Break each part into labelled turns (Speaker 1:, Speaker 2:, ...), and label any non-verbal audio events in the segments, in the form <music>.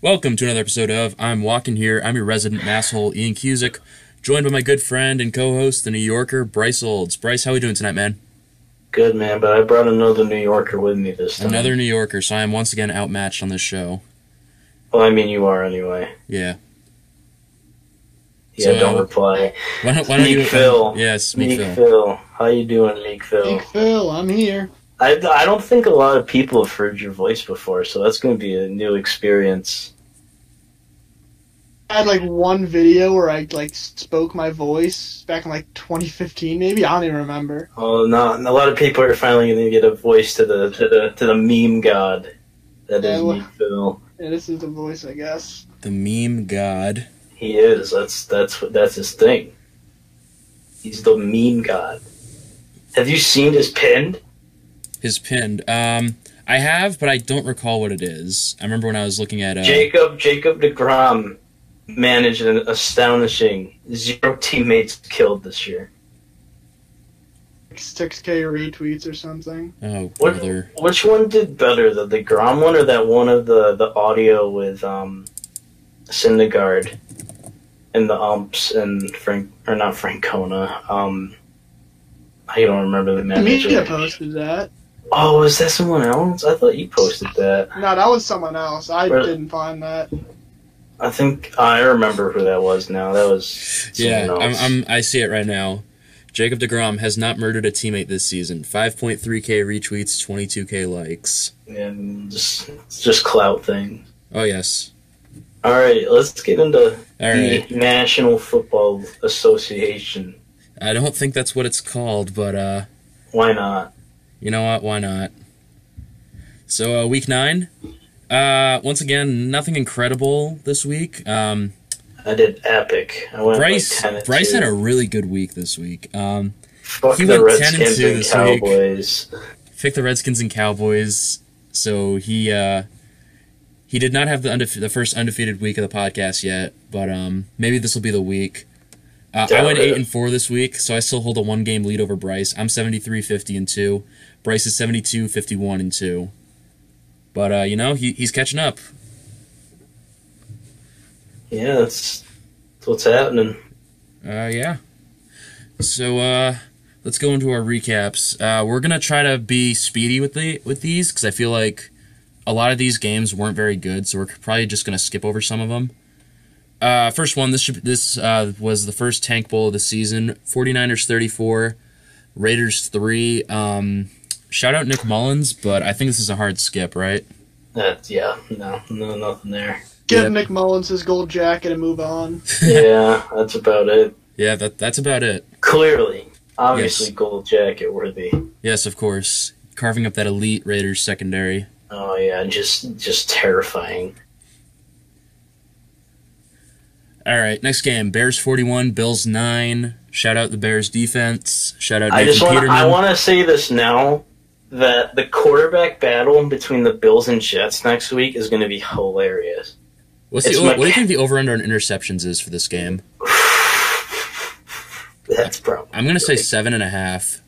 Speaker 1: Welcome to another episode of I'm Walking Here. I'm your resident asshole, Ian Cusick, joined by my good friend and co-host, the New Yorker, Bryce Olds. Bryce, how are we doing tonight, man?
Speaker 2: Good man, but I brought another New Yorker with me this time.
Speaker 1: Another New Yorker, so I am once again outmatched on this show.
Speaker 2: Well, I mean, you are anyway.
Speaker 1: Yeah.
Speaker 2: Yeah,
Speaker 1: So,
Speaker 2: don't
Speaker 1: uh,
Speaker 2: reply.
Speaker 1: Why don't, why don't
Speaker 2: Meek
Speaker 1: you?
Speaker 2: Phil.
Speaker 1: Yes, Meek
Speaker 2: Meek
Speaker 1: Phil.
Speaker 2: Phil, how you doing, Meek Phil?
Speaker 3: Big Phil, I'm here.
Speaker 2: I, I don't think a lot of people have heard your voice before, so that's going to be a new experience.
Speaker 3: I had like one video where I like spoke my voice back in like 2015, maybe I don't even remember.
Speaker 2: Oh, not a lot of people are finally going to get a voice to the to the to the meme god. That is
Speaker 3: Yeah, well-
Speaker 2: Meek Phil.
Speaker 3: Yeah, this is the voice, I guess.
Speaker 1: The meme god.
Speaker 2: He is. That's that's what that's his thing. He's the meme god. Have you seen his pinned?
Speaker 1: His pinned. Um, I have, but I don't recall what it is. I remember when I was looking at. Uh,
Speaker 2: Jacob Jacob Degrom managed an astonishing zero teammates killed this year.
Speaker 3: Like 6k retweets or something.
Speaker 1: Oh,
Speaker 2: What-
Speaker 1: brother.
Speaker 2: Which one did better, the Degrom one or that one of the the audio with um, Syndergaard and the umps and Frank or not Francona? Um, I don't remember the
Speaker 3: The media
Speaker 2: manager.
Speaker 3: posted that.
Speaker 2: Oh, was that someone else? I thought you posted that.
Speaker 3: No, that was someone else. I
Speaker 2: Really?
Speaker 3: didn't find that.
Speaker 2: I think I remember who that was now. That was someone
Speaker 1: Yeah, I'm,
Speaker 2: else.
Speaker 1: I'm. I see it right now. Jacob Degrom has not murdered a teammate this season. 5.3k retweets, 22k likes.
Speaker 2: and just it's just clout thing.
Speaker 1: Oh yes.
Speaker 2: All right, let's get into
Speaker 1: All right.
Speaker 2: the National Football Association.
Speaker 1: I don't think that's what it's called, but uh,
Speaker 2: Why not?
Speaker 1: you know what? Why not? So uh, week nine. Uh, once again, nothing incredible this week. Um,
Speaker 2: I did epic. I went
Speaker 1: Bryce
Speaker 2: like 10 and
Speaker 1: Bryce
Speaker 2: two.
Speaker 1: had a really good week this week. Um,
Speaker 2: fuck
Speaker 1: he
Speaker 2: the
Speaker 1: went 10 and
Speaker 2: Redskins
Speaker 1: two
Speaker 2: and,
Speaker 1: this week.
Speaker 2: Cowboys.
Speaker 1: picked the Redskins and Cowboys, so he uh, he did not have the undefe- the first undefeated week of the podcast yet, but um, maybe this will be the week. Uh, I
Speaker 2: Doubt
Speaker 1: went
Speaker 2: it.
Speaker 1: eight and four this week, so I still hold a one game lead over Bryce. I'm 73 50 and two. Bryce is 72 51 and two. But uh, you know he, he's catching up.
Speaker 2: Yeah, that's, that's what's happening.
Speaker 1: Uh, yeah. So uh, let's go into our recaps. Uh, we're gonna try to be speedy with the with these because I feel like a lot of these games weren't very good, so we're probably just gonna skip over some of them. Uh, first one. This should, this uh, was the first Tank Bowl of the season. 49ers 34, Raiders three. Um, shout out Nick Mullins, but I think this is a hard skip, right? <laughs>
Speaker 2: That yeah, no, no, nothing there.
Speaker 3: Give
Speaker 1: Yep.
Speaker 3: Nick Mullins his gold jacket and move on.
Speaker 2: yeah, that's about it.
Speaker 1: Yeah, that that's about it.
Speaker 2: Clearly, obviously,
Speaker 1: Yes.
Speaker 2: gold jacket worthy.
Speaker 1: Yes, of course. Carving up that elite Raiders secondary.
Speaker 2: Oh yeah, just just terrifying.
Speaker 1: All right, next game: Bears forty-one, Bills nine. Shout out the Bears defense. Shout out
Speaker 2: I
Speaker 1: Nathan
Speaker 2: just want
Speaker 1: Peterman.
Speaker 2: I want to say this now that the quarterback battle between the Bills and Jets next week is going to be hilarious. <sighs>
Speaker 1: What's the
Speaker 2: it's
Speaker 1: o-
Speaker 2: my-
Speaker 1: what do you think the over/under on interceptions is for this game?
Speaker 2: That's probably.
Speaker 1: I'm gonna say seven and a half.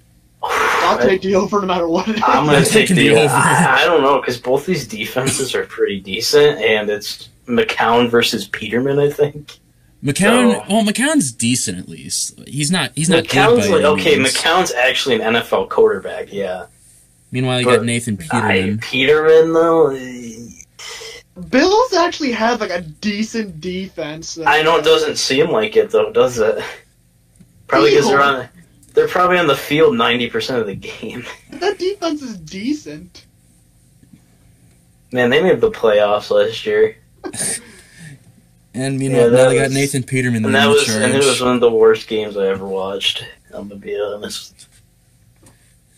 Speaker 3: I'll take the over no matter what it is.
Speaker 2: <laughs> I'm going
Speaker 1: I'm
Speaker 2: to take
Speaker 1: taking
Speaker 2: the.
Speaker 1: the over.
Speaker 2: I, I don't know because both these defenses are pretty decent, and it's McCown versus Peterman. I think
Speaker 1: McCown.
Speaker 2: So-
Speaker 1: Well, McCown's decent at least. He's not. He's not. good by
Speaker 2: McCown's like
Speaker 1: any
Speaker 2: okay.
Speaker 1: means.
Speaker 2: McCown's actually an NFL quarterback. Yeah,
Speaker 1: Meanwhile, you
Speaker 2: but
Speaker 1: got Nathan
Speaker 2: I,
Speaker 1: Peterman.
Speaker 2: Peterman though. eh,
Speaker 3: Bills actually had like a decent defense. though.
Speaker 2: I know it doesn't seem like it though, does it? Probably because they're on. They're probably on the field ninety percent of the game. <laughs>
Speaker 3: That defense is decent.
Speaker 2: Man, they made the playoffs last year,
Speaker 1: and meanwhile,
Speaker 2: Yeah,
Speaker 1: now
Speaker 2: that
Speaker 1: they got
Speaker 2: was-
Speaker 1: Nathan Peterman
Speaker 2: and
Speaker 1: leading
Speaker 2: that
Speaker 1: the
Speaker 2: was
Speaker 1: charge.
Speaker 2: and it was one of the worst games I ever watched. I'm gonna be honest.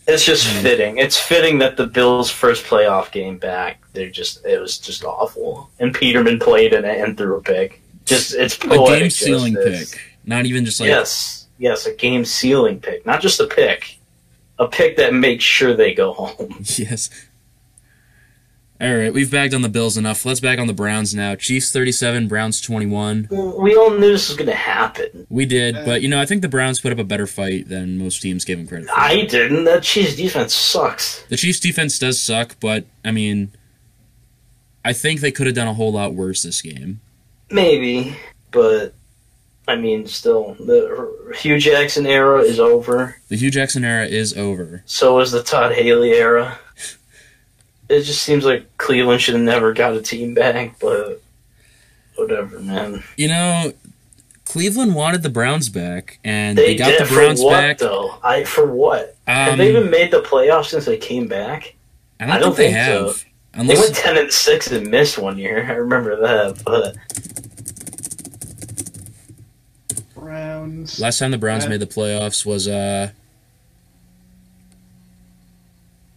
Speaker 2: It's just
Speaker 1: Mm.
Speaker 2: fitting. It's fitting that the Bills' first playoff game back, they're just it was just awful. And Peterman played in it and threw a pick. Just it's
Speaker 1: a
Speaker 2: poetic
Speaker 1: game ceiling
Speaker 2: justice.
Speaker 1: pick. Not even just like.
Speaker 2: yes, yes, a game ceiling pick, not just a pick, a pick that makes sure they go home.
Speaker 1: <laughs> Yes. All right, we've bagged on the Bills enough. Let's bag on the Browns now. Chiefs 37, Browns 21.
Speaker 2: We all knew this was gonna happen.
Speaker 1: We did,
Speaker 3: Uh,
Speaker 1: but you know, I think the Browns put up a better fight than most teams gave them credit for.
Speaker 2: I didn't. That Chiefs defense sucks.
Speaker 1: the Chiefs defense does suck, but I mean, I think they could have done a whole lot worse this game.
Speaker 2: Maybe, but I mean, still, the Hugh Jackson era is over.
Speaker 1: The Hugh Jackson era is over.
Speaker 2: So is the Todd Haley era. It just seems like Cleveland should have never got a team back, but whatever, man.
Speaker 1: You know, Cleveland wanted the Browns back, and
Speaker 2: They,
Speaker 1: they, got
Speaker 2: did
Speaker 1: the
Speaker 2: it for
Speaker 1: Browns
Speaker 2: what
Speaker 1: back.
Speaker 2: though? I for what? have
Speaker 1: Um,
Speaker 2: they even made the playoffs since they came back?
Speaker 1: I don't,
Speaker 2: I don't
Speaker 1: think they
Speaker 2: think so.
Speaker 1: have.
Speaker 2: They
Speaker 1: Unless
Speaker 2: went ten and six and missed one year. I remember that, but
Speaker 3: Browns.
Speaker 1: last time the Browns
Speaker 3: Yeah.
Speaker 1: made the playoffs was uh,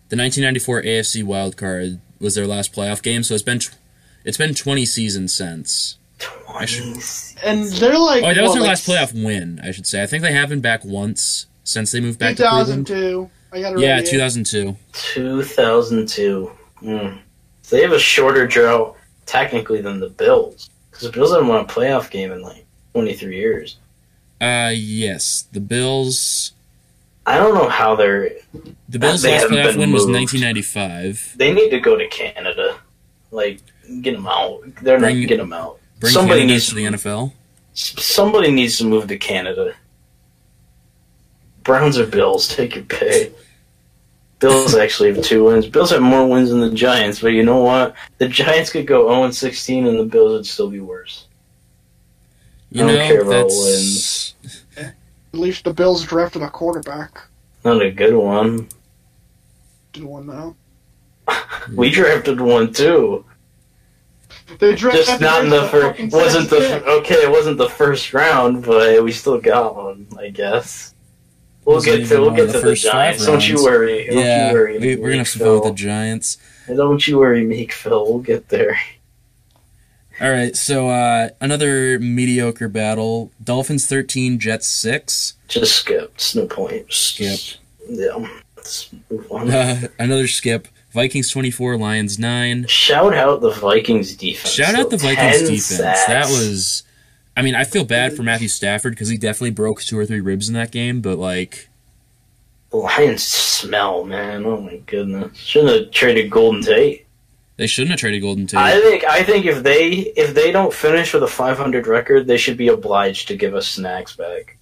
Speaker 1: the 1994 AFC Wild Card was their last playoff game. So it's been tw- it's been 20 seasons since.
Speaker 2: twenty.
Speaker 3: And they're like.
Speaker 1: Oh, that was
Speaker 3: what,
Speaker 1: their
Speaker 3: like
Speaker 1: last playoff win, I should say. I think they have been back once since they moved back to Cleveland.
Speaker 3: 2002. I got it
Speaker 1: Yeah,
Speaker 3: right here.
Speaker 1: 2002.
Speaker 2: 2002. Mm. So they have a shorter drought technically than the Bills because the Bills haven't won a playoff game in like 23 years.
Speaker 1: Uh, yes, the Bills.
Speaker 2: I don't know how they're.
Speaker 1: The Bills'
Speaker 2: They
Speaker 1: last
Speaker 2: haven't
Speaker 1: playoff
Speaker 2: been
Speaker 1: win was
Speaker 2: moved.
Speaker 1: 1995.
Speaker 2: They need to go to Canada. Like, get them out. They're
Speaker 1: Bring-
Speaker 2: not get them out.
Speaker 1: Bring
Speaker 2: Somebody
Speaker 1: Somebody
Speaker 2: needs-
Speaker 1: to the NFL.
Speaker 2: S- Somebody needs to move to Canada. Browns or Bills, take your pick. Bills actually have two wins. Bills have more wins than the Giants, but you know what? The Giants could go 0 16 and the Bills would still be worse.
Speaker 1: You
Speaker 2: I don't
Speaker 1: know,
Speaker 2: care about
Speaker 1: that's
Speaker 2: wins.
Speaker 3: At least the Bills drafted a quarterback.
Speaker 2: Not a good one.
Speaker 3: Did one now.
Speaker 1: Hmm.
Speaker 2: We drafted one too.
Speaker 3: They drafted
Speaker 2: Just not in the
Speaker 3: fucking
Speaker 2: first. Wasn't
Speaker 3: second
Speaker 2: the
Speaker 3: pick.
Speaker 2: okay? It wasn't the first round, but we still got one. I guess. We'll
Speaker 1: Wasn't
Speaker 2: get to
Speaker 1: even
Speaker 2: we'll
Speaker 1: one
Speaker 2: get
Speaker 1: of the
Speaker 2: to the
Speaker 1: first five
Speaker 2: Giants. Don't you
Speaker 1: rounds.
Speaker 2: worry. Don't
Speaker 1: yeah,
Speaker 2: you worry.
Speaker 1: we, we're gonna have to vote with the Giants.
Speaker 2: the. Don't you worry, Meek Phil. We'll get there.
Speaker 1: All right, so uh, another mediocre battle: Dolphins 13, Jets 6.
Speaker 2: Just skip. It's no point. Just- <laughs>
Speaker 1: Skip.
Speaker 2: Yeah. Let's move on.
Speaker 1: Uh, another skip: Vikings 24, Lions 9.
Speaker 2: Shout out the Vikings defense.
Speaker 1: Shout out
Speaker 2: though.
Speaker 1: the Vikings
Speaker 2: 10
Speaker 1: defense.
Speaker 2: sacks.
Speaker 1: That was, I mean, I feel bad for Matthew Stafford because he definitely broke two or three ribs in that game, but like,
Speaker 2: the Lions smell, man. Oh my goodness. Shouldn't have traded Golden Tate.
Speaker 1: they shouldn't have traded Golden Tate.
Speaker 2: I think I think if they if they don't finish with a 500 record, they should be obliged to give us snacks back.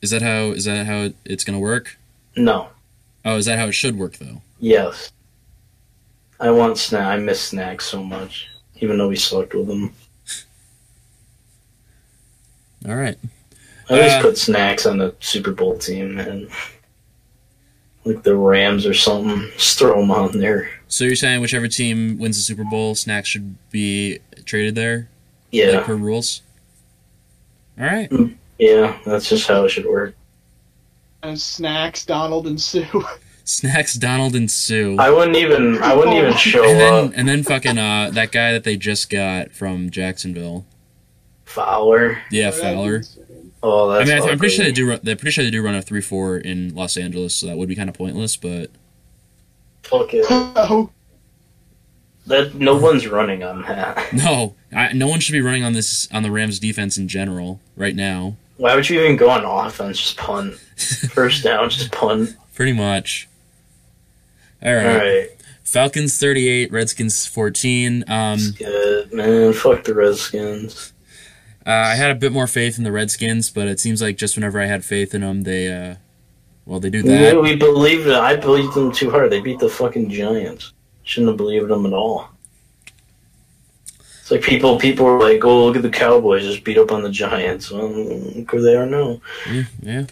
Speaker 1: Is that how is that how it- it's gonna work?
Speaker 2: No.
Speaker 1: Oh, is that how it should work though?
Speaker 2: Yes. I want snack. I miss snacks so much, even though we sucked with them.
Speaker 1: All right.
Speaker 2: I always
Speaker 1: Uh,
Speaker 2: put snacks on the Super Bowl team, man. Like the Rams or something. Just throw them on there.
Speaker 1: So you're saying whichever team wins the Super Bowl, snacks should be traded there, like
Speaker 2: Yeah.
Speaker 1: per rules. All right.
Speaker 2: Yeah. That's just how it should work.
Speaker 3: And snacks, Donald and Sue.
Speaker 1: Snacks, Donald and Sue,
Speaker 2: I wouldn't even. I
Speaker 1: <laughs>
Speaker 2: wouldn't even show
Speaker 1: and then
Speaker 2: up.
Speaker 1: and then fucking uh, that guy that they just got from Jacksonville.
Speaker 2: Fowler.
Speaker 3: <laughs>
Speaker 1: Yeah, Fowler.
Speaker 2: Oh,
Speaker 1: I
Speaker 2: that's.
Speaker 1: mean, I th- I'm pretty sure
Speaker 2: ugly.
Speaker 1: they do. Run, they're pretty sure they do run a three four in Los Angeles, so that would be kind of pointless. But <laughs>
Speaker 2: Fuck it.
Speaker 3: oh,
Speaker 2: That no one's running on that.
Speaker 1: no, I, no one should be running on this on the Rams defense in general right now. <laughs>
Speaker 2: Why would you even go on offense? Just punt. First down, just punt.
Speaker 1: Pretty much. All right.
Speaker 2: All right.
Speaker 1: Falcons 38, Redskins 14. Um,
Speaker 2: Good, man. Fuck the Redskins.
Speaker 1: uh, I had a bit more faith in the Redskins, but it seems like just whenever I had faith in them, they, uh, well, they do that.
Speaker 2: We, we believed it. I believed them too hard. They beat the fucking Giants. Shouldn't have believed them at all. It's like people people were like, "Oh, look at the Cowboys. Just beat up on the Giants." Well, look where they are now.
Speaker 1: Yeah. yeah.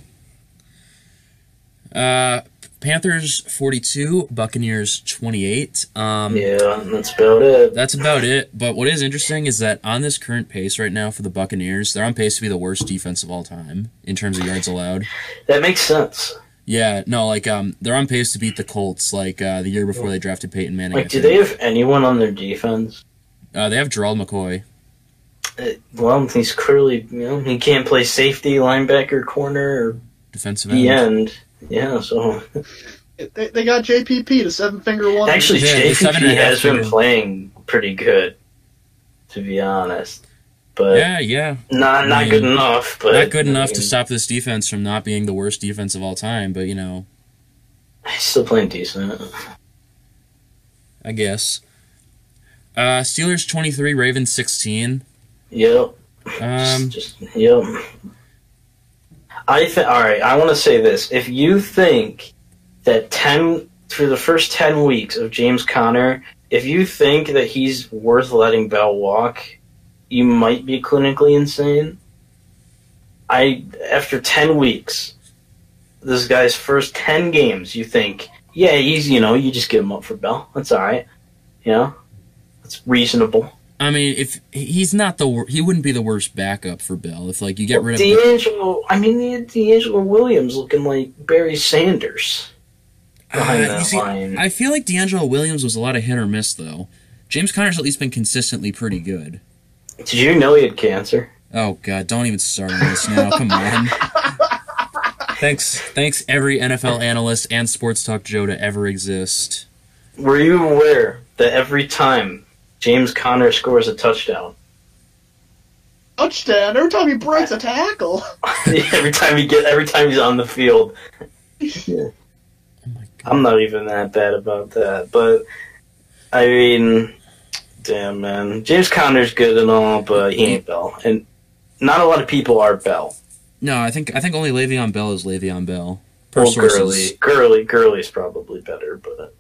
Speaker 1: Uh, Panthers 42, Buccaneers 28. Um,
Speaker 2: Yeah, that's about it.
Speaker 1: That's about it. But what is interesting is that on this current pace right now for the Buccaneers, they're on pace to be the worst defense of all time in terms of yards allowed.
Speaker 2: That makes sense.
Speaker 1: Yeah, no, like um, they're on pace to beat the Colts like uh, the year before they drafted Peyton Manning.
Speaker 2: Like,
Speaker 1: I
Speaker 2: do they
Speaker 1: think.
Speaker 2: have anyone on their defense?
Speaker 1: Uh, they have Gerald McCoy.
Speaker 2: Uh, Well, he's clearly you know he can't play safety, linebacker, corner, or
Speaker 1: defensive end.
Speaker 2: the end. Yeah, so
Speaker 3: they, they got JPP to seven finger one.
Speaker 2: actually,
Speaker 1: Yeah, the seven and a
Speaker 2: JPP
Speaker 1: half
Speaker 2: has been
Speaker 1: finger.
Speaker 2: playing pretty good, to be honest. But
Speaker 1: Yeah, yeah.
Speaker 2: not not
Speaker 1: I
Speaker 2: good
Speaker 1: mean,
Speaker 2: enough. But
Speaker 1: Not good enough
Speaker 2: I
Speaker 1: to
Speaker 2: mean,
Speaker 1: stop this defense from not being the worst defense of all time, but you know,
Speaker 2: He's still playing decent.
Speaker 1: I guess. Uh, Steelers 23, Ravens 16.
Speaker 2: Yep.
Speaker 1: Um,
Speaker 2: just, just yep. I think. All right. I want to say this. If you think that ten through the first ten weeks of James Conner, if you think that he's worth letting Bell walk, you might be clinically insane. I after ten weeks, this guy's first ten games, you think, yeah, he's you know you just give him up for Bell. That's all right. You know, that's reasonable.
Speaker 1: I mean, if he's not the wor- he wouldn't be the worst backup for Bell if like you get rid of the-
Speaker 2: D'Angelo. I mean, the D'Angelo Williams looking like Barry Sanders behind
Speaker 1: Uh, you
Speaker 2: that
Speaker 1: see,
Speaker 2: line.
Speaker 1: I feel like D'Angelo Williams was a lot of hit or miss though. James Conner's at least been consistently pretty good.
Speaker 2: Did you know he had cancer?
Speaker 1: Oh god, don't even start on this now. Come
Speaker 2: <laughs>
Speaker 1: on. Thanks, thanks every NFL analyst and sports talk Joe to ever exist.
Speaker 2: Were you aware that every time James Conner scores a <laughs> touchdown,
Speaker 3: Touchdown. Every time he breaks a tackle. <laughs>
Speaker 2: every time he get, every time he's on the field,
Speaker 1: Oh my god.
Speaker 2: I'm not even that bad about that. But I mean, damn man, James Conner's good and all, but he ain't Bell, and not a lot of people are Bell.
Speaker 1: No, I think I think only Le'Veon Bell is Le'Veon Bell. Per
Speaker 2: Well,
Speaker 1: sources.
Speaker 2: Gurley, Gurley, Gurley's probably better, but.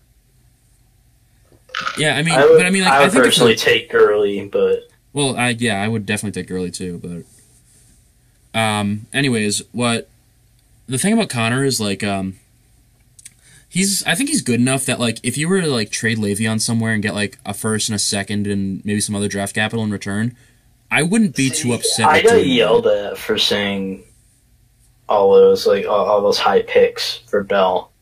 Speaker 1: Yeah, I mean,
Speaker 2: I would,
Speaker 1: but I mean, like, I,
Speaker 2: I would
Speaker 1: think it's
Speaker 2: personally
Speaker 1: like,
Speaker 2: take Gurley, but
Speaker 1: well, I yeah, I would definitely take Gurley too. But, um, anyways, what the thing about Connor is like, um, he's I think he's good enough that like if you were to like trade Le'Veon somewhere and get like a first and a second and maybe some other draft capital in return, I wouldn't be too upset.
Speaker 2: I
Speaker 1: with
Speaker 2: got
Speaker 1: doing that.
Speaker 2: yelled at for saying all those like all, all those high picks for Bell.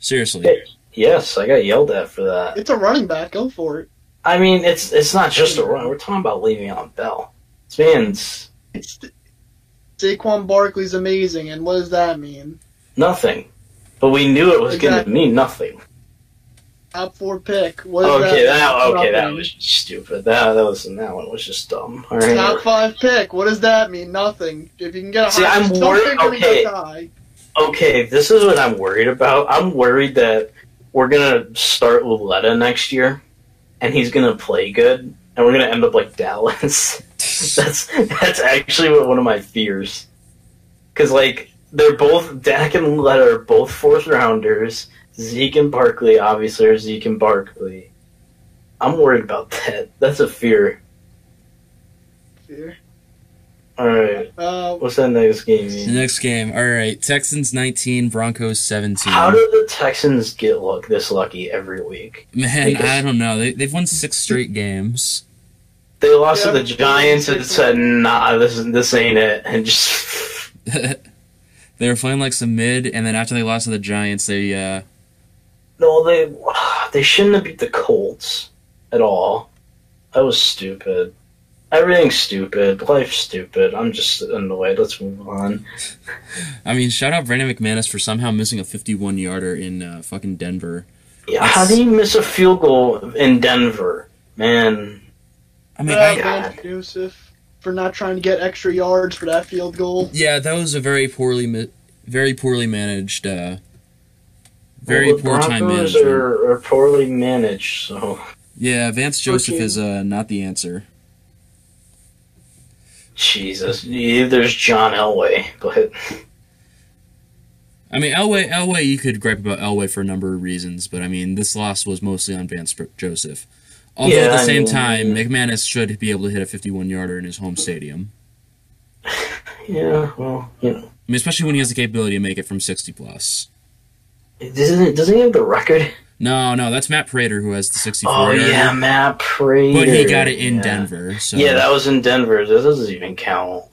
Speaker 1: Seriously,
Speaker 2: Yes, I got yelled at for that.
Speaker 3: It's a running back. Go for it.
Speaker 2: I mean, it's it's not just a run. We're talking about leaving on Bell. This man's
Speaker 3: It's Saquon Barkley's amazing, and what does that mean?
Speaker 2: nothing, but we knew it was going to
Speaker 3: Exactly.
Speaker 2: mean nothing.
Speaker 3: Top four pick. What does
Speaker 2: Okay,
Speaker 3: that,
Speaker 2: that
Speaker 3: mean?
Speaker 2: okay, that
Speaker 3: Nothing.
Speaker 2: was stupid. That that was that one was just dumb. All right.
Speaker 3: Top five pick. What does that mean? Nothing. If you can get a
Speaker 2: See,
Speaker 3: high,
Speaker 2: I'm
Speaker 3: don't
Speaker 2: worried-
Speaker 3: pick when he
Speaker 2: okay.
Speaker 3: goes high.
Speaker 2: Okay, this is what I'm worried about. I'm worried that we're gonna start with Letta next year, and he's gonna play good, and we're gonna end up like Dallas. <laughs> that's that's actually what one of my fears. Because like they're both Dak and Letta are both fourth rounders. Zeke and Barkley obviously are Zeke and Barkley. I'm worried about that. That's a fear.
Speaker 3: Fear.
Speaker 2: All right,
Speaker 3: Uh,
Speaker 2: what's that next game?
Speaker 1: the
Speaker 2: Ian?
Speaker 1: next game. All right, Texans nineteen, Broncos seventeen.
Speaker 2: How do the Texans get luck this lucky every week?
Speaker 1: Man, I don't know. They they've won six straight games. <laughs>
Speaker 2: They lost
Speaker 3: Yeah,
Speaker 2: to the
Speaker 3: but they
Speaker 2: Giants
Speaker 3: didn't
Speaker 2: and
Speaker 3: say
Speaker 2: said, "Nah, this is- this ain't it," and just <sighs>
Speaker 1: they were playing like some mid, and then after they lost to the Giants, they uh,
Speaker 2: no, they <sighs> they shouldn't have beat the Colts at all. That was stupid. Everything's stupid. Life's stupid. I'm just annoyed. Let's move on.
Speaker 1: I mean, shout out Brandon McManus for somehow missing a 51 yarder in uh, fucking Denver.
Speaker 2: Yeah, how do you miss a field goal in Denver, man?
Speaker 1: I mean,
Speaker 3: uh,
Speaker 1: I,
Speaker 3: Van Joseph for not trying to get extra yards for that field goal.
Speaker 1: yeah, that was a very poorly, ma- very poorly managed, uh, very
Speaker 2: Well, the
Speaker 1: poor time
Speaker 2: Broncos
Speaker 1: management.
Speaker 2: Are, are poorly managed. So
Speaker 1: Yeah, Vance Joseph
Speaker 3: Okay.
Speaker 1: is uh, not the answer.
Speaker 2: Jesus, yeah, there's John Elway, but
Speaker 1: I mean, Elway, Elway, you could gripe about Elway for a number of reasons, but I mean, this loss was mostly on Vance Joseph. Although at
Speaker 2: Yeah,
Speaker 1: the
Speaker 2: I
Speaker 1: same
Speaker 2: mean-
Speaker 1: time, McManus should be able to hit a 51 yarder in his home stadium.
Speaker 2: yeah, well, you know.
Speaker 1: I mean, especially when he has the capability to make it from 60 plus.
Speaker 2: Doesn't it, doesn't he have the record?
Speaker 1: No, no, that's Matt Prater who has the 64
Speaker 2: Oh
Speaker 1: yarder.
Speaker 2: yeah, Matt Prater.
Speaker 1: But he got it in
Speaker 2: yeah.
Speaker 1: Denver. So
Speaker 2: Yeah, that was in Denver. This doesn't even count.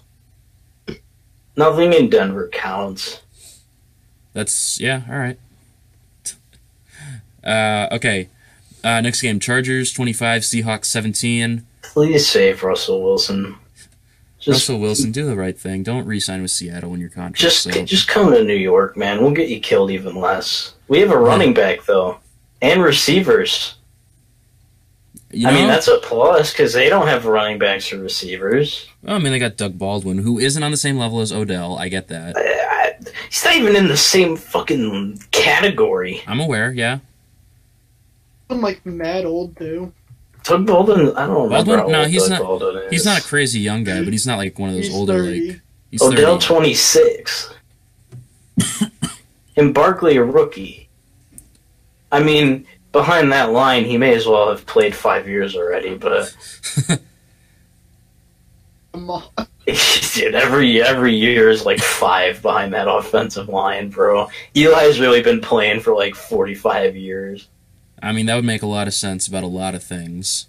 Speaker 2: Nothing in Denver counts.
Speaker 1: that's yeah, all right. <laughs> Uh, okay. Uh, next game Chargers 25, Seahawks 17.
Speaker 2: Please save Russell Wilson. Just,
Speaker 1: Russell Wilson, do the right thing. Don't re sign with Seattle when your contract.
Speaker 2: just,
Speaker 1: so.
Speaker 2: just come to New York, man. We'll get you killed even less. We have a running back though, and receivers.
Speaker 1: you know?
Speaker 2: I mean, that's a plus because they don't have running backs or receivers.
Speaker 1: oh, I mean, they got Doug Baldwin, who isn't on the same level as Odell. I get that.
Speaker 2: I, I, he's not even in the same fucking category.
Speaker 1: I'm aware, yeah.
Speaker 3: I'm like mad old too.
Speaker 2: Tug Baldwin, I don't remember.
Speaker 1: Baldwin?
Speaker 2: how
Speaker 1: No,
Speaker 2: old
Speaker 1: he's
Speaker 2: Tug
Speaker 1: not-
Speaker 2: Baldwin is.
Speaker 1: He's not a crazy young guy, but he's not like one of those
Speaker 3: He's
Speaker 1: older
Speaker 3: 30.
Speaker 1: like. He's
Speaker 2: Odell
Speaker 1: 30.
Speaker 2: 26. <coughs> and Barkley, a rookie. I mean, behind that line, he may as well have played five years already, but <laughs>
Speaker 3: I'm all-
Speaker 2: dude, every every year is like five behind that offensive line, bro. Eli's really been playing for like 45 years.
Speaker 1: <laughs>
Speaker 2: <sighs>
Speaker 1: I mean, that would make a lot of sense about a lot of things.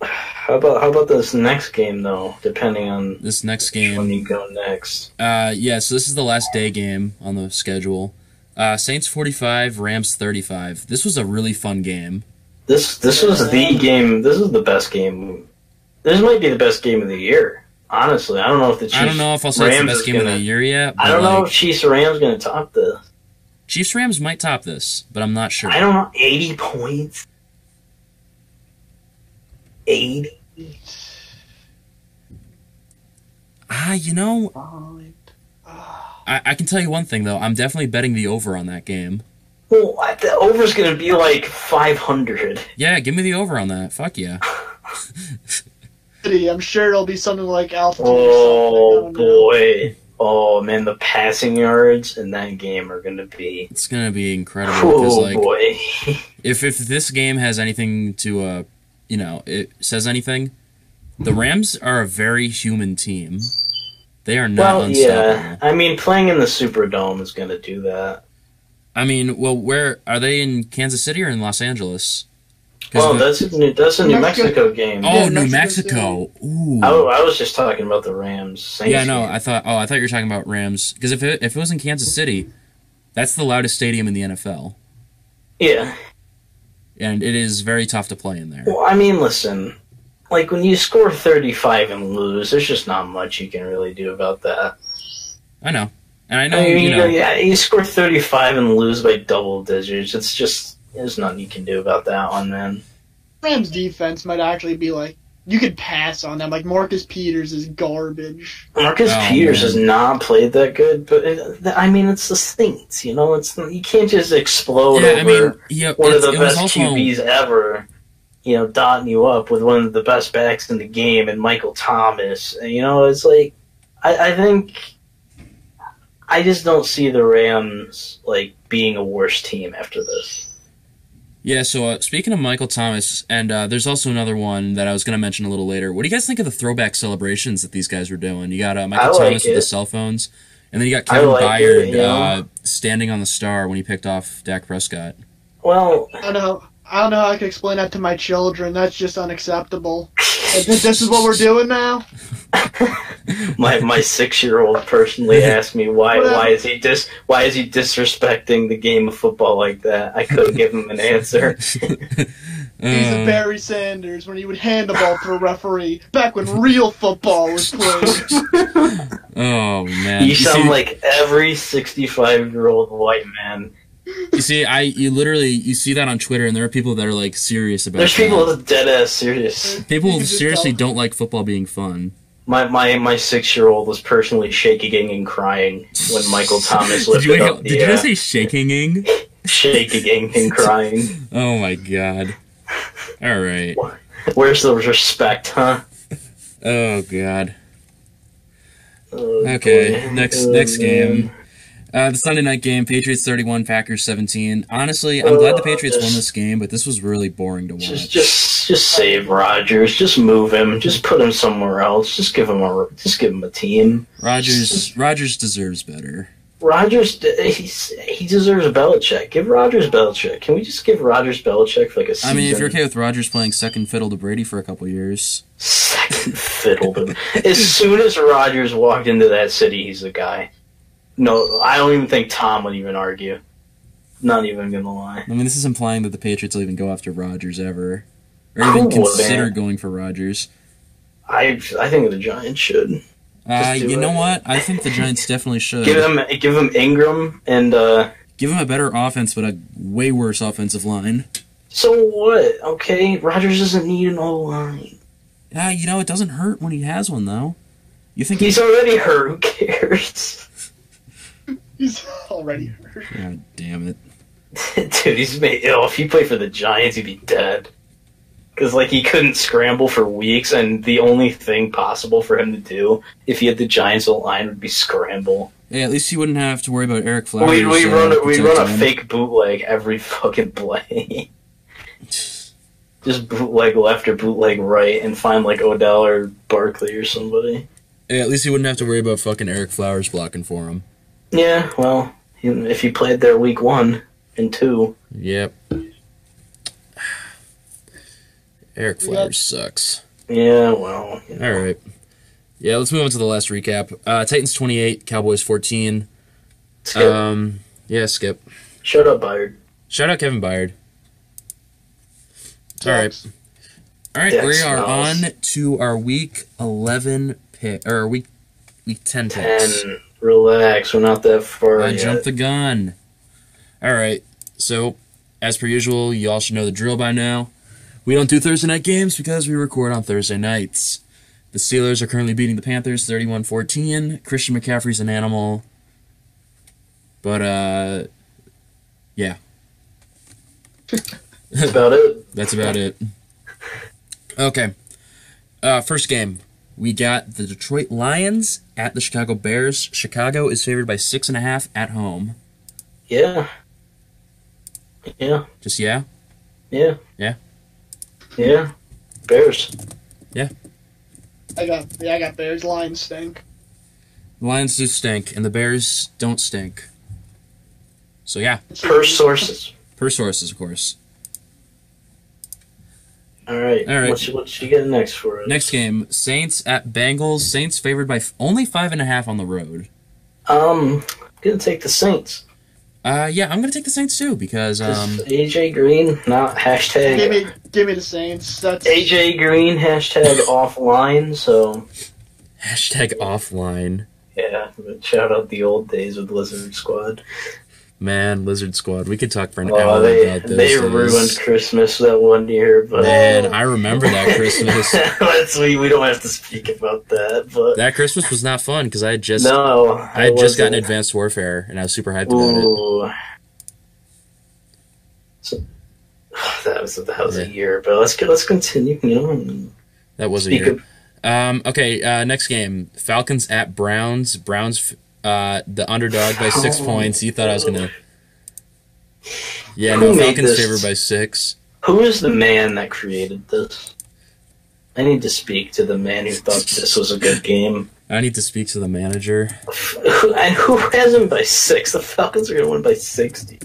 Speaker 2: How about how about this next game though? Depending on
Speaker 1: This next
Speaker 2: when
Speaker 1: game,
Speaker 2: you go next,
Speaker 1: uh, yeah. So this is the last day game on the schedule. Uh, Saints forty-five, Rams thirty-five. This was a really fun game.
Speaker 2: this this was the game. This is the best game. This might be the best game of the year. Honestly, I don't know if the Chiefs.
Speaker 1: I don't know if I'll say it's the
Speaker 2: Rams
Speaker 1: best
Speaker 2: is
Speaker 1: game of
Speaker 2: gonna-
Speaker 1: the year yet. But
Speaker 2: I don't know
Speaker 1: like,
Speaker 2: if Chiefs or Rams going to top this.
Speaker 1: Chiefs Rams might top this, but I'm not sure.
Speaker 2: I don't know. 80 points? 80?
Speaker 1: Ah, you know,
Speaker 3: Fine. Ah,
Speaker 1: I, I can tell you one thing though. I'm definitely betting the over on that game.
Speaker 2: Well, I- the over's going to be like 500.
Speaker 1: Yeah, give me the over on that. Fuck yeah.
Speaker 3: I'm sure it'll be something like altitude. or
Speaker 2: Oh,
Speaker 3: something. I don't know.
Speaker 2: boy. Oh, man. The passing yards in that game are going to be.
Speaker 1: It's gonna be incredible because
Speaker 2: Oh,
Speaker 1: like
Speaker 2: boy.
Speaker 1: if if this game has anything to uh you know it says anything, the Rams are a very human team. They are not
Speaker 2: well,
Speaker 1: unstoppable.
Speaker 2: yeah. I mean, playing in the Superdome is going to do that.
Speaker 1: I mean, well, where are they in Kansas City or in Los Angeles? 'Cause
Speaker 2: Well,
Speaker 1: the-
Speaker 2: Oh, that's a New, that's a New
Speaker 3: Mexico-
Speaker 2: Mexico game.
Speaker 1: oh,
Speaker 3: Yeah,
Speaker 1: New Mexico.
Speaker 3: Mexico
Speaker 1: Ooh.
Speaker 2: I, I was just talking about the Rams. Saints
Speaker 1: yeah, no,
Speaker 2: game.
Speaker 1: I thought. Oh, I thought you were talking about Rams because if it, if it was in Kansas City, that's the loudest stadium in the NFL,
Speaker 2: yeah.
Speaker 1: and it is very tough to play in there.
Speaker 2: Well, I mean, listen, like when you score 35 and lose, there's just not much you can really do about that.
Speaker 1: I know, and I know
Speaker 2: I mean,
Speaker 1: you
Speaker 2: you
Speaker 1: know.
Speaker 2: yeah, you score 35 and lose by double digits. It's just there's nothing you can do about that one, man.
Speaker 3: Rams defense might actually be like you could pass on them. Like Marcus Peters is garbage.
Speaker 2: Marcus
Speaker 1: Oh,
Speaker 2: Peters
Speaker 1: man.
Speaker 2: has not played that good, but it, th- I mean, it's the Saints, you know. It's you can't just explode
Speaker 1: Yeah,
Speaker 2: over
Speaker 1: I mean, yeah,
Speaker 2: one of
Speaker 1: it's-
Speaker 2: the
Speaker 1: it was
Speaker 2: best
Speaker 1: also
Speaker 2: QBs ever. You know, dotting you up with one of the best backs in the game and Michael Thomas. And, you know, it's like I, I think I just don't see the Rams like being a worse team after this.
Speaker 1: yeah. So uh, speaking of Michael Thomas, and uh, there's also another one that I was going to mention a little later. What do you guys think of the throwback celebrations that these guys were doing? You got uh, Michael
Speaker 2: like
Speaker 1: Thomas with the
Speaker 2: it.
Speaker 1: cell phones, and then you got
Speaker 2: I
Speaker 1: Kevin
Speaker 2: like
Speaker 1: Byard
Speaker 2: it, you
Speaker 1: uh,
Speaker 2: know?
Speaker 1: standing on the star when he picked off Dak Prescott. <laughs>
Speaker 2: Well,
Speaker 3: I don't know. I don't know how I can explain that to my children. That's just unacceptable. Like, this, this is what we're doing now.
Speaker 2: <laughs> my my six year
Speaker 1: <laughs>
Speaker 2: old personally asked me why
Speaker 3: Well-
Speaker 2: why is he dis why is he disrespecting the game of football like that? I couldn't give him
Speaker 1: <laughs>
Speaker 2: an answer.
Speaker 3: He's a
Speaker 1: Uh,
Speaker 3: Barry Sanders when he would hand the ball to a referee back when real football was played.
Speaker 1: Oh man!
Speaker 2: You sound
Speaker 1: see,
Speaker 2: like every sixty five year old white man
Speaker 1: you see, I you literally you see that on Twitter, and there are people that are like serious about.
Speaker 2: There's
Speaker 1: that.
Speaker 2: people that's dead ass serious.
Speaker 1: People
Speaker 3: You can just
Speaker 1: seriously
Speaker 3: tell.
Speaker 1: don't like football being fun.
Speaker 2: My my my six year old was personally shaking and crying
Speaker 1: <laughs>
Speaker 2: when Michael Thomas
Speaker 1: Did you,
Speaker 2: lifted up
Speaker 1: did
Speaker 2: the
Speaker 1: you
Speaker 2: uh,
Speaker 1: just say shaking? <laughs>
Speaker 2: shaking and crying.
Speaker 1: Oh my god! All right.
Speaker 2: Where's the respect, huh?
Speaker 1: Oh god.
Speaker 2: Oh,
Speaker 1: Okay.
Speaker 2: boy.
Speaker 1: Next
Speaker 2: Oh,
Speaker 1: next game.
Speaker 2: man.
Speaker 1: Uh, the Sunday night game, Patriots 31, Packers 17. Honestly, I'm glad the
Speaker 2: Uh,
Speaker 1: Patriots won
Speaker 2: this-
Speaker 1: this game, but this was really boring to watch.
Speaker 2: Just just just save Rogers. Just move him. Just put him somewhere else. Just give him a just give him a team.
Speaker 1: Rogers Rogers deserves better.
Speaker 2: Rogers he's, he deserves Belichick. Give Rogers Belichick. Can we just give Rogers Belichick for like a season?
Speaker 1: I mean, if you're okay with Rogers playing second fiddle to Brady for a couple years,
Speaker 2: second fiddle to as soon as Rogers walked into that city he's the guy no I don't even think Tom would even argue not even gonna lie
Speaker 1: I mean, this is implying that the Patriots will even go after Rogers ever, or
Speaker 2: Cool,
Speaker 1: even consider
Speaker 2: man.
Speaker 1: going for Rogers.
Speaker 2: I I think the Giants should
Speaker 1: Uh,
Speaker 2: Just do
Speaker 1: you know
Speaker 2: it.
Speaker 1: what? I think the Giants definitely should
Speaker 2: give him give him Ingram and uh
Speaker 1: Give him a better offense, but a way worse offensive line.
Speaker 2: so what okay Rogers doesn't need an O line
Speaker 1: Ah, you know it doesn't hurt when he has one though. You think
Speaker 2: he's already hurt who cares <laughs>
Speaker 3: He's already hurt.
Speaker 1: God damn it.
Speaker 2: dude he's made oh, if he played for the Giants he'd be dead because like he couldn't scramble for weeks, and the only thing possible for him to do if he had the Giants line would be scramble.
Speaker 1: Yeah, at least you wouldn't have to worry about Eric Flowers.
Speaker 2: We we
Speaker 1: uh,
Speaker 2: run a- we run a
Speaker 1: protecting him.
Speaker 2: fake bootleg every <laughs> fucking play. <laughs> Just bootleg left or bootleg right, and find like Odell or Barkley or somebody.
Speaker 1: Yeah, at least you wouldn't have to worry about fucking Eric Flowers blocking for him.
Speaker 2: Yeah, well, if he played there week one and two,
Speaker 1: Yep. <sighs> Eric Flowers sucks.
Speaker 2: yeah, well, you
Speaker 1: All
Speaker 2: know.
Speaker 1: right. Yeah, let's move on to the last recap. Uh, Titans 28, Cowboys 14.
Speaker 2: Skip.
Speaker 1: Um, yeah, skip.
Speaker 2: Shut up, Bayard.
Speaker 1: Shout out Kevin Byard. All right.
Speaker 3: Sucks.
Speaker 1: All right,
Speaker 2: That
Speaker 1: we are
Speaker 2: smells.
Speaker 1: on to our week 11 pick or week week 10 picks.
Speaker 2: Ten. Relax. We're not that far
Speaker 1: I
Speaker 2: yet.
Speaker 1: jumped the gun. All right. So, as per usual, y'all should know the drill by now. We don't do Thursday night games because we record on Thursday nights. The Steelers are currently beating the Panthers 31 14. Christian McCaffrey's an animal. But, uh, yeah,
Speaker 2: That's about it.
Speaker 1: that's about it. Okay. Uh, first game. We got the Detroit Lions at the Chicago Bears. Chicago is favored by six and a half at home.
Speaker 2: Yeah. Yeah.
Speaker 1: Just yeah?
Speaker 2: Yeah.
Speaker 1: Yeah.
Speaker 2: Yeah. Bears.
Speaker 3: I got yeah, I got Bears line stink.
Speaker 1: The Lions do stink, and the Bears don't stink. So yeah,
Speaker 2: Per sources.
Speaker 1: per sources, of course.
Speaker 2: All right.
Speaker 1: All right.
Speaker 2: What you, what you get next for us?
Speaker 1: Next game, Saints at Bengals. Saints favored by f- only five and a half on the road.
Speaker 2: Um, gonna take the Saints.
Speaker 1: Uh, yeah, I'm gonna take the Saints too because um,
Speaker 2: Just AJ Green, not
Speaker 3: Give
Speaker 2: hashtag.
Speaker 3: me give me the Saints. That's
Speaker 2: AJ Green hashtag <laughs> offline. So
Speaker 1: <laughs> hashtag offline
Speaker 2: yeah, shout out the old days with Lizard Squad.
Speaker 1: man Lizard Squad. We could talk for an
Speaker 2: Oh,
Speaker 1: hour
Speaker 2: they
Speaker 1: about this.
Speaker 2: they ruined Christmas that one year, but <laughs>
Speaker 1: Man, I remember that Christmas.
Speaker 3: <laughs>
Speaker 2: Let's we we don't have to speak about that, but
Speaker 1: that Christmas was not fun because I had just
Speaker 2: no,
Speaker 1: I had just gotten
Speaker 2: wasn't.
Speaker 1: Advanced Warfare and I was super hyped about it.
Speaker 2: Ooh. So, <sighs> that was that was
Speaker 1: Yeah.
Speaker 2: a year, but let's go, let's continue. You know, and
Speaker 1: That was a
Speaker 2: speak
Speaker 1: year.
Speaker 2: of
Speaker 1: Um, okay, uh, next game. Falcons at Browns. Browns, uh, the underdog by six
Speaker 2: Falcons.
Speaker 1: points. You thought I was going to. Yeah,
Speaker 2: Who
Speaker 1: no,
Speaker 2: made
Speaker 1: Falcons
Speaker 2: this?
Speaker 1: favored by six.
Speaker 2: who is the man that created this? I need to speak to the man who thought this was a good game.
Speaker 1: I need to speak to the manager.
Speaker 2: Who- and who has him by six? The Falcons are gonna win by sixty.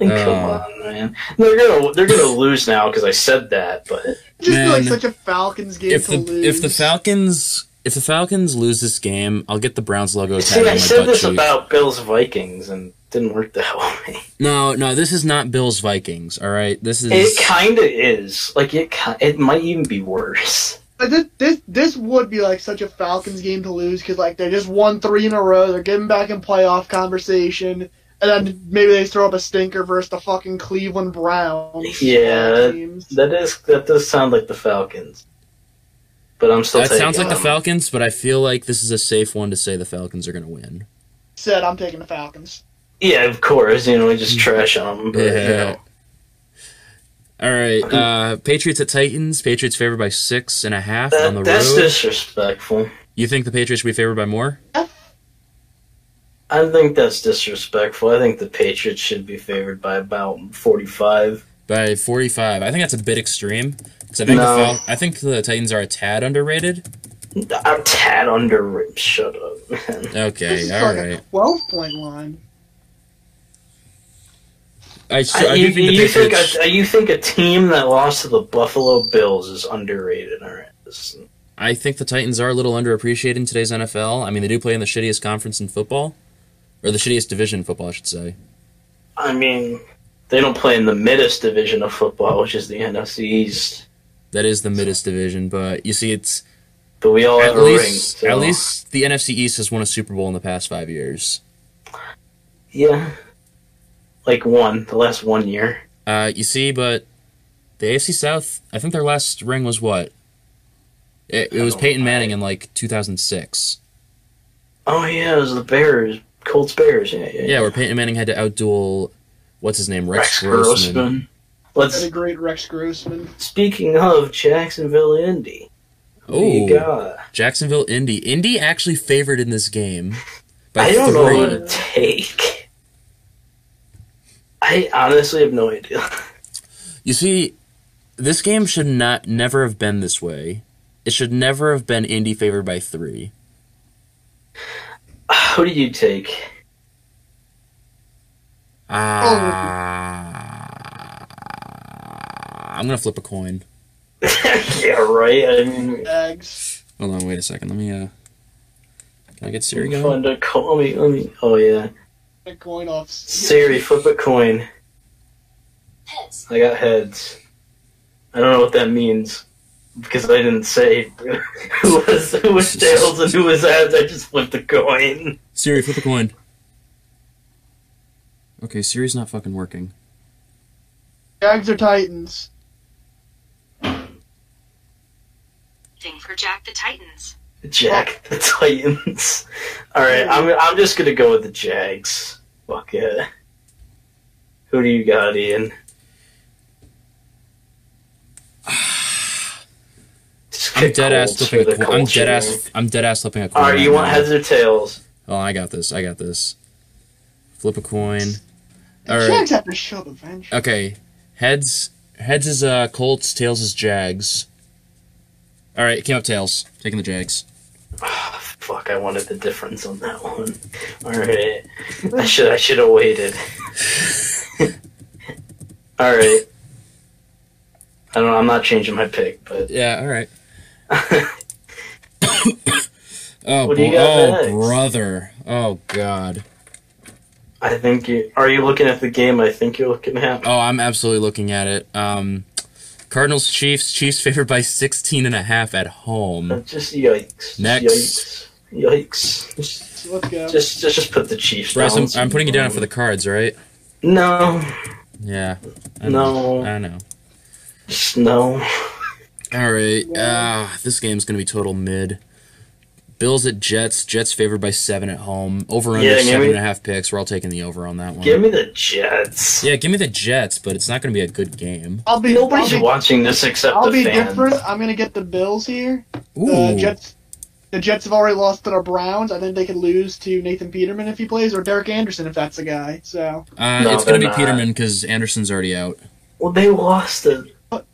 Speaker 2: And come
Speaker 1: Uh.
Speaker 2: on, man. They're gonna they're gonna lose now because I said that. But
Speaker 3: just feel like
Speaker 1: Man.
Speaker 3: such a Falcons game
Speaker 1: If
Speaker 3: to
Speaker 1: the
Speaker 3: lose.
Speaker 1: if the Falcons if the Falcons lose this game, I'll get the Browns logo
Speaker 2: see,
Speaker 1: tattooed
Speaker 2: I
Speaker 1: on my
Speaker 2: said
Speaker 1: butt
Speaker 2: this
Speaker 1: cheek.
Speaker 2: about Bills Vikings and it didn't work that way.
Speaker 1: No, no, this is not Bills Vikings. All right, this is
Speaker 2: It kind of is. Like it, ki- it might even be worse.
Speaker 3: But this, this this would be like such a Falcons game to lose because like they just won three in a row. They're getting back in playoff conversation, and then maybe they throw up a stinker versus the fucking Cleveland Browns.
Speaker 2: Yeah.
Speaker 3: Teams.
Speaker 2: That is. That does sound like the Falcons. But I'm still.
Speaker 1: that
Speaker 2: taking
Speaker 1: sounds like the
Speaker 2: them.
Speaker 1: Falcons, but I feel like this is a safe one to say the Falcons are going to win.
Speaker 3: Said I'm taking the Falcons.
Speaker 2: Yeah, of course. You know, we
Speaker 1: Mm.
Speaker 2: just trash on them. But, you know.
Speaker 1: All right, uh, Patriots at Titans. Patriots favored by six and a half on the
Speaker 2: that, that's
Speaker 1: road.
Speaker 2: disrespectful.
Speaker 1: You think the Patriots will be favored by more?
Speaker 2: I think that's disrespectful. I think the Patriots should be favored by about 45.
Speaker 1: By 45. I think that's a bit extreme. 'cause I think,
Speaker 2: No.
Speaker 1: the Fal- I think the Titans are a tad underrated.
Speaker 2: I'm tad under. Shut up, man.
Speaker 1: Okay,
Speaker 3: this is
Speaker 1: all
Speaker 3: like
Speaker 1: right.
Speaker 3: a 12 point line.
Speaker 1: I, s-
Speaker 2: I,
Speaker 1: I
Speaker 2: you,
Speaker 1: do think the
Speaker 2: you think
Speaker 1: Patriots.
Speaker 2: a, you think a team that lost to the Buffalo Bills is underrated? All right. This-
Speaker 1: I think the Titans are a little underappreciated in today's NFL. I mean, they do play in the shittiest conference in football, or the shittiest division in football, I should say.
Speaker 2: I mean, they don't play in the middest division of football, which is the NFC East.
Speaker 1: That is the middest division, but you see, it's
Speaker 2: But we all
Speaker 1: at
Speaker 2: have a ring.
Speaker 1: least
Speaker 2: So.
Speaker 1: at least the NFC East has won a Super Bowl in the past five years.
Speaker 2: yeah, like one the last one year.
Speaker 1: Uh, you see, but the AFC South, I think their last ring was what? It, it was
Speaker 2: Oh,
Speaker 1: Peyton
Speaker 2: my.
Speaker 1: Manning in like 2006.
Speaker 2: Oh yeah, it was the Bears, Colts Bears. Yeah, yeah.
Speaker 1: Yeah, where Peyton Manning had to outduel, what's his name, Rex,
Speaker 2: Rex
Speaker 1: Grossman.
Speaker 2: Grossman. Let's
Speaker 3: And a great Rex Grossman.
Speaker 2: speaking of Jacksonville Indy. who
Speaker 1: Oh,
Speaker 2: you got?
Speaker 1: Jacksonville, Indy. Indy actually favored in this game by
Speaker 2: I don't know
Speaker 1: three.
Speaker 2: who to take. I honestly have no idea. <laughs>
Speaker 1: You see, this game should not never have been this way. It should never have been Indy favored by three.
Speaker 2: Who do you take? <laughs>
Speaker 1: Ah, I'm gonna flip a coin.
Speaker 2: yeah, right. I mean,
Speaker 3: Eggs.
Speaker 1: Hold on, wait a second. Let me. uh Can I get Siri going?
Speaker 2: find a coin. Let me, let me. Oh yeah,
Speaker 3: A coin off.
Speaker 2: Siri, flip a coin.
Speaker 4: Heads.
Speaker 2: I got heads. I don't know what that means because I didn't say <laughs> who was who was tails and who was heads. I just flipped a coin.
Speaker 1: Siri, flip a coin. Okay, Siri's not fucking working.
Speaker 3: Jags or Titans?
Speaker 4: Thing for Jack the Titans.
Speaker 2: Jack the Titans. All right, I'm I'm just gonna go with the Jags. Fuck yeah. Who do you got, Ian? <sighs> Just
Speaker 1: I'm
Speaker 2: get
Speaker 1: dead ass
Speaker 2: Colts
Speaker 1: flipping
Speaker 2: for
Speaker 1: a
Speaker 2: the
Speaker 1: coin. I'm
Speaker 2: culture.
Speaker 1: dead ass. I'm dead ass flipping a coin.
Speaker 2: All right, you
Speaker 1: right
Speaker 2: want
Speaker 1: now.
Speaker 2: heads or tails?
Speaker 1: Oh, I got this. I got this. Flip a coin.
Speaker 3: The
Speaker 1: All right.
Speaker 3: Jags have to show up eventually.
Speaker 1: Okay, heads. Heads is uh Colts. Tails is Jags. All right, it came up tails. Taking the Jags.
Speaker 2: Ah, fuck, I wanted the difference on that one. <laughs> All right, I should I should have waited. <laughs> All right. I don't. know, I'm not changing my pick, but <laughs>
Speaker 1: Yeah. All right. Oh,
Speaker 2: What do you
Speaker 1: bro-
Speaker 2: got
Speaker 1: oh
Speaker 2: next?
Speaker 1: brother. Oh god.
Speaker 2: I think you are you looking at the game. I think you're looking at.
Speaker 1: Oh, I'm absolutely looking at it. Um, Cardinals, Chiefs. Chiefs favored by 16 and a half at home.
Speaker 2: Uh, Just yikes.
Speaker 1: Mm-hmm. Next.
Speaker 2: Just yikes. Yikes. Just,
Speaker 3: Let's go.
Speaker 2: just just just put the Chiefs.
Speaker 1: Bryce, I'm,
Speaker 2: down.
Speaker 1: I'm putting it down for the cards, right?
Speaker 2: No,
Speaker 1: Yeah. I know.
Speaker 2: no,
Speaker 1: I know.
Speaker 2: just no.
Speaker 1: All right. Ah, this game's gonna be total mid. Bills at Jets. Jets favored by seven at home. Over under
Speaker 2: Yeah, give
Speaker 1: seven
Speaker 2: me-
Speaker 1: and a half picks. We're all taking the over on that one.
Speaker 2: Give me the Jets.
Speaker 1: yeah, give me the Jets, but it's not gonna be a good game.
Speaker 3: I'll be. I'll
Speaker 2: Nobody's
Speaker 3: be,
Speaker 2: watching this except
Speaker 3: I'll
Speaker 2: the
Speaker 3: be
Speaker 2: fans.
Speaker 3: different. I'm gonna get the Bills here.
Speaker 1: Ooh.
Speaker 3: The Uh, Jets. The Jets have already lost to the Browns. I think they could lose to Nathan Peterman if he plays, or Derek Anderson if that's the guy. So
Speaker 1: Uh,
Speaker 2: No,
Speaker 1: it's gonna
Speaker 2: they're
Speaker 1: be
Speaker 2: not.
Speaker 1: Peterman because Anderson's already out.
Speaker 2: Well, they lost the.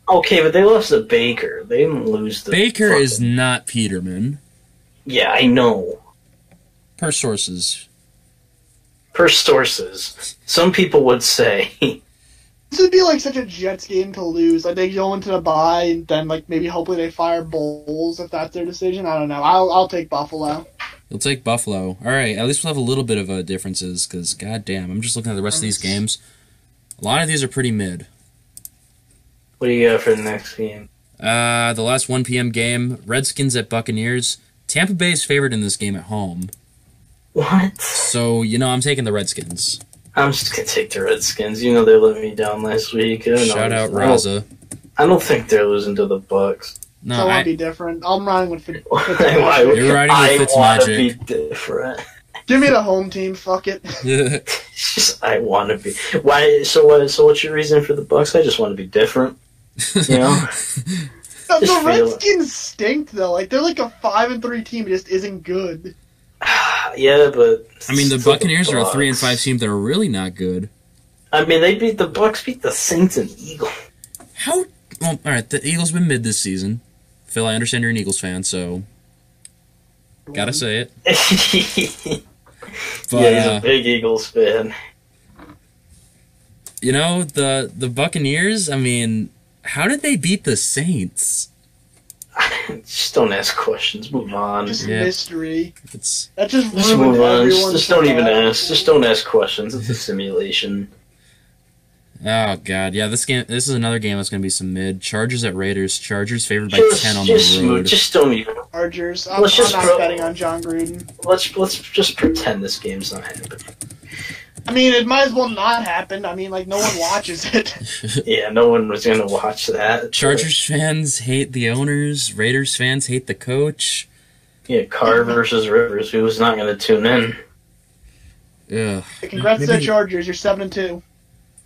Speaker 2: Okay, but they lost the Baker. They didn't lose the
Speaker 1: Baker
Speaker 2: fucking-
Speaker 1: is not Peterman
Speaker 2: Yeah, I know.
Speaker 1: per sources.
Speaker 2: Per sources, some people would say. <laughs>
Speaker 3: this would be like such a Jets game to lose. Like they go into the bye and then like maybe hopefully they fire Bowles if that's their decision. I don't know. I'll I'll take Buffalo.
Speaker 1: You'll take Buffalo. All right, at least we'll have a little bit of uh, differences because, goddamn, I'm just looking at the rest of these games. A lot of these are pretty mid.
Speaker 2: what do you got for the next game?
Speaker 1: Uh, the last 1 p.m. game, Redskins at Buccaneers. Tampa Bay is favored in this game at home,
Speaker 2: What?
Speaker 1: so you know I'm taking the Redskins.
Speaker 2: I'm just gonna take the Redskins. You know they let me down last week. I don't know.
Speaker 1: Shout out
Speaker 2: I don't,
Speaker 1: Raza.
Speaker 2: I don't think they're losing to the Bucks. <laughs>
Speaker 1: No,
Speaker 3: so I'll
Speaker 1: I,
Speaker 3: be different. I'm riding with. Fitz-
Speaker 2: I,
Speaker 3: Fitzpatrick.
Speaker 1: You're riding
Speaker 2: I
Speaker 1: with
Speaker 2: want to
Speaker 1: Fitzmagic.
Speaker 2: be different. <laughs>
Speaker 3: Give me the home team. Fuck it.
Speaker 1: <laughs>
Speaker 3: <laughs>
Speaker 2: It's just I want to be. Why? So what? So what's your reason for the Bucks? I just want to be different. <sighs> You know.
Speaker 3: The,
Speaker 2: Just
Speaker 3: the
Speaker 2: feel it.
Speaker 3: Redskins stink though. Like they're like a five and three team. It just isn't good.
Speaker 2: yeah, but
Speaker 1: I mean the
Speaker 2: still
Speaker 1: Buccaneers are a three and five
Speaker 2: Bucks.
Speaker 1: team that are really not good.
Speaker 2: I mean, they beat the Bucks, beat the Saints and Eagles. <laughs>
Speaker 1: How? Well, all right, the Eagles been mid this season. Phil, I understand you're an Eagles fan, so gotta say it. But,
Speaker 2: yeah, he's
Speaker 1: uh,
Speaker 2: a big Eagles fan. <laughs>
Speaker 1: You know the the Buccaneers. I mean, how did they beat the Saints?
Speaker 2: Just don't ask questions. Move on.
Speaker 3: Just
Speaker 2: Just,
Speaker 1: Yeah.
Speaker 3: mystery.
Speaker 1: It's
Speaker 3: That just ruined
Speaker 2: move on.
Speaker 3: everyone's
Speaker 2: Just, just don't even
Speaker 3: time.
Speaker 2: ask. Just don't ask questions. It's a simulation.
Speaker 1: oh god, yeah. This game, this is another game that's gonna be some mid. Chargers at Raiders. Chargers favored <laughs> by
Speaker 2: Just,
Speaker 1: ten on
Speaker 2: just,
Speaker 1: the
Speaker 2: move-
Speaker 1: road.
Speaker 2: just don't even.
Speaker 3: Chargers. I'm,
Speaker 2: Let's
Speaker 3: I'm
Speaker 2: just
Speaker 3: not
Speaker 2: pro-
Speaker 3: betting on John Gruden.
Speaker 2: Let's let's just pretend this game's not
Speaker 1: <laughs>
Speaker 2: happening.
Speaker 3: I mean, it might as well not happen. I mean, like no one watches
Speaker 1: <laughs>
Speaker 3: it.
Speaker 2: Yeah, no one was gonna watch that.
Speaker 1: Chargers fans hate the owners. Raiders fans hate the coach.
Speaker 2: Yeah, Carr versus Rivers. Who was not gonna tune in?
Speaker 1: Ugh.
Speaker 3: Congrats to the
Speaker 1: Maybe-
Speaker 3: Chargers. You're seven and two.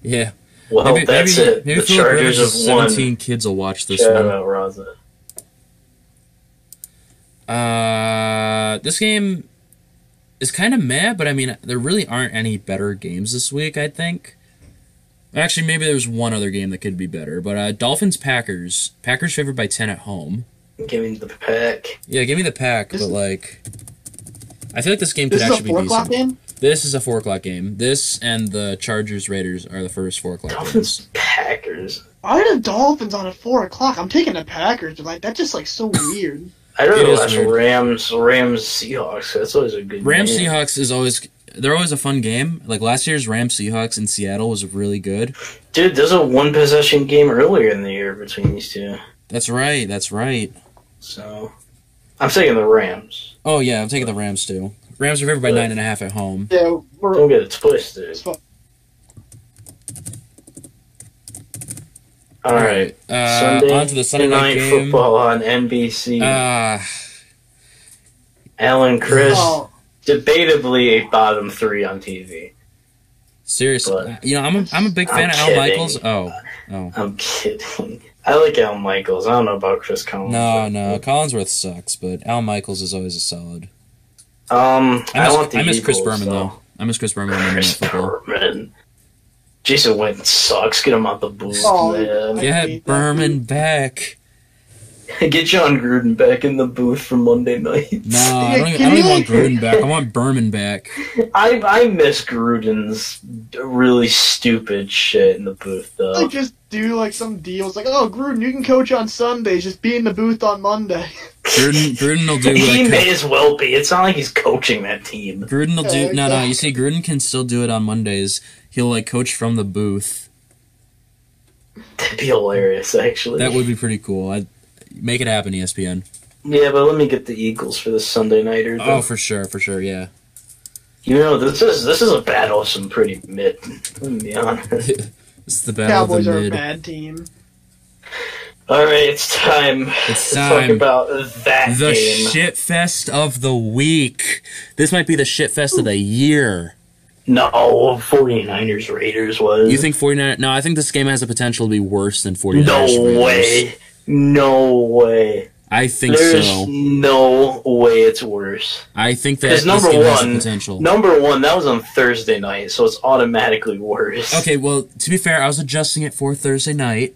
Speaker 1: Yeah.
Speaker 2: Well,
Speaker 1: maybe
Speaker 2: that's
Speaker 1: maybe,
Speaker 2: it.
Speaker 1: maybe
Speaker 2: the
Speaker 1: Philip
Speaker 2: Chargers
Speaker 1: Rivers'
Speaker 2: have won.
Speaker 1: seventeen kids will watch this
Speaker 2: Shout
Speaker 1: one.
Speaker 2: out Raza.
Speaker 1: Uh, this game is kind of mad, but I mean, there really aren't any better games this week. I think. Actually, maybe there's one other game that could be better, but uh, Dolphins Packers. Packers favored by ten at home.
Speaker 2: Give me the pack.
Speaker 1: Yeah, give me the pack,
Speaker 3: This
Speaker 1: but
Speaker 3: is-
Speaker 1: like, I feel like this game could
Speaker 3: This is a
Speaker 1: actually be
Speaker 3: four o'clock
Speaker 1: decent.
Speaker 3: game.
Speaker 1: This is a four o'clock game. This and the Chargers Raiders are the first four o'clock games.
Speaker 2: Dolphins Packers.
Speaker 3: Why are the Dolphins on at four o'clock? I'm taking the Packers. Like that's just
Speaker 1: <laughs>
Speaker 3: like so weird.
Speaker 2: I'd
Speaker 1: It
Speaker 2: rather
Speaker 1: is
Speaker 2: watch
Speaker 1: weird.
Speaker 2: Rams, Rams, Seahawks. That's always a good
Speaker 1: Rams
Speaker 2: game.
Speaker 1: Seahawks is always they're always a fun game. Like last year's Rams Seahawks in Seattle was really good.
Speaker 2: Dude, there's a one possession game earlier in the year between these two.
Speaker 1: That's right. That's right.
Speaker 2: So I'm taking the Rams.
Speaker 1: Oh yeah, I'm taking the Rams too. Rams are favored by
Speaker 2: Really?
Speaker 1: nine and a half at home.
Speaker 3: Yeah,
Speaker 2: Don't
Speaker 3: we're
Speaker 2: get it twisted. All right.
Speaker 1: Uh,
Speaker 2: Sunday
Speaker 1: on to the Sunday night, game.
Speaker 2: football on NBC.
Speaker 1: Uh,
Speaker 2: Alan Chris,
Speaker 3: oh,
Speaker 2: debatably a bottom three on TV.
Speaker 1: seriously,
Speaker 2: But-
Speaker 1: you know I'm a, I'm a big fan
Speaker 2: I'm
Speaker 1: of Al
Speaker 2: kidding.
Speaker 1: Michaels. Oh, oh,
Speaker 2: I'm <laughs> kidding. I like Al Michaels. I don't know about Chris Collins.
Speaker 1: no, no, Collinsworth sucks, but Al Michaels is always a solid.
Speaker 2: Um,
Speaker 1: I
Speaker 2: I,
Speaker 1: miss,
Speaker 2: want the
Speaker 1: I miss Chris
Speaker 2: Eagles,
Speaker 1: Berman though. I miss Chris Berman on Monday Night
Speaker 2: Chris
Speaker 1: Football.
Speaker 2: Berman. Jason Witten sucks. Get him out the booth,
Speaker 3: Oh,
Speaker 2: man.
Speaker 1: Yeah,
Speaker 3: hate that
Speaker 1: Berman back.
Speaker 2: Get John Gruden back in the booth for Monday night.
Speaker 1: No, I don't, even, I don't even want Gruden back. I want Berman back.
Speaker 2: I I miss Gruden's really stupid shit in the booth though.
Speaker 3: like just do like some deals. Like oh, Gruden, you can coach on Sundays. Just be in the booth on Monday.
Speaker 1: Gruden, Gruden will do
Speaker 2: <laughs> he
Speaker 1: like
Speaker 2: may as well be. It's not like he's coaching that team.
Speaker 1: Gruden will do
Speaker 2: Oh,
Speaker 3: Yeah,
Speaker 1: no no. You see, Gruden can still do it on Mondays. He'll like coach from the booth.
Speaker 2: That'd be hilarious, actually.
Speaker 1: That would be pretty cool. I make it happen, E ESPN.
Speaker 2: Yeah, but let me get the Eagles for the Sunday nighter.
Speaker 1: Oh,
Speaker 2: though.
Speaker 1: for sure, for sure, yeah.
Speaker 2: You know, this is this is a battle of some pretty mid. Let me be honest.
Speaker 1: It's the battle
Speaker 3: Cowboys
Speaker 1: of
Speaker 3: are
Speaker 1: the
Speaker 3: a
Speaker 1: mid.
Speaker 3: bad team.
Speaker 2: All right, it's time.
Speaker 1: It's
Speaker 2: to
Speaker 1: time.
Speaker 2: talk about that
Speaker 1: The
Speaker 2: game.
Speaker 1: shit fest of the week. This might be the shit fest of the year.
Speaker 2: no, 49ers Raiders was.
Speaker 1: You think 49 No, I think this game has the potential to be worse than 49
Speaker 2: No way. No way.
Speaker 1: I think
Speaker 2: There's
Speaker 1: so.
Speaker 2: no way it's worse.
Speaker 1: I think that
Speaker 2: Because
Speaker 1: this
Speaker 2: number
Speaker 1: game has the
Speaker 2: one,
Speaker 1: potential.
Speaker 2: number one, that was on Thursday night, so it's automatically worse.
Speaker 1: Okay, well, to be fair, I was adjusting it for Thursday night.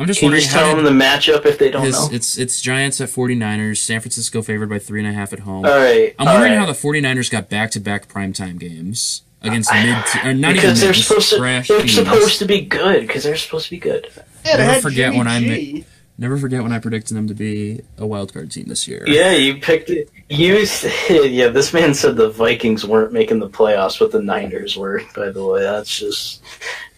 Speaker 1: I'm just
Speaker 2: Can you
Speaker 1: wondering
Speaker 2: just tell
Speaker 1: how
Speaker 2: them
Speaker 1: did-
Speaker 2: the matchup if they don't
Speaker 1: his-
Speaker 2: know?
Speaker 1: it's it's Giants at 49ers, San Francisco favored by three and a half at home.
Speaker 2: All right.
Speaker 1: I'm
Speaker 2: all
Speaker 1: wondering
Speaker 2: right.
Speaker 1: how the 49ers got back-to-back primetime games against mid, or not even
Speaker 2: because they're
Speaker 1: mid-
Speaker 2: supposed to
Speaker 1: trash
Speaker 2: they're
Speaker 1: teams.
Speaker 2: supposed to be good because they're supposed to be good.
Speaker 3: Yeah, they
Speaker 1: Never
Speaker 3: had
Speaker 1: forget
Speaker 3: Jimmy
Speaker 1: when I
Speaker 3: G.
Speaker 1: Never forget when I predicted them to be a wild card team this year.
Speaker 2: Yeah, you picked it. You said, yeah, this man said the Vikings weren't making the playoffs, but the Niners were. By the way, that's just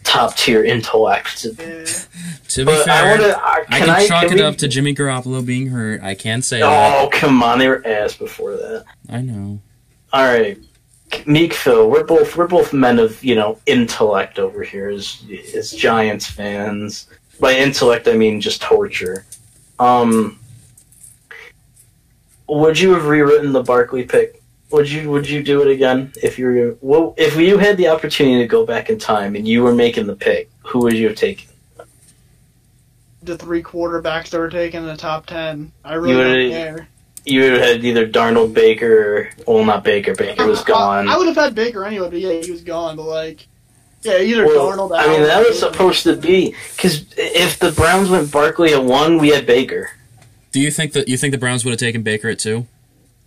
Speaker 2: top tier intellect.
Speaker 3: Yeah.
Speaker 1: To be
Speaker 2: But I
Speaker 1: fair,
Speaker 2: want to.
Speaker 1: I
Speaker 2: Can
Speaker 1: can
Speaker 2: I
Speaker 1: chalk
Speaker 2: can
Speaker 1: it
Speaker 2: we-
Speaker 1: up to Jimmy Garoppolo being hurt. I can say that.
Speaker 2: Oh come on, they were ass before that.
Speaker 1: I know.
Speaker 2: All right, Meek Phil, we're both we're both men of you know intellect over here as as Giants fans. By intellect, I mean just torture. Um, would you have rewritten the Barkley pick? Would you would you do it again if you were well, if you had the opportunity to go back in time and you were making the pick? Who would you have taken?
Speaker 3: The three quarterbacks that were taken in the top ten. I really
Speaker 2: You
Speaker 3: don't
Speaker 2: would've-
Speaker 3: care.
Speaker 2: You would have had either Darnold Baker, or, well, not Baker. Baker was
Speaker 3: Uh, I-
Speaker 2: gone.
Speaker 3: I, would have had Baker anyway, but yeah, he was gone. But like, yeah, either Darnold.
Speaker 2: I mean,
Speaker 3: Allen,
Speaker 2: that was
Speaker 3: Baker.
Speaker 2: supposed to be because if the Browns went Barkley at one, we had Baker.
Speaker 1: Do you think that you think the Browns would have taken Baker at two?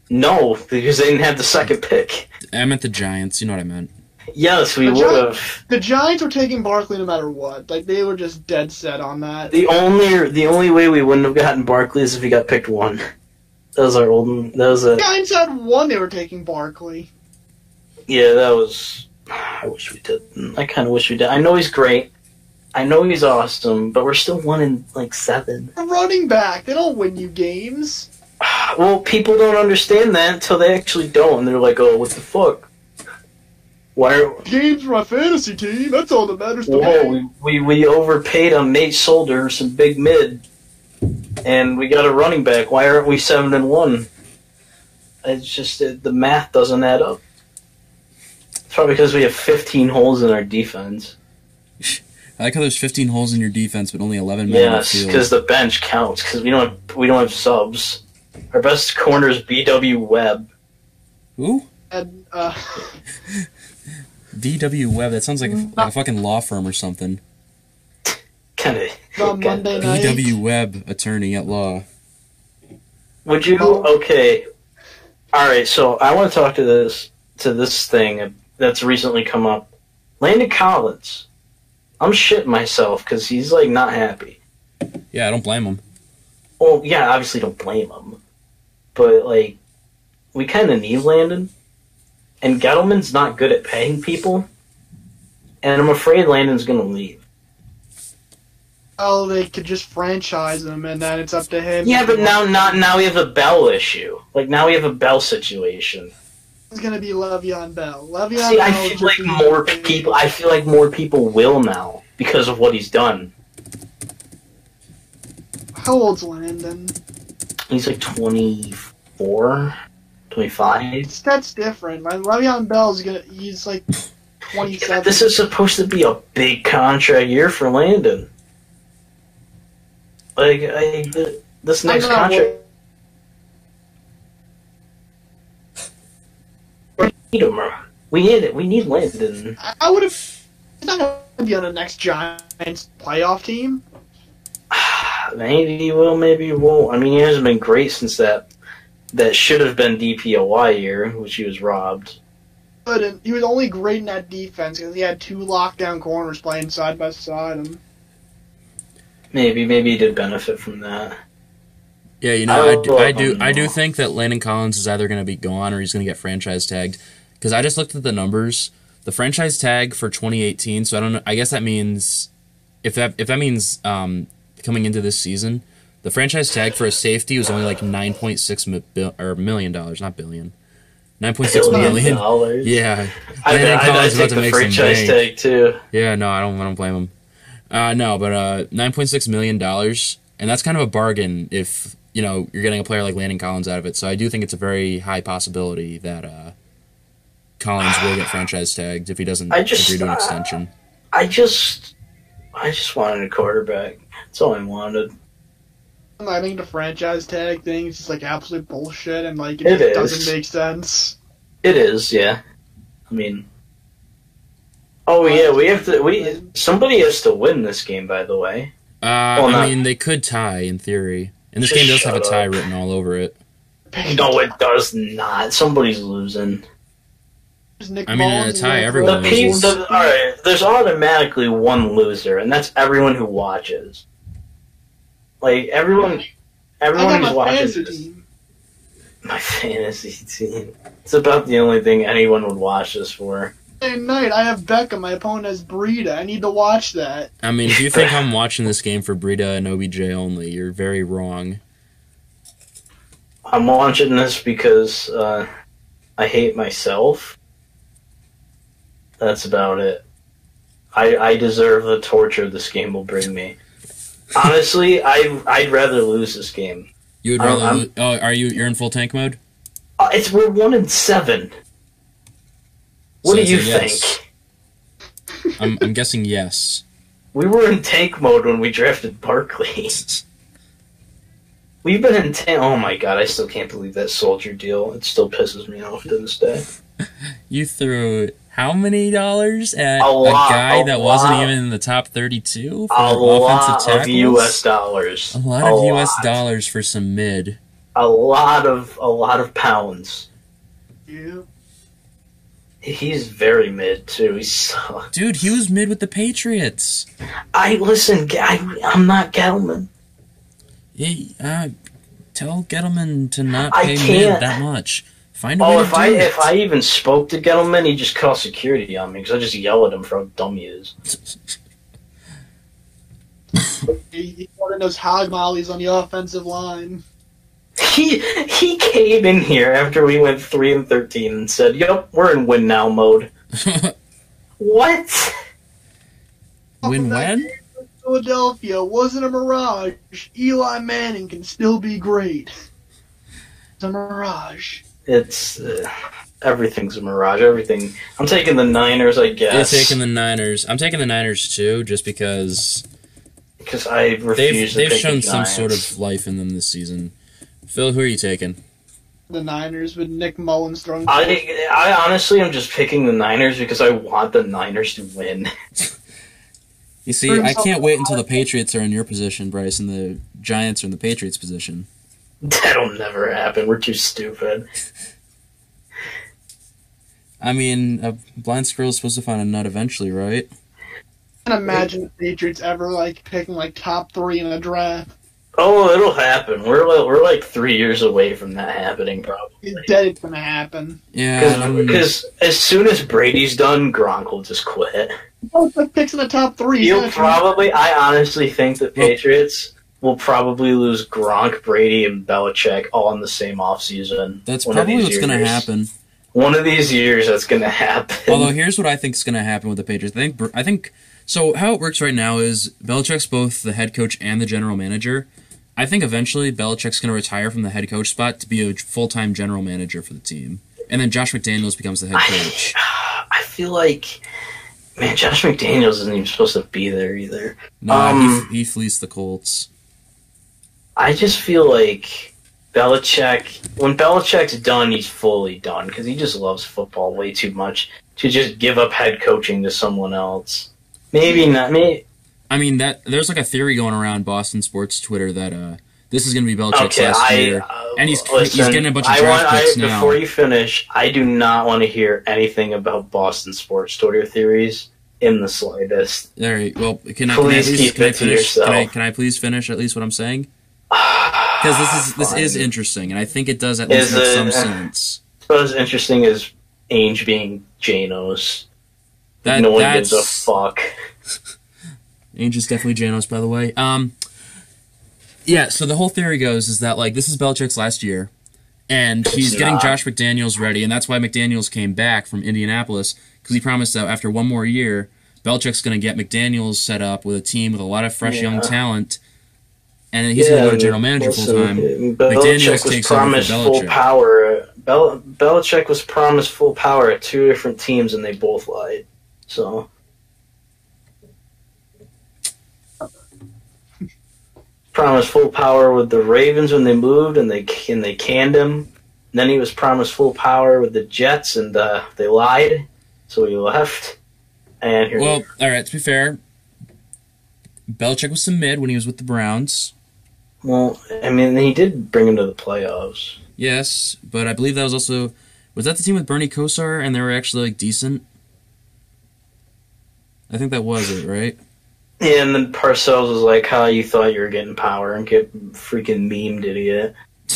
Speaker 2: No, because they didn't have the second pick.
Speaker 1: I meant the Giants. You know what I meant.
Speaker 2: Yes, we
Speaker 3: The
Speaker 2: would
Speaker 3: Giants-
Speaker 2: have.
Speaker 3: The Giants were taking Barkley no matter what. Like they were just dead set on that.
Speaker 2: The only the only way we wouldn't have gotten Barkley is if we got picked one. That was our old. That was a
Speaker 3: The Giants had one. They were taking Barkley.
Speaker 2: yeah. That was. I wish we did. I kind of wish we did. I know he's great. I know he's awesome, but we're still one in like seven. <sighs>
Speaker 3: A running back. They don't win you games.
Speaker 2: Well, people don't understand that until they actually don't, and they're like, "Oh, what the fuck? Why are
Speaker 3: Games for my fantasy team. That's all that matters to
Speaker 2: Whoa,
Speaker 3: me.
Speaker 2: we, we, we overpaid on Nate Solder, some big mid, and we got a running back. Why aren't we seven and one? It's just that the math doesn't add up. It's probably because we have 15 holes in our defense.
Speaker 1: I like how there's 15 holes in your defense, but only 11 men on the
Speaker 2: Yes,
Speaker 1: field.
Speaker 2: because the bench counts. Because we don't have, we don't have subs. Our best corner is B.W. Webb.
Speaker 1: Who?
Speaker 3: And uh,
Speaker 1: D.W. Webb. That sounds like a, like a fucking law firm or something.
Speaker 2: Kind of.
Speaker 3: on Monday night,
Speaker 1: B.W. Webb, attorney at law.
Speaker 2: Would you? Okay. All right. So I want to talk to this to this thing that's recently come up. Landon Collins. I'm shitting myself because he's like not happy.
Speaker 1: Yeah, I don't blame him.
Speaker 2: Well, yeah, obviously don't blame him, but like we kind of need Landon, and Gettleman's not good at paying people, and I'm afraid Landon's gonna leave.
Speaker 3: oh, they could just franchise him, and then it's up to him.
Speaker 2: Yeah, but now not now we have a Bell issue. Like now we have a Bell situation.
Speaker 3: it's gonna be Le'Veon Bell. Le'Veon
Speaker 2: See,
Speaker 3: Bell
Speaker 2: I
Speaker 3: just
Speaker 2: feel like
Speaker 3: be-
Speaker 2: more people. I feel like more people will now because of what he's done.
Speaker 3: How old's Landon?
Speaker 2: He's like 24, 25.
Speaker 3: That's different. Like, Le'Veon Bell's gonna. He's like twenty-seven.
Speaker 2: This is supposed to be a big contract year for Landon. Like I, th- this
Speaker 3: I'm
Speaker 2: next
Speaker 3: not
Speaker 2: contract,
Speaker 3: worried.
Speaker 2: we need him. We need it. We need Landon. <sighs>
Speaker 3: I- I would have. He's not gonna be on the next Giants playoff team.
Speaker 2: Maybe he will. Maybe he won't. I mean, he hasn't been great since that that should have been DPOY year, which he was robbed.
Speaker 3: But uh, he was only great in that defense because he had two lockdown corners playing side by side. And
Speaker 2: Maybe, maybe he did benefit from that.
Speaker 1: Yeah, you know, I, do,
Speaker 2: Oh,
Speaker 1: I do, I do
Speaker 2: no.
Speaker 1: think that Landon Collins is either going to be gone or he's going to get franchise tagged. Because I just looked at the numbers, the franchise tag for 2018. So I don't know. I guess that means if that if that means um, coming into this season, the franchise tag for a safety was only like 9.6 mi- bil- or million dollars, not billion. 9.6 million.
Speaker 2: dollars.
Speaker 1: Yeah,
Speaker 2: I,
Speaker 1: Landon
Speaker 2: I, I, I
Speaker 1: Collins is about
Speaker 2: take
Speaker 1: to
Speaker 2: the
Speaker 1: make some
Speaker 2: franchise
Speaker 1: bank.
Speaker 2: tag too.
Speaker 1: Yeah, no, I don't. I don't blame him. Uh, no, but uh, nine point six million dollars, and that's kind of a bargain if you know you're getting a player like Landon Collins out of it. So I do think it's a very high possibility that uh, Collins will
Speaker 2: <sighs>
Speaker 1: get franchise tagged if he doesn't
Speaker 2: I just- uh,
Speaker 1: agree to an extension.
Speaker 2: I just, I just wanted a quarterback. That's all I wanted.
Speaker 3: I think the franchise tag thing is just like absolute bullshit, and like it,
Speaker 2: It
Speaker 3: just
Speaker 2: is.
Speaker 3: doesn't make sense.
Speaker 2: It is, yeah. I mean, oh yeah, we have to. We somebody has to win this game. By the way,
Speaker 1: Uh,
Speaker 2: Well,
Speaker 1: I
Speaker 2: not-
Speaker 1: mean, they could tie in theory, and this
Speaker 2: Just
Speaker 1: game does have a
Speaker 2: shut
Speaker 1: tie
Speaker 2: up.
Speaker 1: written all over it.
Speaker 3: <laughs>
Speaker 2: no, it does not. Somebody's losing.
Speaker 3: Nick
Speaker 1: I mean, in a
Speaker 3: Mullins is
Speaker 1: tie,
Speaker 3: gonna throw
Speaker 2: The
Speaker 1: everyone
Speaker 3: it.
Speaker 2: people.
Speaker 1: loses.
Speaker 2: The, all right, there's automatically one loser, and that's everyone who watches. Like everyone,
Speaker 3: I
Speaker 2: everyone
Speaker 3: got
Speaker 2: who's
Speaker 3: my
Speaker 2: watching.
Speaker 3: fantasy
Speaker 2: this-
Speaker 3: team.
Speaker 2: My <laughs> fantasy team. It's about the only thing anyone would watch this for.
Speaker 3: Monday night, I have Beckham. My opponent has Breida. I need to watch that.
Speaker 1: I mean, if you think I'm watching this game for Breida and OBJ only, you're very wrong.
Speaker 2: I'm watching this because uh, I hate myself. That's about it. I I deserve the torture this game will bring me. Honestly, I I'd rather lose this game.
Speaker 1: You would
Speaker 2: I don't-
Speaker 1: rather.
Speaker 2: I'm-
Speaker 1: lo- oh, are you? You're in full tank mode.
Speaker 2: Uh, it's we're one in seven.
Speaker 1: So
Speaker 2: What do
Speaker 1: it's a
Speaker 2: you
Speaker 1: yes.
Speaker 2: think?
Speaker 1: I'm, I'm guessing yes.
Speaker 2: We were in tank mode when we drafted <laughs> Barkley. We've been in tank. Oh my god, I still can't believe that soldier deal. It still pisses me off to this day.
Speaker 1: You threw how many dollars at
Speaker 2: A
Speaker 1: a,
Speaker 2: lot,
Speaker 1: guy
Speaker 2: a
Speaker 1: that wasn't
Speaker 2: lot.
Speaker 1: even in the top 32 for
Speaker 2: A
Speaker 1: offensive
Speaker 2: lot
Speaker 1: tackles?
Speaker 2: of U.S. dollars.
Speaker 1: A lot of U.S.
Speaker 2: lot.
Speaker 1: dollars for some mid.
Speaker 2: A lot of a lot of pounds.
Speaker 3: You
Speaker 2: He's very mid too. He sucks.
Speaker 1: Dude, he was mid with the Patriots.
Speaker 2: I listen. G- I, am not Gelman.
Speaker 1: He, uh, tell Gettleman to not
Speaker 2: I
Speaker 1: pay
Speaker 2: can't.
Speaker 1: mid that much. Find a
Speaker 2: Oh,
Speaker 1: way
Speaker 2: if
Speaker 1: to
Speaker 2: I
Speaker 1: do it.
Speaker 2: if I even spoke to Gettleman, he'd just call security on me because I just yell at him for how dumb he is.
Speaker 3: he one of those hog mollies on the offensive line.
Speaker 2: He he came in here after we went three and thirteen and said, "Yep, we're in win now mode."
Speaker 1: <laughs>
Speaker 2: What?
Speaker 1: Win when?
Speaker 3: Philadelphia wasn't a mirage. Eli Manning can still be great. It's a mirage.
Speaker 2: It's uh, everything's a mirage. Everything. I'm taking the Niners, I
Speaker 1: You're
Speaker 2: guess.
Speaker 1: taking the Niners. I'm taking the Niners too, just because
Speaker 2: because I refuse
Speaker 1: they've
Speaker 2: to
Speaker 1: they've
Speaker 2: take
Speaker 1: shown
Speaker 2: the
Speaker 1: some
Speaker 2: Giants.
Speaker 1: sort of life in them this season. Phil, who are you taking?
Speaker 3: The Niners with Nick Mullins throwing.
Speaker 2: I I honestly am just picking the Niners because I want the Niners to win. <laughs>
Speaker 1: You see,
Speaker 3: For
Speaker 1: I
Speaker 3: himself.
Speaker 1: can't wait until the Patriots are in your position, Bryce, and the Giants are in the Patriots' position.
Speaker 2: That'll never happen. We're too stupid.
Speaker 1: I mean, a blind squirrel is supposed to find a nut eventually, right?
Speaker 3: can't imagine the Patriots ever like picking like top three in a draft.
Speaker 2: Oh, it'll happen. We're like, we're like three years away from that happening, probably.
Speaker 3: It's dead. It's gonna happen.
Speaker 1: Yeah. um,
Speaker 2: Because as soon as Brady's done, Gronk will just quit.
Speaker 3: Oh, the picks in the top three. he's
Speaker 2: You'll
Speaker 3: gonna-
Speaker 2: probably. I honestly think the Patriots will probably lose Gronk, Brady, and Belichick all in the same offseason.
Speaker 1: that's
Speaker 2: One of
Speaker 1: probably what's
Speaker 2: these
Speaker 1: going to
Speaker 2: years.
Speaker 1: happen.
Speaker 2: One of these years, that's going to happen.
Speaker 1: Although here's what I think is going to happen with the Patriots. I think Br- I think so. How it works right now is Belichick's both the head coach and the general manager. I think eventually Belichick's going to retire from the head coach spot to be a full time general manager for the team, and then Josh McDaniels becomes the head coach.
Speaker 2: <sighs> I, I feel like, man, Josh McDaniels isn't even supposed to be there either.
Speaker 1: No,
Speaker 2: Um,
Speaker 1: he, he fleeced the Colts.
Speaker 2: I just feel like Belichick, when Belichick's done, he's fully done because he just loves football way too much to just give up head coaching to someone else. Maybe not. Maybe,
Speaker 1: I mean that there's like a theory going around Boston sports Twitter that uh this is going to be Belichick's
Speaker 2: okay,
Speaker 1: last
Speaker 2: I.
Speaker 1: year.
Speaker 2: Uh,
Speaker 1: And he's- he's
Speaker 2: listen,
Speaker 1: getting a bunch of
Speaker 2: I
Speaker 1: draft
Speaker 2: want, I-
Speaker 1: picks now.
Speaker 2: Before you finish, I do not want to hear anything about Boston sports Twitter theories in the slightest. <sighs>
Speaker 1: All right. Well, can I, can I, at
Speaker 2: Please
Speaker 1: least,
Speaker 2: keep
Speaker 1: can I
Speaker 2: it to
Speaker 1: finish? Can I,
Speaker 2: yourself.
Speaker 1: can I please finish at least what I'm saying? Because this is this is
Speaker 2: Ah, Fine.
Speaker 1: interesting, and I think it does at least
Speaker 2: Is
Speaker 1: make
Speaker 2: it-
Speaker 1: some sense.
Speaker 2: But as interesting as Ainge being Janos.
Speaker 1: That
Speaker 2: no one
Speaker 1: that's
Speaker 2: gives a fuck.
Speaker 1: Ainge is definitely Janos, by the way. Um, yeah. So the whole theory goes is that like this is Belichick's last year, and he's getting
Speaker 2: not.
Speaker 1: Josh McDaniels ready, and that's why McDaniels came back from Indianapolis because he promised that after one more year, Belichick's going to get McDaniels set up with a team with a lot of fresh young
Speaker 2: Yeah. talent,
Speaker 1: talent, and then he's going to go to general manager full time. McDaniels
Speaker 2: Belichick was
Speaker 1: takes over for
Speaker 2: promised full
Speaker 1: Belichick.
Speaker 2: power. Bel- Belichick was promised full power at two different teams, and they both lied. So promised full power with the Ravens when they moved, and they and they canned him. Then he was promised full power with the Jets, and uh, they lied, so he left. And here we
Speaker 1: Well,
Speaker 2: are.
Speaker 1: all right. To be fair, Belichick was the mid when he was with the Browns.
Speaker 2: well, I mean, he did bring him to the playoffs.
Speaker 1: Yes, but I believe that was also was that the team with Bernie Kosar, and they were actually like decent. I think that was it, right? <laughs>
Speaker 2: And then Parcells was like, "How you thought you were getting power and get freaking memed, idiot." <laughs>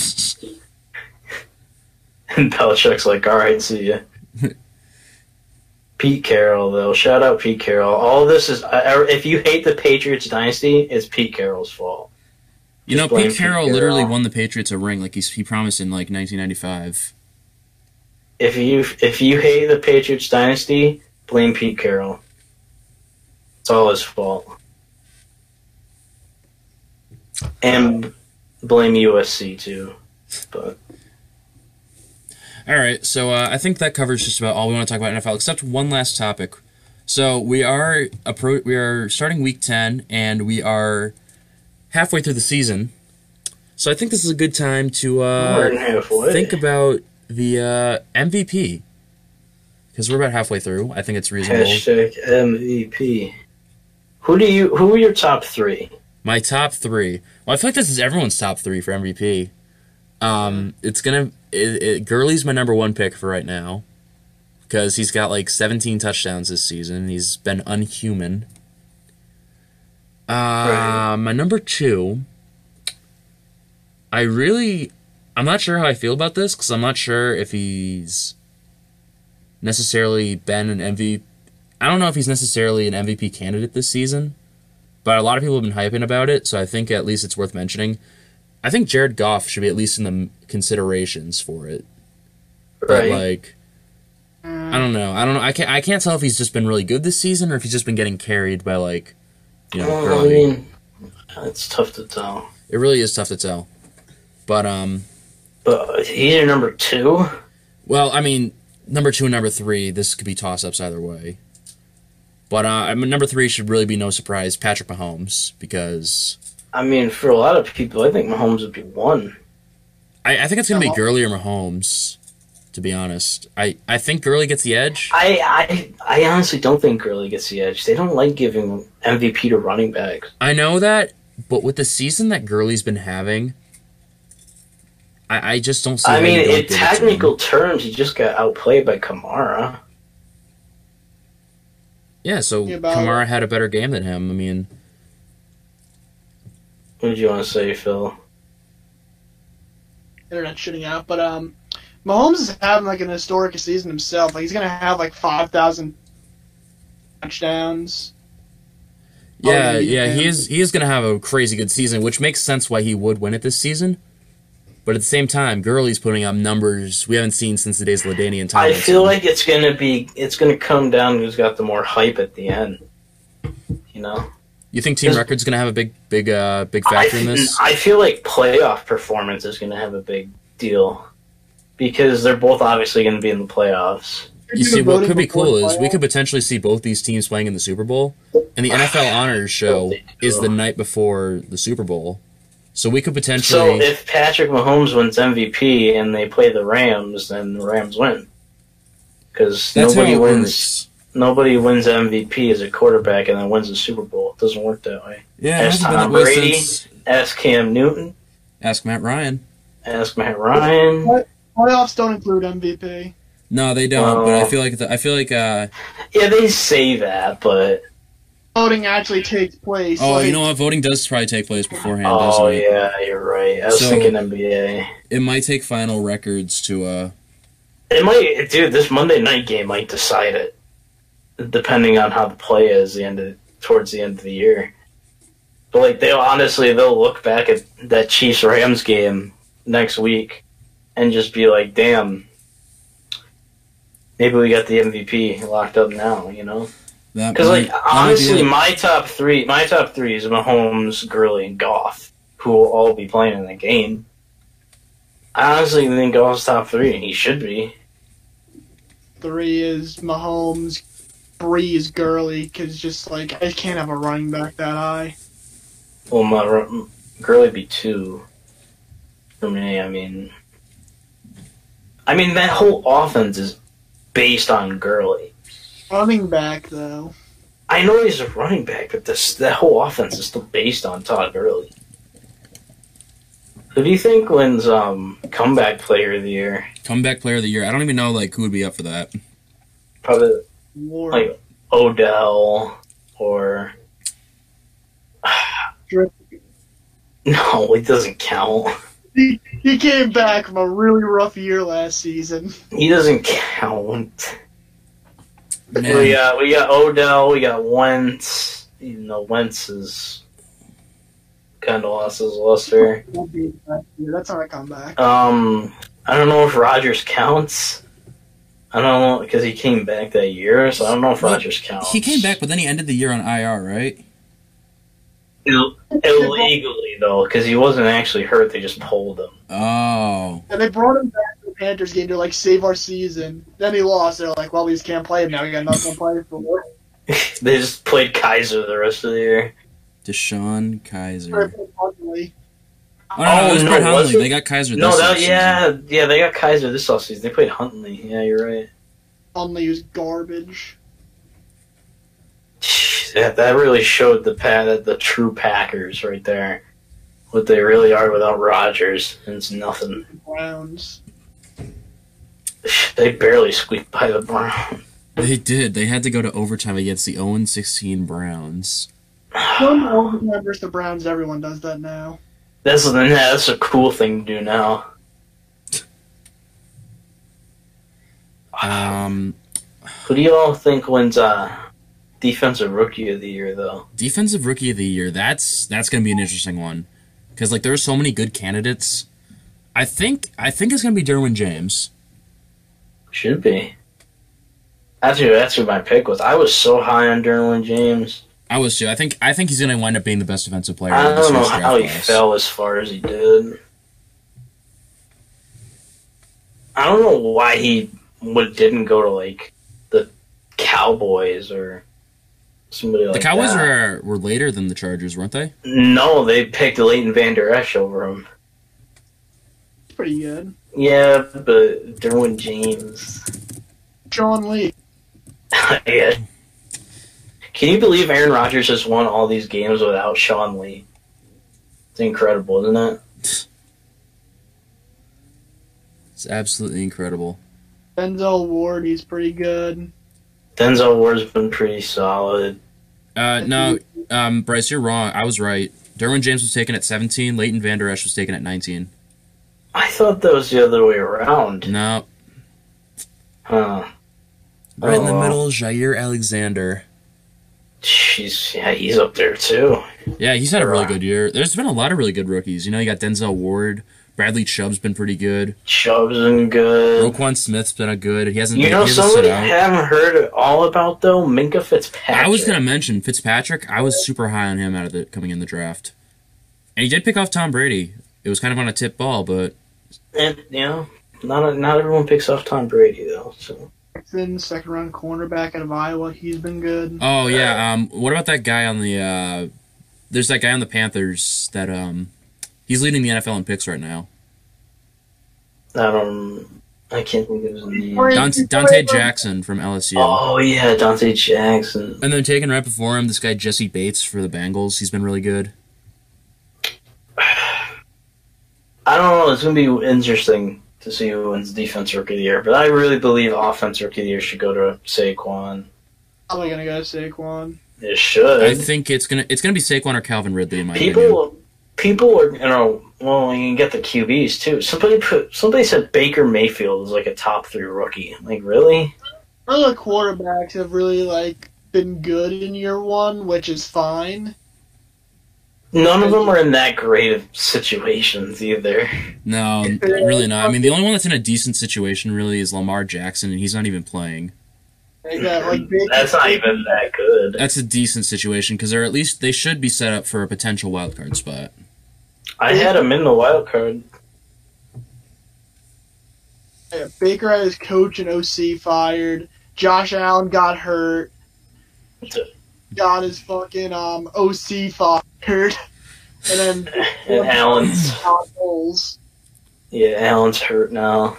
Speaker 2: And Belichick's like, "All right, see
Speaker 1: <laughs>
Speaker 2: ya." Pete Carroll, though, shout out Pete Carroll. All this is, I- I- if you hate the Patriots dynasty, it's Pete Carroll's fault.
Speaker 1: you know,
Speaker 2: blame
Speaker 1: Pete
Speaker 2: Pete
Speaker 1: Carroll literally
Speaker 2: Carroll.
Speaker 1: won the Patriots a ring, like he's, he promised in like 1995.
Speaker 2: If you if you hate the Patriots dynasty, blame Pete Carroll. It's all his fault. And blame USC too, but.
Speaker 1: All right, so uh, I think that covers just about all we want to talk about NFL, except one last topic. So we are appro- we are starting week ten, and we are halfway through the season. So I think this is a good time to
Speaker 2: More
Speaker 1: uh,
Speaker 2: than halfway.
Speaker 1: think about the uh, MVP because we're about halfway through. I think it's reasonable.
Speaker 2: Hashtag MVP. Who do you? Who are your top three?
Speaker 1: My top three. Well, I feel like this is everyone's top three for MVP. Um, it's gonna. It, it, Gurley's my number one pick for right now, because he's got like 17 touchdowns this season. He's been unhuman. Uh,
Speaker 2: Right.
Speaker 1: my number two. I really, I'm not sure how I feel about this because I'm not sure if he's necessarily been an MVP. I don't know if he's necessarily an MVP candidate this season, but a lot of people have been hyping about it, so I think at least it's worth mentioning. I think Jared Goff should be at least in the m- considerations for it. But
Speaker 2: Right.
Speaker 1: like I don't know. I don't know. I can't I can't tell if he's just been really good this season or if he's just been getting carried by like you know,
Speaker 2: Well, I
Speaker 1: Gurley.
Speaker 2: mean, it's tough to tell.
Speaker 1: It really is tough to tell. But um
Speaker 2: But he's your number two.
Speaker 1: well, I mean, number two and number three, this could be toss ups either way. But uh, I mean, number three should really be no surprise, Patrick Mahomes, because
Speaker 2: I mean, for a lot of people, I think Mahomes would be one.
Speaker 1: I, I think it's gonna be
Speaker 3: Mahomes.
Speaker 1: Gurley or Mahomes. To be honest, I, I think Gurley gets the edge.
Speaker 2: I I, I honestly don't think Gurley gets the edge. They don't like giving MVP to running backs.
Speaker 1: I know that, but with the season that Gurley's been having, I, I just don't see.
Speaker 2: I
Speaker 1: how
Speaker 2: mean,
Speaker 1: you don't
Speaker 2: in
Speaker 1: give it to him.
Speaker 2: technical terms, he just got outplayed by Kamara.
Speaker 1: Yeah, so
Speaker 3: Yeah, but-
Speaker 1: Kamara had a better game than him. I mean,
Speaker 2: What did you want to say, Phil?
Speaker 3: internet shitting out, but um, Mahomes is having like an historic season himself. Like he's gonna have like five thousand touchdowns. Oh,
Speaker 1: yeah,
Speaker 3: yeah,
Speaker 1: yeah, he
Speaker 3: yeah.
Speaker 1: is he is gonna have a crazy good season, which makes sense why he would win it this season. But at the same time, Gurley's putting up numbers we haven't seen since the days of Ladainian
Speaker 2: I
Speaker 1: Tomlinson.
Speaker 2: feel like it's gonna be it's gonna come down to who's got the more hype at the end. You know,
Speaker 1: you think team
Speaker 2: Does-
Speaker 1: record's gonna have a big, big, uh, big
Speaker 2: I,
Speaker 1: factor in this?
Speaker 2: I feel like playoff performance is gonna have a big deal because they're both obviously gonna be in the playoffs.
Speaker 1: You see, what could be cool is we could potentially see both these teams playing in the Super Bowl, and
Speaker 2: <sighs>
Speaker 1: the NFL Honors Show is the night before the Super Bowl, so we could
Speaker 2: So
Speaker 1: potentially.
Speaker 2: if Patrick Mahomes wins MVP and they play the Rams, then the Rams win. Because
Speaker 1: that's how
Speaker 2: nobody
Speaker 1: it
Speaker 2: wins.
Speaker 1: works.
Speaker 2: Nobody wins MVP as a quarterback and then wins the Super Bowl. It doesn't work that way.
Speaker 1: Yeah, it
Speaker 2: Ask
Speaker 1: hasn't been that
Speaker 2: Tom
Speaker 1: way
Speaker 2: Brady.
Speaker 1: since.
Speaker 2: Ask Cam Newton.
Speaker 1: Ask Matt Ryan.
Speaker 2: Ask Matt Ryan.
Speaker 3: Playoffs don't include MVP.
Speaker 1: No, they don't. but I
Speaker 2: Oh.
Speaker 1: feel like the, I feel like. Uh,
Speaker 2: Yeah, they say that, but
Speaker 3: Voting actually takes place.
Speaker 1: oh, you
Speaker 3: like,
Speaker 1: know what? Voting does probably take place beforehand. doesn't
Speaker 2: oh
Speaker 1: it?
Speaker 2: yeah, you're right. I was
Speaker 1: So-
Speaker 2: thinking NBA.
Speaker 1: it might take final records to. uh
Speaker 2: It might, dude. This Monday night game might decide it, depending on how the play is the end of, towards the end of the year. But like they'll honestly they'll look back at that Chiefs Rams game next week and just be like, damn. Maybe we got the MVP locked up now, you know?
Speaker 1: That
Speaker 2: Because like
Speaker 1: might- that might be
Speaker 2: honestly,
Speaker 1: it.
Speaker 2: my top three, my top three is Mahomes, Gurley, and Goff, who will all be playing in the game. I honestly think Goff's top three, and he should be.
Speaker 3: Three is Mahomes, Breeze, Gurley, because just like I can't have a running back that high.
Speaker 2: Well, my r- Gurley be two for me. I mean, I mean that whole offense is based on Gurley.
Speaker 3: Running back though.
Speaker 2: I know he's a running back, but this that whole offense is still based on Todd Gurley. Who do you think wins um, comeback player of the year?
Speaker 1: comeback player of the year. I don't even know like who would be up for that.
Speaker 2: Probably
Speaker 3: War
Speaker 2: like Odell or <laughs>
Speaker 3: Drip.
Speaker 2: no, it doesn't count.
Speaker 3: He, he came back from a really rough year last season.
Speaker 2: He doesn't count.
Speaker 1: Man.
Speaker 2: We got we got Odell, we got Wentz. Even though Wentz is kind of lost his luster.
Speaker 3: Won't be back here. That's not
Speaker 2: <laughs>
Speaker 3: a comeback.
Speaker 2: Um, I don't know if Rogers counts. I don't know because he came back that year, so I don't know if
Speaker 1: Well,
Speaker 2: Rogers counts.
Speaker 1: He came back, but then he ended the year on IR, right?
Speaker 2: Ill- illegally though, because he wasn't actually hurt. They just pulled him. <laughs>
Speaker 1: Oh,
Speaker 3: And they brought him back to the Panthers game to like save our season. Then he lost. They're like, well, we just can't play him now. We got nothing to play for.
Speaker 2: they just played Kaiser the rest of the year.
Speaker 1: Deshaun Kaiser.
Speaker 3: Unfortunately,
Speaker 1: Oh no, no, it was
Speaker 2: no,
Speaker 1: Brett
Speaker 2: was
Speaker 1: Hundley.
Speaker 2: it?
Speaker 1: They got Kaiser.
Speaker 2: No,
Speaker 1: this
Speaker 2: that
Speaker 1: offseason.
Speaker 2: yeah, yeah, they got Kaiser this offseason. They played Huntley. Yeah, you're right.
Speaker 3: Hunley was garbage.
Speaker 2: That that really showed the pa- that the true Packers right there, what they really are without Rodgers. It's nothing. <sighs>
Speaker 3: Browns.
Speaker 2: They barely squeaked by the <sighs> Browns.
Speaker 1: They did. They had to go to overtime against the 0 16 Browns.
Speaker 3: Don't know who remembers the Browns. Everyone does that now.
Speaker 2: That's the that's a cool thing to do now.
Speaker 1: Um,
Speaker 2: Who do you all think wins uh, defensive rookie of the year though?
Speaker 1: defensive rookie of the year. That's that's gonna be an interesting one because like there are so many good candidates. I think I think it's gonna be Derwin James.
Speaker 2: Should be. That's who that's who my pick was. I was so high on Derwin James.
Speaker 1: I was too. I think I think he's gonna wind up being the best defensive player.
Speaker 2: I
Speaker 1: in this
Speaker 2: don't know
Speaker 1: year's draft
Speaker 2: how he
Speaker 1: class.
Speaker 2: fell as far as he did. I don't know why he what didn't go to like the Cowboys or somebody like
Speaker 1: the Cowboys
Speaker 2: that.
Speaker 1: were, were later than the Chargers, weren't they?
Speaker 2: No, they picked Leighton Van Der Esch over him.
Speaker 3: It's pretty good.
Speaker 2: Yeah, but Derwin James. <laughs>
Speaker 3: John Lee.
Speaker 2: yeah. Can you believe Aaron Rodgers has won all these games without Sean Lee? It's incredible, isn't it?
Speaker 1: It's absolutely incredible.
Speaker 3: Denzel Ward, he's pretty good.
Speaker 2: Denzel Ward's been pretty solid.
Speaker 1: Uh, no, um, Bryce, you're wrong. I was right. Derwin James was taken at 17. Leighton Van Der Esch was taken at 19.
Speaker 2: I thought that was the other way around.
Speaker 1: No,
Speaker 2: Huh.
Speaker 1: right in
Speaker 2: Oh,
Speaker 1: the
Speaker 2: wow.
Speaker 1: middle, Jair Alexander.
Speaker 2: Jeez, yeah, he's up there too.
Speaker 1: Yeah, he's had a really
Speaker 2: Right.
Speaker 1: good year. There's been a lot of really good rookies. You know, you got Denzel Ward. Bradley Chubb's been pretty good.
Speaker 2: Chubb's been good.
Speaker 1: Roquan Smith's been a good. He hasn't.
Speaker 2: You know
Speaker 1: he hasn't
Speaker 2: somebody
Speaker 1: stood
Speaker 2: I
Speaker 1: out.
Speaker 2: haven't heard all about though? Minka Fitzpatrick.
Speaker 1: I was gonna mention Fitzpatrick. I was super high on him out of the coming in the draft, and he did pick off Tom Brady. It was kind of on a tip ball, but
Speaker 2: And, you know, not not everyone picks off Tom Brady though. So
Speaker 3: Jackson, second round cornerback out of Iowa, he's been good.
Speaker 1: oh yeah. Um, what about that guy on the? Uh, there's that guy on the Panthers that um, he's leading the NFL in picks right now.
Speaker 2: I don't. um, I can't think of his name.
Speaker 3: Wait.
Speaker 1: Dante, Dante Jackson from LSU.
Speaker 2: Oh yeah, Dante Jackson.
Speaker 1: And then taken right before him, this guy Jesse Bates for the Bengals. He's been really good.
Speaker 2: I don't know. It's gonna be interesting to see who wins defense rookie of the year, but I really believe offense rookie of the year should go to Saquon.
Speaker 3: Probably gonna go Saquon.
Speaker 2: It should.
Speaker 1: I think it's gonna it's gonna be Saquon or Calvin Ridley in my opinion.
Speaker 2: people people are you know well you can get the QBs too. Somebody put somebody said Baker Mayfield is like a top three rookie. Like really?
Speaker 3: None of the quarterbacks have really like been good in year one, which is fine.
Speaker 2: None of them are in that great of situations either.
Speaker 1: No, really not. I mean, the only one that's in a decent situation really is Lamar Jackson, and he's not even playing.
Speaker 3: Like that, like Baker-
Speaker 2: Mm-hmm. <laughs> That's not even that good.
Speaker 1: That's a decent situation because they're at least they should be set up for a potential wild card spot.
Speaker 2: I had him in the wild
Speaker 3: <laughs>
Speaker 2: card.
Speaker 3: Yeah, Baker had his coach and OC fired. Josh Allen got hurt. Got his fucking um OC fired, and then
Speaker 2: And Allen's
Speaker 3: Todd Bowles.
Speaker 2: yeah, Allen's hurt now.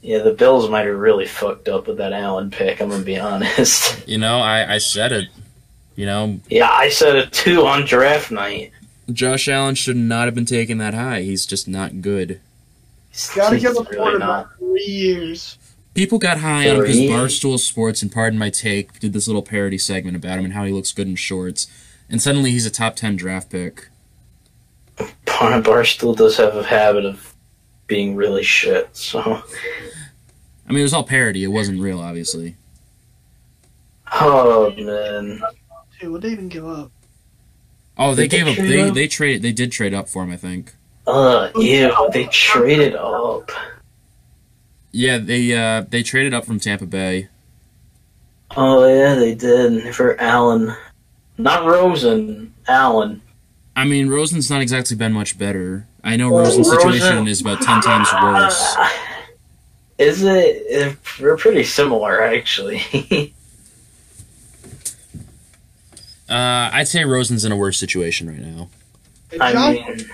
Speaker 2: Yeah, the Bills might have really fucked up with that Allen pick, I'm gonna be honest. <laughs>
Speaker 1: You know, I I said it. You know,
Speaker 2: Yeah, I said it too on draft night.
Speaker 1: Josh Allen should not have been taken that high. He's just not good.
Speaker 3: Gotta give the
Speaker 2: It's really not.
Speaker 3: quarterback three years.
Speaker 1: People got high on him because
Speaker 2: Three.
Speaker 1: Barstool Sports and Pardon My Take did this little parody segment about him and how he looks good in shorts, and suddenly he's a top ten draft pick.
Speaker 2: Barn Barstool does have a habit of being really shit, so.
Speaker 1: I mean, it was all parody. It wasn't real, obviously.
Speaker 2: Oh, man.
Speaker 3: Dude, what they even give up?
Speaker 1: Oh, they
Speaker 2: Did they
Speaker 1: gave up.
Speaker 2: trade
Speaker 1: They
Speaker 2: up?
Speaker 1: they traded. They did trade up for him, I think.
Speaker 2: Ugh, ew, Uh, they traded up.
Speaker 1: Yeah, they uh they traded up from Tampa Bay.
Speaker 2: Oh, yeah, they did. For Allen. Not Rosen, Allen.
Speaker 1: I mean, Rosen's not exactly been much better. I know
Speaker 2: Well,
Speaker 1: Rosen's
Speaker 2: Rosen-
Speaker 1: situation is about ten times worse.
Speaker 2: Ah. Is it? We're pretty similar, actually. <laughs>
Speaker 1: Uh, I'd say Rosen's in a worse situation right now.
Speaker 3: And
Speaker 2: I
Speaker 3: Josh,
Speaker 2: mean,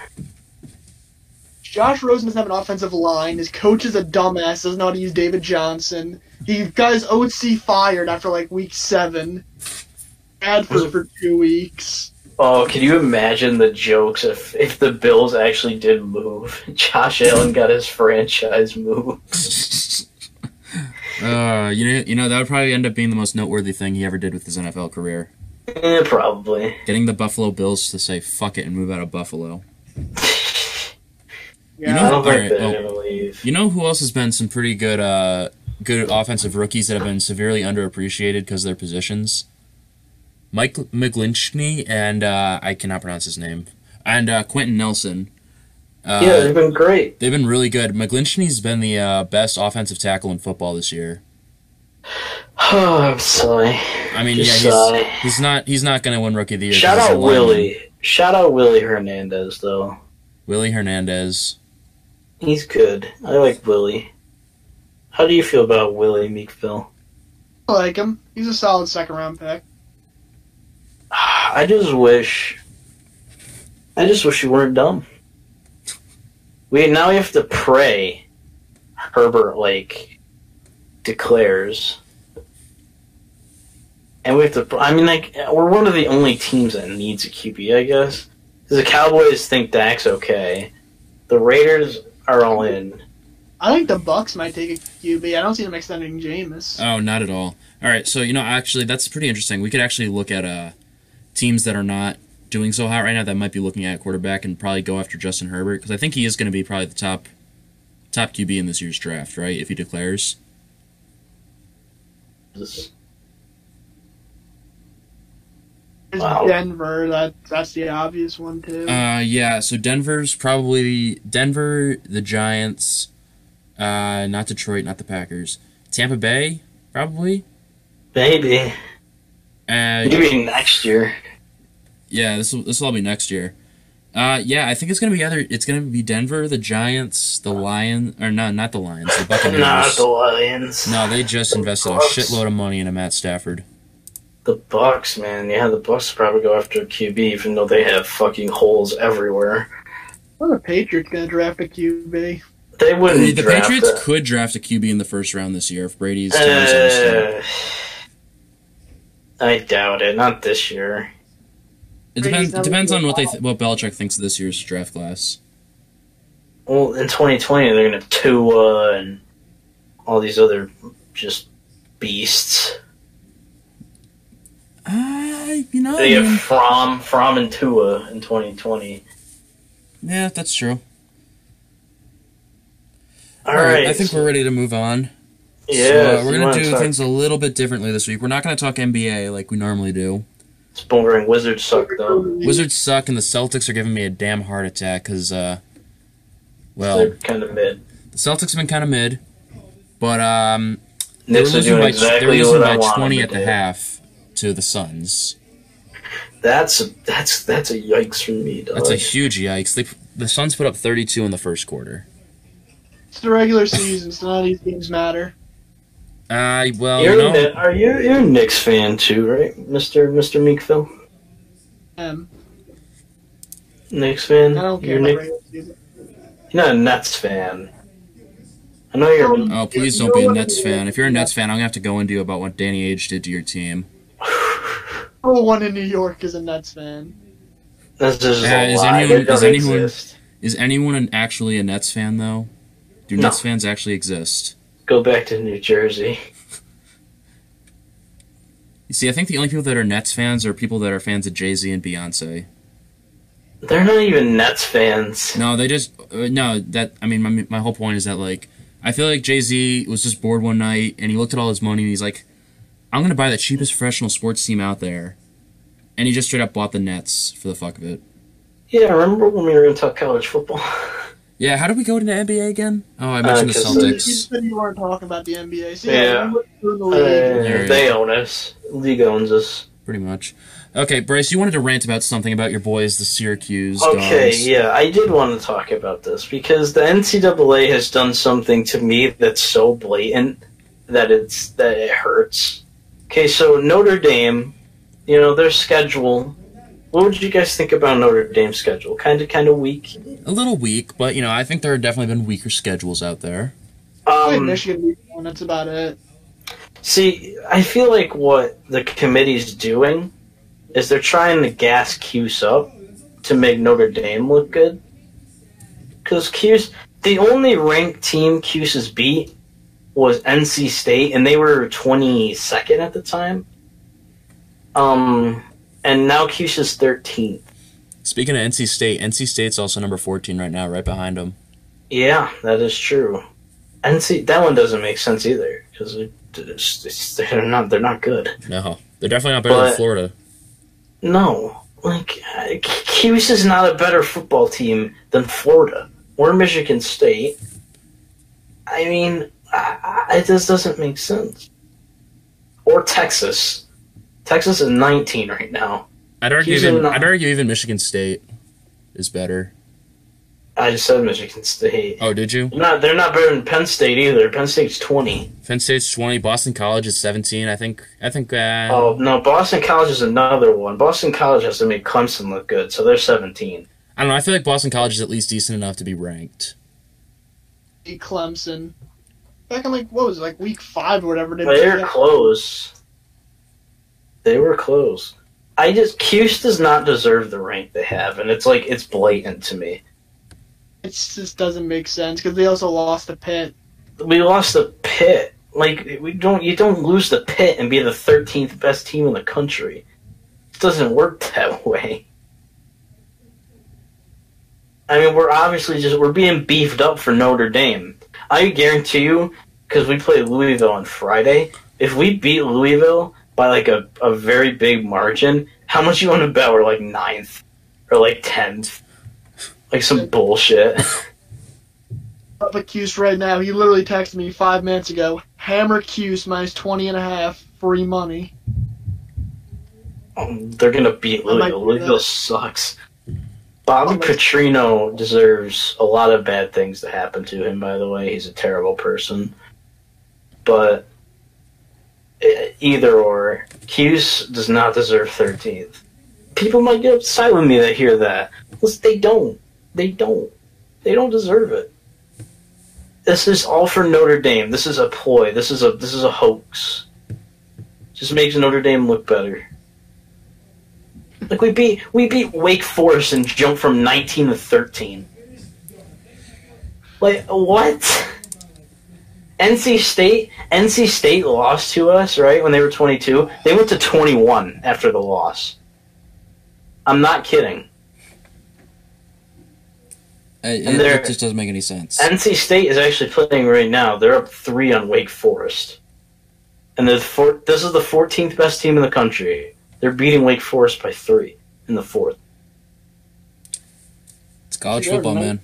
Speaker 3: Josh Rosen doesn't have an offensive line. His coach is a dumbass. Doesn't know how to use David Johnson. He got his OC fired after like week seven. Bradford for two weeks.
Speaker 2: oh, can you imagine the jokes if, if the Bills actually did move? <laughs> Josh Allen got his franchise move. <laughs>
Speaker 1: Uh, you know, you know that would probably end up being the most noteworthy thing he ever did with his NFL career.
Speaker 2: Eh, probably. <laughs>
Speaker 1: Getting the Buffalo Bills to say "fuck it" and move out of Buffalo.
Speaker 3: Yeah.
Speaker 1: know
Speaker 2: I don't
Speaker 1: Alright,
Speaker 2: think they're
Speaker 1: well-
Speaker 2: gonna leave.
Speaker 1: You know who else has been some pretty good, uh, good offensive rookies that have been severely underappreciated because of their positions? Mike McGlinchey and uh, I cannot pronounce his name, and uh, Quentin Nelson. Uh,
Speaker 2: yeah, they've been great. <sighs>
Speaker 1: They've been really good. McGlinchey's been the uh, best offensive tackle in football this year.
Speaker 2: Oh, I'm sorry.
Speaker 1: I mean,
Speaker 2: Just uh,
Speaker 1: yeah,
Speaker 2: sigh.
Speaker 1: he's, he's not he's not going to win Rookie of the Year. 'cause
Speaker 2: Shout
Speaker 1: he's a
Speaker 2: out
Speaker 1: lineman.
Speaker 2: Willie. Shout out Willie Hernandez, though.
Speaker 1: Willie Hernandez.
Speaker 2: He's good. I like Willie. How do you feel about Willie Meekville?
Speaker 3: I like him. He's a solid second round pick.
Speaker 2: I just wish. I just wish you weren't dumb. We now we have to pray. Herbert Lake declares, and we have to. I mean, like we're one of the only teams that needs a QB, I guess. 'Cause the Cowboys think Dak's okay. The Raiders are all in.
Speaker 3: I think the Bucks might take a QB. I don't see them extending Jameis.
Speaker 1: Oh, not at all. All right, so you know, actually, that's pretty interesting. We could actually look at uh, teams that are not doing so hot right now that might be looking at quarterback and probably go after Justin Herbert because I think he is going to be probably the top top QB in this year's draft, right? If he declares.
Speaker 2: Just-
Speaker 3: There's
Speaker 2: Wow.
Speaker 3: Denver. That that's the obvious one too.
Speaker 1: Uh, yeah. So Denver's probably Denver, the Giants, uh, not Detroit, not the Packers, Tampa Bay, probably.
Speaker 2: Maybe
Speaker 1: Uh,
Speaker 2: maybe next year.
Speaker 1: yeah, this will this will all be next year. Uh, yeah, I think it's gonna be either it's gonna be Denver, the Giants, the Lions, or no, not the Lions, the Buccaneers.
Speaker 2: <laughs> Not the Lions.
Speaker 1: No, they just invested a shitload of money into Matt Stafford.
Speaker 2: The Bucks, man. Yeah, the Bucks probably go after a QB, even though they have fucking holes everywhere.
Speaker 3: Well, the Patriots gonna draft a QB.
Speaker 2: They wouldn't.
Speaker 1: the
Speaker 2: draft Eh,
Speaker 1: Patriots
Speaker 2: a-
Speaker 1: could draft a QB in the first round this year if Brady's. tenure is understood.
Speaker 2: Uh, I doubt it. Not this year.
Speaker 1: it
Speaker 3: Brady's
Speaker 1: depends.
Speaker 3: not
Speaker 1: Depends
Speaker 3: looking
Speaker 1: on what they
Speaker 3: well.
Speaker 1: th- what Belichick thinks of this year's draft class.
Speaker 2: Well, in 2020, they're gonna have Tua and all these other just beasts.
Speaker 1: Uh, you know,
Speaker 2: They have From, From and Tua in 2020.
Speaker 1: yeah, that's true.
Speaker 2: All right.
Speaker 1: I think we're ready to move on.
Speaker 2: Yeah,
Speaker 1: so, uh,
Speaker 2: if
Speaker 1: we're
Speaker 2: you
Speaker 1: gonna
Speaker 2: wanna
Speaker 1: do
Speaker 2: talk-
Speaker 1: things a little bit differently this week. We're not gonna talk NBA like we normally do.
Speaker 2: It's boring. Wizards suck though.
Speaker 1: Wizards suck, and the Celtics are giving me a damn heart attack because, uh, well,
Speaker 2: They're kind of mid.
Speaker 1: the Celtics have been kind of mid, but um, They were
Speaker 2: Knicks are
Speaker 1: losing
Speaker 2: doing
Speaker 1: by,
Speaker 2: exactly
Speaker 1: they were losing
Speaker 2: what
Speaker 1: by
Speaker 2: I want
Speaker 1: 20
Speaker 2: them
Speaker 1: at
Speaker 2: to
Speaker 1: the
Speaker 2: do.
Speaker 1: half to the Suns.
Speaker 2: That's that's that's a yikes for me. Dog.
Speaker 1: That's a huge yikes. They, the Suns put up 32 in the first quarter.
Speaker 3: It's the regular season, so none of these games matter.
Speaker 1: Uh, well,
Speaker 2: you're
Speaker 1: you
Speaker 2: a
Speaker 1: know,
Speaker 2: Kni- are you you're a Knicks fan too, right, Mister Mister Meekville?
Speaker 3: Um,
Speaker 2: Knicks fan.
Speaker 3: I don't care.
Speaker 2: You're,
Speaker 3: about
Speaker 2: Knick-
Speaker 3: regular season.
Speaker 2: you're not a Nets fan. I know you're. <sighs>
Speaker 3: Um,
Speaker 1: oh, please
Speaker 3: You
Speaker 1: don't be
Speaker 3: know
Speaker 1: a
Speaker 3: what it
Speaker 1: Nets
Speaker 3: is?
Speaker 1: fan. If you're a Nets fan, I'm going to have to go into you about what Danny Age did to your team.
Speaker 3: Number one in New York is a Nets fan.
Speaker 2: That's just
Speaker 1: Yeah,
Speaker 2: a
Speaker 1: is
Speaker 2: lie.
Speaker 1: anyone-
Speaker 2: They don't
Speaker 1: is anyone-
Speaker 2: exist.
Speaker 1: Is anyone an, actually a Nets fan, though? Do
Speaker 2: No.
Speaker 1: Nets fans actually exist?
Speaker 2: Go back to New Jersey.
Speaker 1: You see, I think the only people that are Nets fans are people that are fans of Jay Z and Beyonce.
Speaker 2: They're not even Nets fans.
Speaker 1: No, they just uh, no. That I mean, my my whole point is that like I feel like Jay Z was just bored one night and he looked at all his money and he's like, I'm gonna buy the cheapest professional sports team out there, and he just straight up bought the Nets for the fuck of it.
Speaker 2: Yeah, remember when we were gonna talk college football?
Speaker 1: Yeah, how did we go into NBA again? Oh, I mentioned the
Speaker 2: Uh, 'cause
Speaker 3: You
Speaker 2: Celtics.
Speaker 3: you
Speaker 1: Celtics.
Speaker 3: said you weren't talking about the NBA. So
Speaker 2: Yeah.
Speaker 3: yeah. we're in the
Speaker 2: Uh,
Speaker 3: league.
Speaker 1: Yeah.
Speaker 2: they own us. League owns us.
Speaker 1: Pretty much. Okay, Bryce, you wanted to rant about something about your boys, the Syracuse
Speaker 2: Okay,
Speaker 1: Dogs.
Speaker 2: yeah, I did want to talk about this because the NCAA has done something to me that's so blatant that it's that it hurts. Okay, so Notre Dame, you know their schedule. What would you guys think about Notre Dame's schedule? Kind of, kind of weak.
Speaker 1: A little weak, but you know, I think there have definitely been weaker schedules out there.
Speaker 3: Play
Speaker 2: Um,
Speaker 3: Michigan week one. That's about it.
Speaker 2: see, I feel like what the committee's doing is they're trying to gas Cuse up to make Notre Dame look good. Because Cuse, the only ranked team Cuse's beat was NC State, and they were 22nd at the time. Um, and now Cuse is 13th.
Speaker 1: Speaking of NC State, NC State's also number 14 right now, right behind them.
Speaker 2: Yeah, that is true. NC that one doesn't make sense either because they're not they're not good.
Speaker 1: No, they're definitely not better than
Speaker 2: But-
Speaker 1: Florida.
Speaker 2: No, like uh, Cuse is not a better football team than Florida or Michigan State. I mean, I, I, this doesn't make sense. Or Texas. Texas is 19 right now.
Speaker 1: I'd argue
Speaker 2: He's
Speaker 1: even
Speaker 2: in the-
Speaker 1: I'd argue even Michigan State is better.
Speaker 2: I just said Michigan State.
Speaker 1: Oh, did you?
Speaker 2: They're not they're not better than Penn State either. Penn State's twenty.
Speaker 1: Penn State's twenty. Boston College is seventeen. I think. I think. Uh,
Speaker 2: Oh no, Boston College is another one. Boston College has to make Clemson look good, so they're seventeen.
Speaker 1: I don't know. I feel like Boston College is at least decent enough to be ranked.
Speaker 3: beat Clemson. Back in like what was it, like week five or whatever they
Speaker 2: But They
Speaker 3: beat
Speaker 2: were
Speaker 3: them.
Speaker 2: close. They were close. I just Cuse does not deserve the rank they have, and it's like it's blatant to me.
Speaker 3: It just doesn't make sense because they also lost to Pitt.
Speaker 2: We lost the pit. Like we don't you don't lose the pit and be the thirteenth best team in the country. It doesn't work <laughs> that way. I mean, we're obviously just we're being beefed up for Notre Dame. I guarantee you, because we play Louisville on Friday. If we beat Louisville by like a, a very big margin, how much you want to bet we're like ninth or like tenth, like some bullshit. <laughs>
Speaker 3: Up at Cuse right now. He literally texted me five minutes ago. Hammer Cuse minus 20 and a half, free money.
Speaker 2: Um, they're gonna beat
Speaker 3: I might
Speaker 2: Louisville.
Speaker 3: do
Speaker 2: Louisville
Speaker 3: that.
Speaker 2: sucks. Bobby
Speaker 3: I might-
Speaker 2: Petrino deserves a lot of bad things to happen to him. By the way, he's a terrible person. But e- either or, Hughes does not deserve thirteenth. People might get upset with me that hear that. Listen, they don't. They don't. They don't deserve it. This is all for Notre Dame. This is a ploy. This is a this is a hoax. Just makes Notre Dame look better. Like we beat we beat Wake Forest and jumped from nineteen to thirteen. Like what? NC State NC State lost to us, right? When they were twenty two. They went to twenty one after the loss. I'm not kidding.
Speaker 1: It,
Speaker 2: And they're-
Speaker 1: it just doesn't make any sense.
Speaker 2: NC State is actually playing right now. They're up three on Wake Forest, and the four, this is the 14th best team in the country. They're beating Wake Forest by three in the fourth.
Speaker 1: It's college
Speaker 3: Yeah,
Speaker 1: football,
Speaker 3: no.
Speaker 1: man.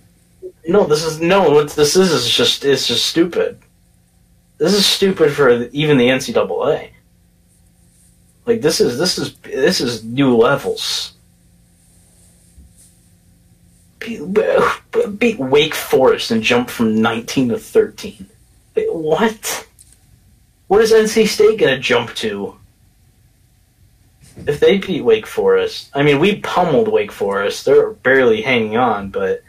Speaker 2: No, this is no. What this is is just it's just stupid. This is stupid for even the NCAA. Like this is this is this is new levels. Beat, beat Wake Forest and jump from nineteen to thirteen. Wait, What? What is NC State gonna jump to? If they beat Wake Forest, I mean, we pummeled Wake Forest. They're barely hanging on, but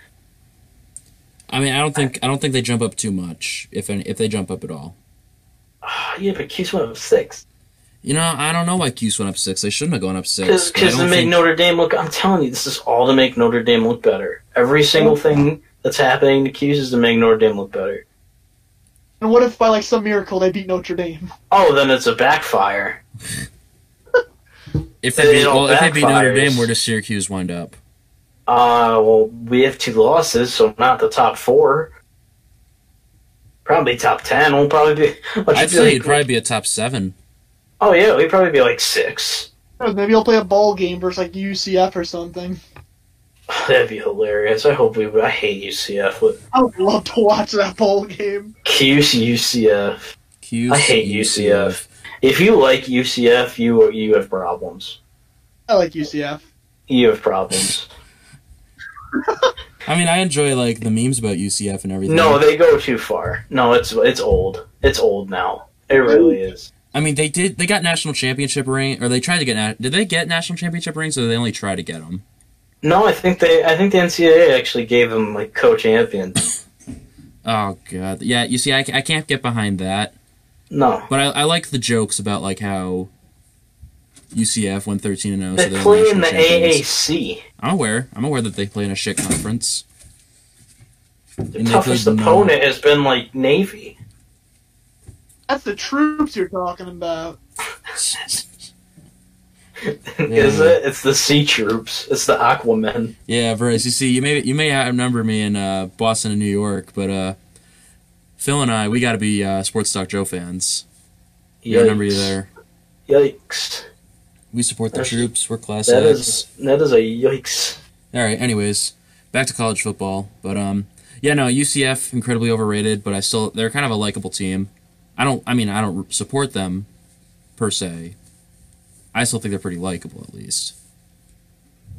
Speaker 1: I mean, I don't think I don't think they jump up too much if any, if they jump up at all.
Speaker 2: Ah, yeah, but Cuse went up six.
Speaker 1: You know, I don't know why Cuse went up six. They shouldn't have gone up six.
Speaker 2: Because
Speaker 1: but I
Speaker 2: they
Speaker 1: don't
Speaker 2: made
Speaker 1: think-
Speaker 2: Notre Dame look. I'm telling you, this is all to make Notre Dame look better. Every single thing that's happening to Cuse is to make Notre Dame look better.
Speaker 3: And what if by like some miracle they beat Notre Dame? <laughs>
Speaker 2: Oh, then it's a backfire.
Speaker 1: if
Speaker 2: they
Speaker 1: they beat,
Speaker 2: don't
Speaker 1: well, if they beat Notre
Speaker 2: backfires.
Speaker 1: Dame, where does Syracuse wind up?
Speaker 2: Uh, well, we have two losses, so not the top four. Probably top ten. We'll probably be. <laughs> what
Speaker 1: I'd
Speaker 2: you
Speaker 1: say
Speaker 2: think?
Speaker 1: it'd probably be a top seven.
Speaker 2: Oh yeah, we'd probably be like six. <sighs>
Speaker 3: Maybe he'll play a ball game versus like UCF or something.
Speaker 2: That'd be hilarious. I hope we. would. I hate UCF. With
Speaker 3: I would love to watch that ball game.
Speaker 2: Cuse UCF.
Speaker 1: Cuse,
Speaker 2: I hate UCF. If you like UCF, you you have problems.
Speaker 3: I like UCF.
Speaker 2: you have
Speaker 1: <laughs>
Speaker 2: problems.
Speaker 1: I mean, I enjoy like the memes about UCF and everything.
Speaker 2: No, they go too far. No, it's it's old. It's old now. It really is.
Speaker 1: I mean, they did. They got national championship ring, or they tried to get. Na- did they get national championship rings, or did they only try to get them?
Speaker 2: No, I think they I think the NCAA actually gave him like co-champion.
Speaker 1: Oh god, yeah. You see, I, ca- I can't get behind that,
Speaker 2: No,
Speaker 1: but I, I like the jokes about like how UCF went thirteen and zero.
Speaker 2: they
Speaker 1: So they're
Speaker 2: play in
Speaker 1: national
Speaker 2: the
Speaker 1: champions.
Speaker 2: AAC.
Speaker 1: I'm aware. I'm aware that they play in a shit conference. <laughs>
Speaker 2: The
Speaker 1: And they
Speaker 2: toughest
Speaker 1: played no-
Speaker 2: opponent has been like Navy. <laughs>
Speaker 3: That's the troops you're talking about.
Speaker 2: is it? It's the Sea Troops. It's the Aquamen.
Speaker 1: Yeah, Verizon. You see, you may you may outnumber me in uh, Boston and New York, but uh, Phil and I, we got to be uh, Sports Talk Joe fans. We outnumber you there.
Speaker 2: Yikes!
Speaker 1: We support the
Speaker 2: That's-
Speaker 1: troops. We're class
Speaker 2: That
Speaker 1: acts.
Speaker 2: is that is a yikes.
Speaker 1: All right. Anyways, back to college football. But um, yeah, no, UCF incredibly overrated, but I still they're kind of a likable team. I don't. I mean, I don't support them per se. I still think they're pretty likable, at least.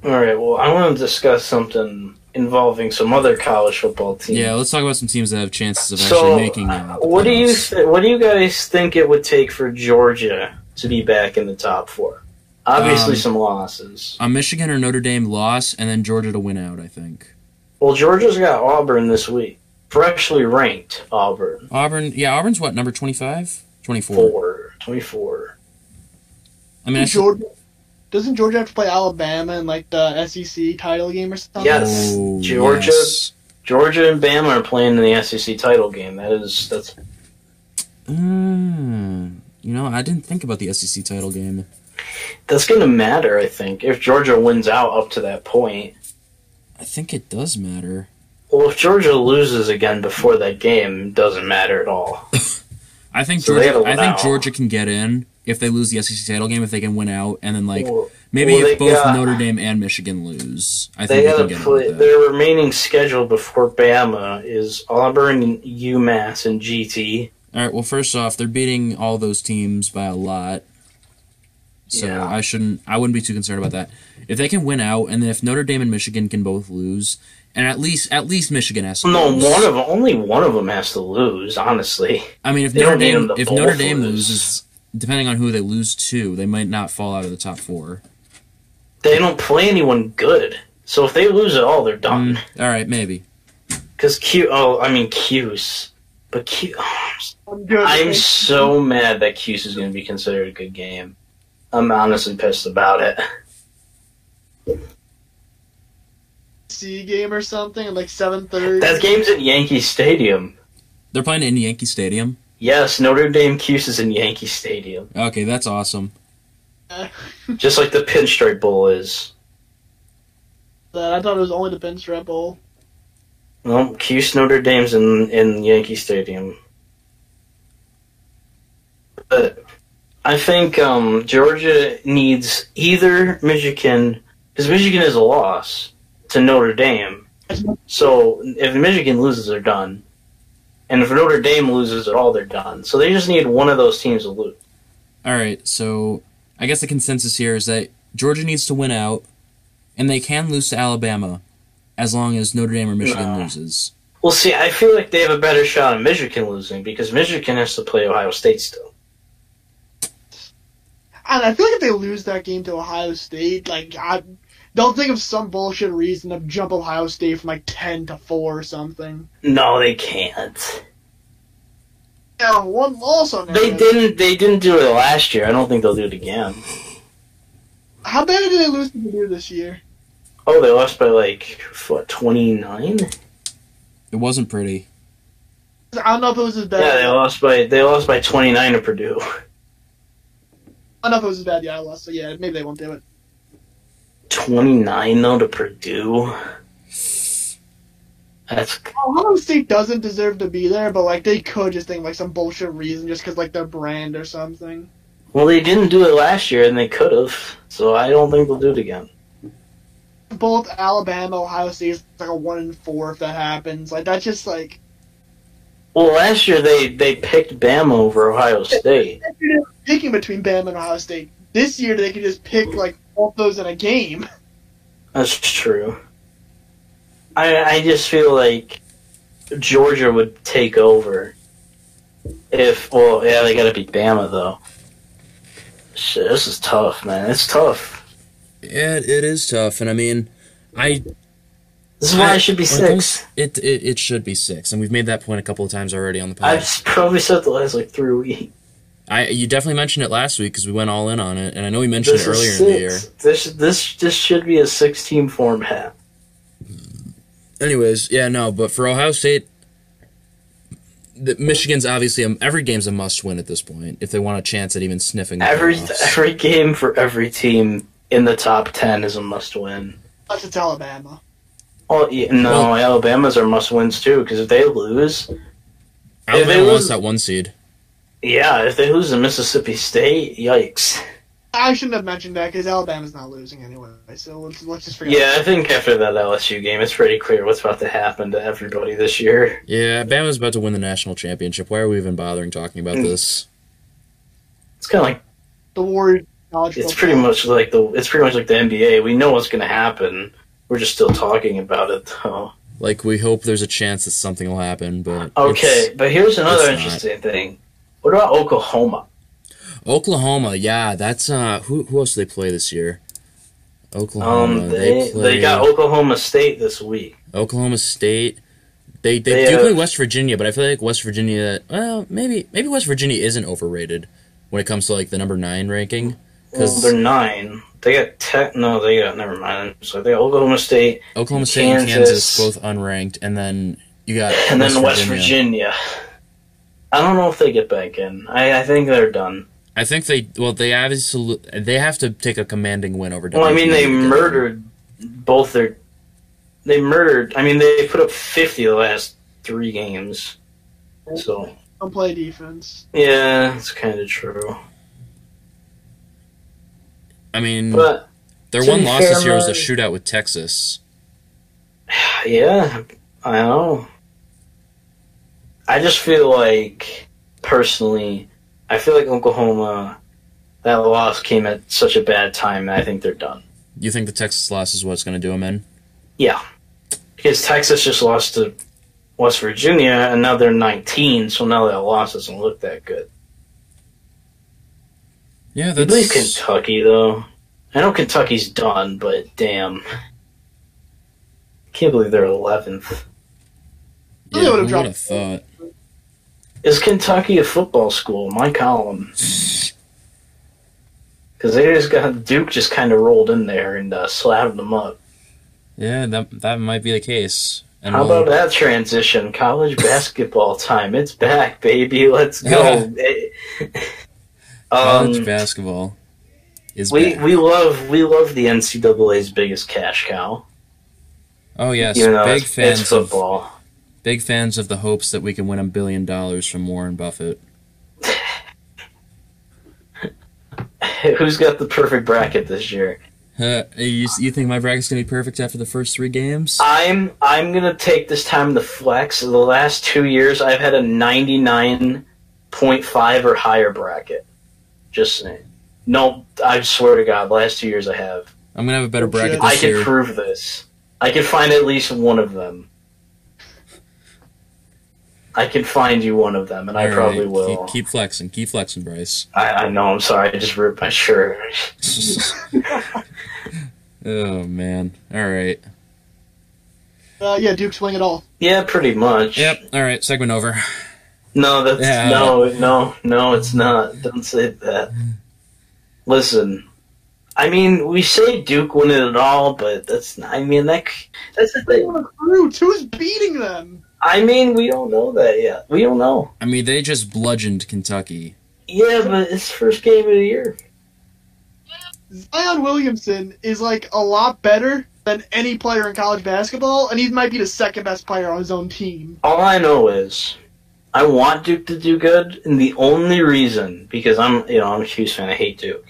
Speaker 2: All right. Well, I want to discuss something involving some other college football team.
Speaker 1: Yeah, let's talk about some teams that have chances of
Speaker 2: So,
Speaker 1: actually making. Uh, the
Speaker 2: What do you
Speaker 1: playoffs.
Speaker 2: th- What do you guys think it would take for Georgia to be back in the top four? Obviously,
Speaker 1: Um,
Speaker 2: some losses.
Speaker 1: A Michigan or Notre Dame loss, and then Georgia to win out. I think
Speaker 2: Well, Georgia's got Auburn this week, freshly ranked Auburn
Speaker 1: Auburn. Yeah, Auburn's what number 25? 24.
Speaker 2: four, 24.
Speaker 1: I mean, I should,
Speaker 3: Georgia, doesn't Georgia have to play Alabama in like the SEC title game or something?
Speaker 2: Yes.
Speaker 1: Oh,
Speaker 2: Georgia. Georgia and Bama are playing in the SEC title game. That is that's
Speaker 1: Mm, you know, I didn't think about the SEC title game.
Speaker 2: that's going to matter. I think if Georgia wins out up to that point,
Speaker 1: I think it does matter.
Speaker 2: well, if Georgia loses again before that game, it doesn't matter at all.
Speaker 1: I think
Speaker 2: So they
Speaker 1: Georgia.
Speaker 2: gotta
Speaker 1: I think
Speaker 2: win out.
Speaker 1: Georgia can get in if they lose the SEC title game. If they can win out, and then like
Speaker 2: Well,
Speaker 1: maybe
Speaker 2: well,
Speaker 1: if
Speaker 2: they
Speaker 1: both
Speaker 2: got-
Speaker 1: Notre Dame and Michigan lose, I
Speaker 2: They
Speaker 1: think they can
Speaker 2: gotta
Speaker 1: get
Speaker 2: play.
Speaker 1: in. with that.
Speaker 2: Their remaining schedule before Bama is Auburn, UMass, and GT.
Speaker 1: All right. Well, first off, they're beating all those teams by a lot, so
Speaker 2: Yeah.
Speaker 1: I shouldn't. I wouldn't be too concerned about that. If they can win out, and then if Notre Dame and Michigan can both lose, and at least at least Michigan has to
Speaker 2: No,
Speaker 1: lose.
Speaker 2: one of only one of them has to lose. Honestly,
Speaker 1: I mean, if
Speaker 2: They
Speaker 1: Notre
Speaker 2: don't need
Speaker 1: Dame
Speaker 2: them to
Speaker 1: if Notre
Speaker 2: both
Speaker 1: Dame
Speaker 2: lose.
Speaker 1: loses, depending on who they lose to, they might not fall out of the top four.
Speaker 2: they don't play anyone good. So if they lose at all, they're done.
Speaker 1: Mm, all right, maybe.
Speaker 2: Because Q. Oh, I mean Q's. But Q. <sighs>
Speaker 3: I'm good.
Speaker 2: I'm so mad that Cuse is going to be considered a good game. I'm honestly pissed about it.
Speaker 3: SEC E game or something at like seven thirty.
Speaker 2: That game's at Yankee Stadium.
Speaker 1: They're playing in Yankee Stadium.
Speaker 2: Yes, Notre Dame Cuse is in Yankee Stadium,
Speaker 1: Okay, that's awesome.
Speaker 2: just like the Pinstripe Bowl is.
Speaker 3: That I thought it was only the Pinstripe Bowl.
Speaker 2: Well, Cuse Notre Dame's in in Yankee Stadium. But I think um, Georgia needs either Michigan because Michigan is a loss to Notre Dame. So if Michigan loses, they're done. And if Notre Dame loses at all, they're done. So they just need one of those teams to lose.
Speaker 1: All right, so I guess the consensus here is that Georgia needs to win out, and they can lose to Alabama, as long as Notre Dame or Michigan
Speaker 2: No.
Speaker 1: loses.
Speaker 2: Well, see, I feel like they have a better shot at Michigan losing because Michigan has to play Ohio State still.
Speaker 3: And I feel like if they lose that game to Ohio State, like I they'll think of some bullshit reason to jump Ohio State from like ten to four or something.
Speaker 2: No, they can't.
Speaker 3: Yeah, one loss on
Speaker 2: They
Speaker 3: that.
Speaker 2: didn't. They didn't do it last year. I don't think they'll do it again.
Speaker 3: How bad did they lose to Purdue this year?
Speaker 2: Oh, they lost by like what twenty nine?
Speaker 1: It wasn't pretty.
Speaker 3: I don't know if it was as bad.
Speaker 2: Yeah, they lost by they lost by twenty nine to Purdue.
Speaker 3: I don't know if it was as bad. Yeah, I lost. So yeah, maybe they won't do it.
Speaker 2: Twenty nine though to Purdue. That's
Speaker 3: Ohio State doesn't deserve to be there, but like they could just think of, like some bullshit reason just because like their brand or something.
Speaker 2: well, they didn't do it last year, and they could have. So I don't think they'll do it again.
Speaker 3: Both Alabama, Ohio State is like a one in four if that happens. Like that's just like
Speaker 2: Well, last year they they picked Bama over Ohio State.
Speaker 3: picking between Bama and Ohio State. This year they could just pick like both those in a game. <laughs>
Speaker 2: That's true. I I just feel like Georgia would take over. If well, yeah, they gotta beat Bama though. Shit, this is tough, man. It's tough.
Speaker 1: It it is tough, and I mean, I
Speaker 2: This is why
Speaker 1: I-
Speaker 2: it should be
Speaker 1: when it comes-
Speaker 2: six.
Speaker 1: It, it it should be six, and we've made that point a couple of times already on the
Speaker 2: I've
Speaker 1: podcast.
Speaker 2: probably said the last like three weeks.
Speaker 1: I you definitely mentioned it last week because we went all in on it, and I know we mentioned
Speaker 2: This
Speaker 1: it earlier
Speaker 2: is
Speaker 1: in the year.
Speaker 2: six. This this this should be a six-team format.
Speaker 1: Anyways, yeah, no, but for Ohio State, the, Michigan's obviously a, every game's a must win at this point if they want a chance at even sniffing. the
Speaker 2: Every
Speaker 1: playoffs.
Speaker 2: every game for every team in the top ten is a must-win.
Speaker 3: That's it's Alabama.
Speaker 2: Oh yeah, no,
Speaker 1: Well-
Speaker 2: Alabama's are must-wins too because if they lose, if they
Speaker 1: Alabama
Speaker 2: lose-
Speaker 1: wants that one seed.
Speaker 2: Yeah, if they lose to Mississippi State, yikes.
Speaker 3: I shouldn't have mentioned that because Alabama's not losing anyway. So let's let's just forget.
Speaker 2: Yeah, I think after that LSU game, it's pretty clear what's about to happen to everybody this year.
Speaker 1: Yeah, Bama's about to win the national championship. Why are we even bothering talking about
Speaker 2: Mm.
Speaker 1: this?
Speaker 2: It's kind of like
Speaker 3: the Warriors. College
Speaker 2: it's
Speaker 3: football.
Speaker 2: pretty much like the it's pretty much like the NBA. We know what's going to happen. We're just still talking about it though.
Speaker 1: Like we hope there's a chance that something will happen, but
Speaker 2: Okay, but here's another
Speaker 1: it's not.
Speaker 2: interesting thing. What about Oklahoma?
Speaker 1: it's- Oklahoma, yeah, that's uh, who who else do they play this year? Oklahoma,
Speaker 2: Um, they,
Speaker 1: play
Speaker 2: they got Oklahoma State this week.
Speaker 1: Oklahoma State. They they,
Speaker 2: They
Speaker 1: do
Speaker 2: have-
Speaker 1: play West Virginia, but I feel like West Virginia. Well, maybe maybe West Virginia isn't overrated when it comes to like the number nine ranking.
Speaker 2: Well,
Speaker 1: 'Cause-
Speaker 2: they're nine. They got tech. No, they got. Never mind. So they got Oklahoma State
Speaker 1: Oklahoma State and
Speaker 2: Kansas.
Speaker 1: Kansas both unranked, and then you got
Speaker 2: and then West Virginia. I don't know if they get back in. I, I think they're done.
Speaker 1: I think they well they obviously they have to take a commanding win over.
Speaker 2: Well, I mean, they
Speaker 1: WVU to get
Speaker 2: murdered both their. They murdered. I mean, they put up fifty the last three games. So
Speaker 3: Don't play defense.
Speaker 2: yeah, it's kind of true.
Speaker 1: I mean,
Speaker 2: But
Speaker 1: their
Speaker 2: to
Speaker 1: one
Speaker 2: be
Speaker 1: loss
Speaker 2: fair,
Speaker 1: this year was a
Speaker 2: Murray-
Speaker 1: shootout with Texas.
Speaker 2: Yeah, I know. I just feel like, personally, I feel like Oklahoma, that loss came at such a bad time that I think they're done.
Speaker 1: You think the Texas loss is what's going to do them in?
Speaker 2: Yeah. Because Texas just lost to West Virginia, and now they're 19, so now that loss doesn't look that good.
Speaker 1: Yeah,
Speaker 2: I believe
Speaker 1: that's
Speaker 2: Kentucky, though. I know Kentucky's done, but damn. Can't believe they're 11th.
Speaker 3: I think I
Speaker 1: yeah,
Speaker 3: would've
Speaker 1: would
Speaker 3: dropped-
Speaker 1: have thought.
Speaker 2: Is Kentucky a football school? My column. Because they just got Duke just kind of rolled in there and uh, slapped them up.
Speaker 1: Yeah, that that might be the case. And
Speaker 2: How
Speaker 1: we'll-
Speaker 2: about that transition? College basketball time. It's back, baby. Let's go. Eh,
Speaker 1: college
Speaker 2: <laughs> um,
Speaker 1: basketball? Is
Speaker 2: we
Speaker 1: back.
Speaker 2: we love we love the NCAA's biggest cash cow.
Speaker 1: oh yes,
Speaker 2: even though
Speaker 1: big
Speaker 2: it's,
Speaker 1: fans
Speaker 2: it's
Speaker 1: of
Speaker 2: football. <laughs>
Speaker 1: big fans of the hopes that we can win a billion dollars from Warren Buffett.
Speaker 2: Who's got the perfect bracket this year?
Speaker 1: Huh, you, you think my bracket's gonna be perfect after the first three games?
Speaker 2: I'm I'm gonna take this time to flex. The last two years, I've had a 99.5 or higher bracket. Just saying. No, I swear to God, the last two years I have.
Speaker 1: I'm gonna have a better bracket
Speaker 2: I
Speaker 1: this
Speaker 2: can
Speaker 1: year.
Speaker 2: prove this. I can find at least one of them. I can find you one of them, and I
Speaker 1: All
Speaker 2: probably
Speaker 1: right,
Speaker 2: will.
Speaker 1: Keep, keep flexing, keep flexing,
Speaker 2: <laughs>
Speaker 1: Bryce.
Speaker 2: I, I know. I'm sorry. I just ripped my shirt.
Speaker 1: oh man. All right.
Speaker 3: Uh, yeah, Duke swing it all.
Speaker 2: yeah, pretty much.
Speaker 1: Yep. All right. Segment over.
Speaker 2: No, that's
Speaker 1: Yeah.
Speaker 2: no, no, no. It's not. Don't say that. Listen, I mean, we say Duke won it at all, but that's. Not, I mean, that. c- That's the
Speaker 3: They
Speaker 2: thing.
Speaker 3: want to recruit. Who's beating them?
Speaker 2: I mean, we don't know that yet. We don't know.
Speaker 1: I mean, they just bludgeoned Kentucky. <laughs>
Speaker 2: Yeah, but it's first game of the year.
Speaker 3: Zion Williamson is like a lot better than any player in college basketball, and he might be the second best player on his own team.
Speaker 2: All I know is, I want Duke to do good, and the only reason because I'm, you know, I'm a Hughes fan. I hate Duke,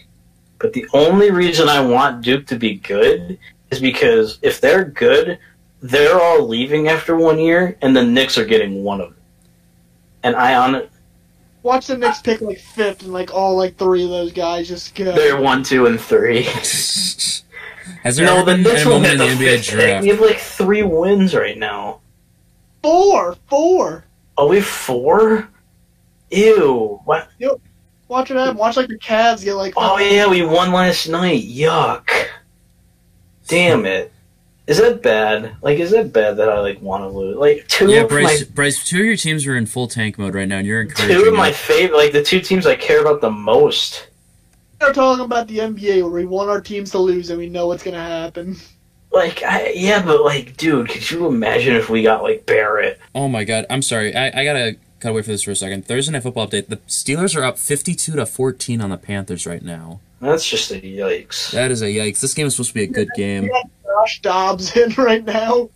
Speaker 2: but the only reason I want Duke to be good is because if they're good, they're all leaving after one year, and the Knicks are getting one of them. And I on
Speaker 3: Watch the Knicks pick like fifth, and like all like three of those guys just go.
Speaker 2: they're one, two, and three.
Speaker 1: Has there
Speaker 2: No,
Speaker 1: ever
Speaker 2: the
Speaker 1: been
Speaker 2: Knicks
Speaker 1: a
Speaker 2: will
Speaker 1: moment in
Speaker 2: get
Speaker 1: the
Speaker 2: the
Speaker 1: NBA
Speaker 2: fifth pick.
Speaker 1: draft?
Speaker 2: We have like three wins right now.
Speaker 3: four, four.
Speaker 2: Are we four? Ew! What?
Speaker 3: Watch it happen. Watch like the Cavs get like.
Speaker 2: Oh yeah, we won last night. Yuck. Damn it. Is that bad? Like, is that bad that I like want to lose? Like two
Speaker 1: Yeah,
Speaker 2: of
Speaker 1: Bryce. Bryce, two of your teams are in full tank mode right now, and you're
Speaker 2: my two of
Speaker 1: encouraging.
Speaker 2: my
Speaker 1: it.
Speaker 2: favorite, like the two teams I care about the most.
Speaker 3: They're talking about the NBA where we want our teams to lose, and we know what's gonna happen.
Speaker 2: Like, I, yeah, but like, dude, could you imagine if we got like Barrett?
Speaker 1: Oh my God! I'm sorry. I, I gotta cut away for this for a second. Thursday night football update. The Steelers are up 52 to 14 on the Panthers right now.
Speaker 2: That's just a yikes.
Speaker 1: That is a yikes. This game is supposed to be a good game.
Speaker 3: Josh Dobbs <laughs> in right now.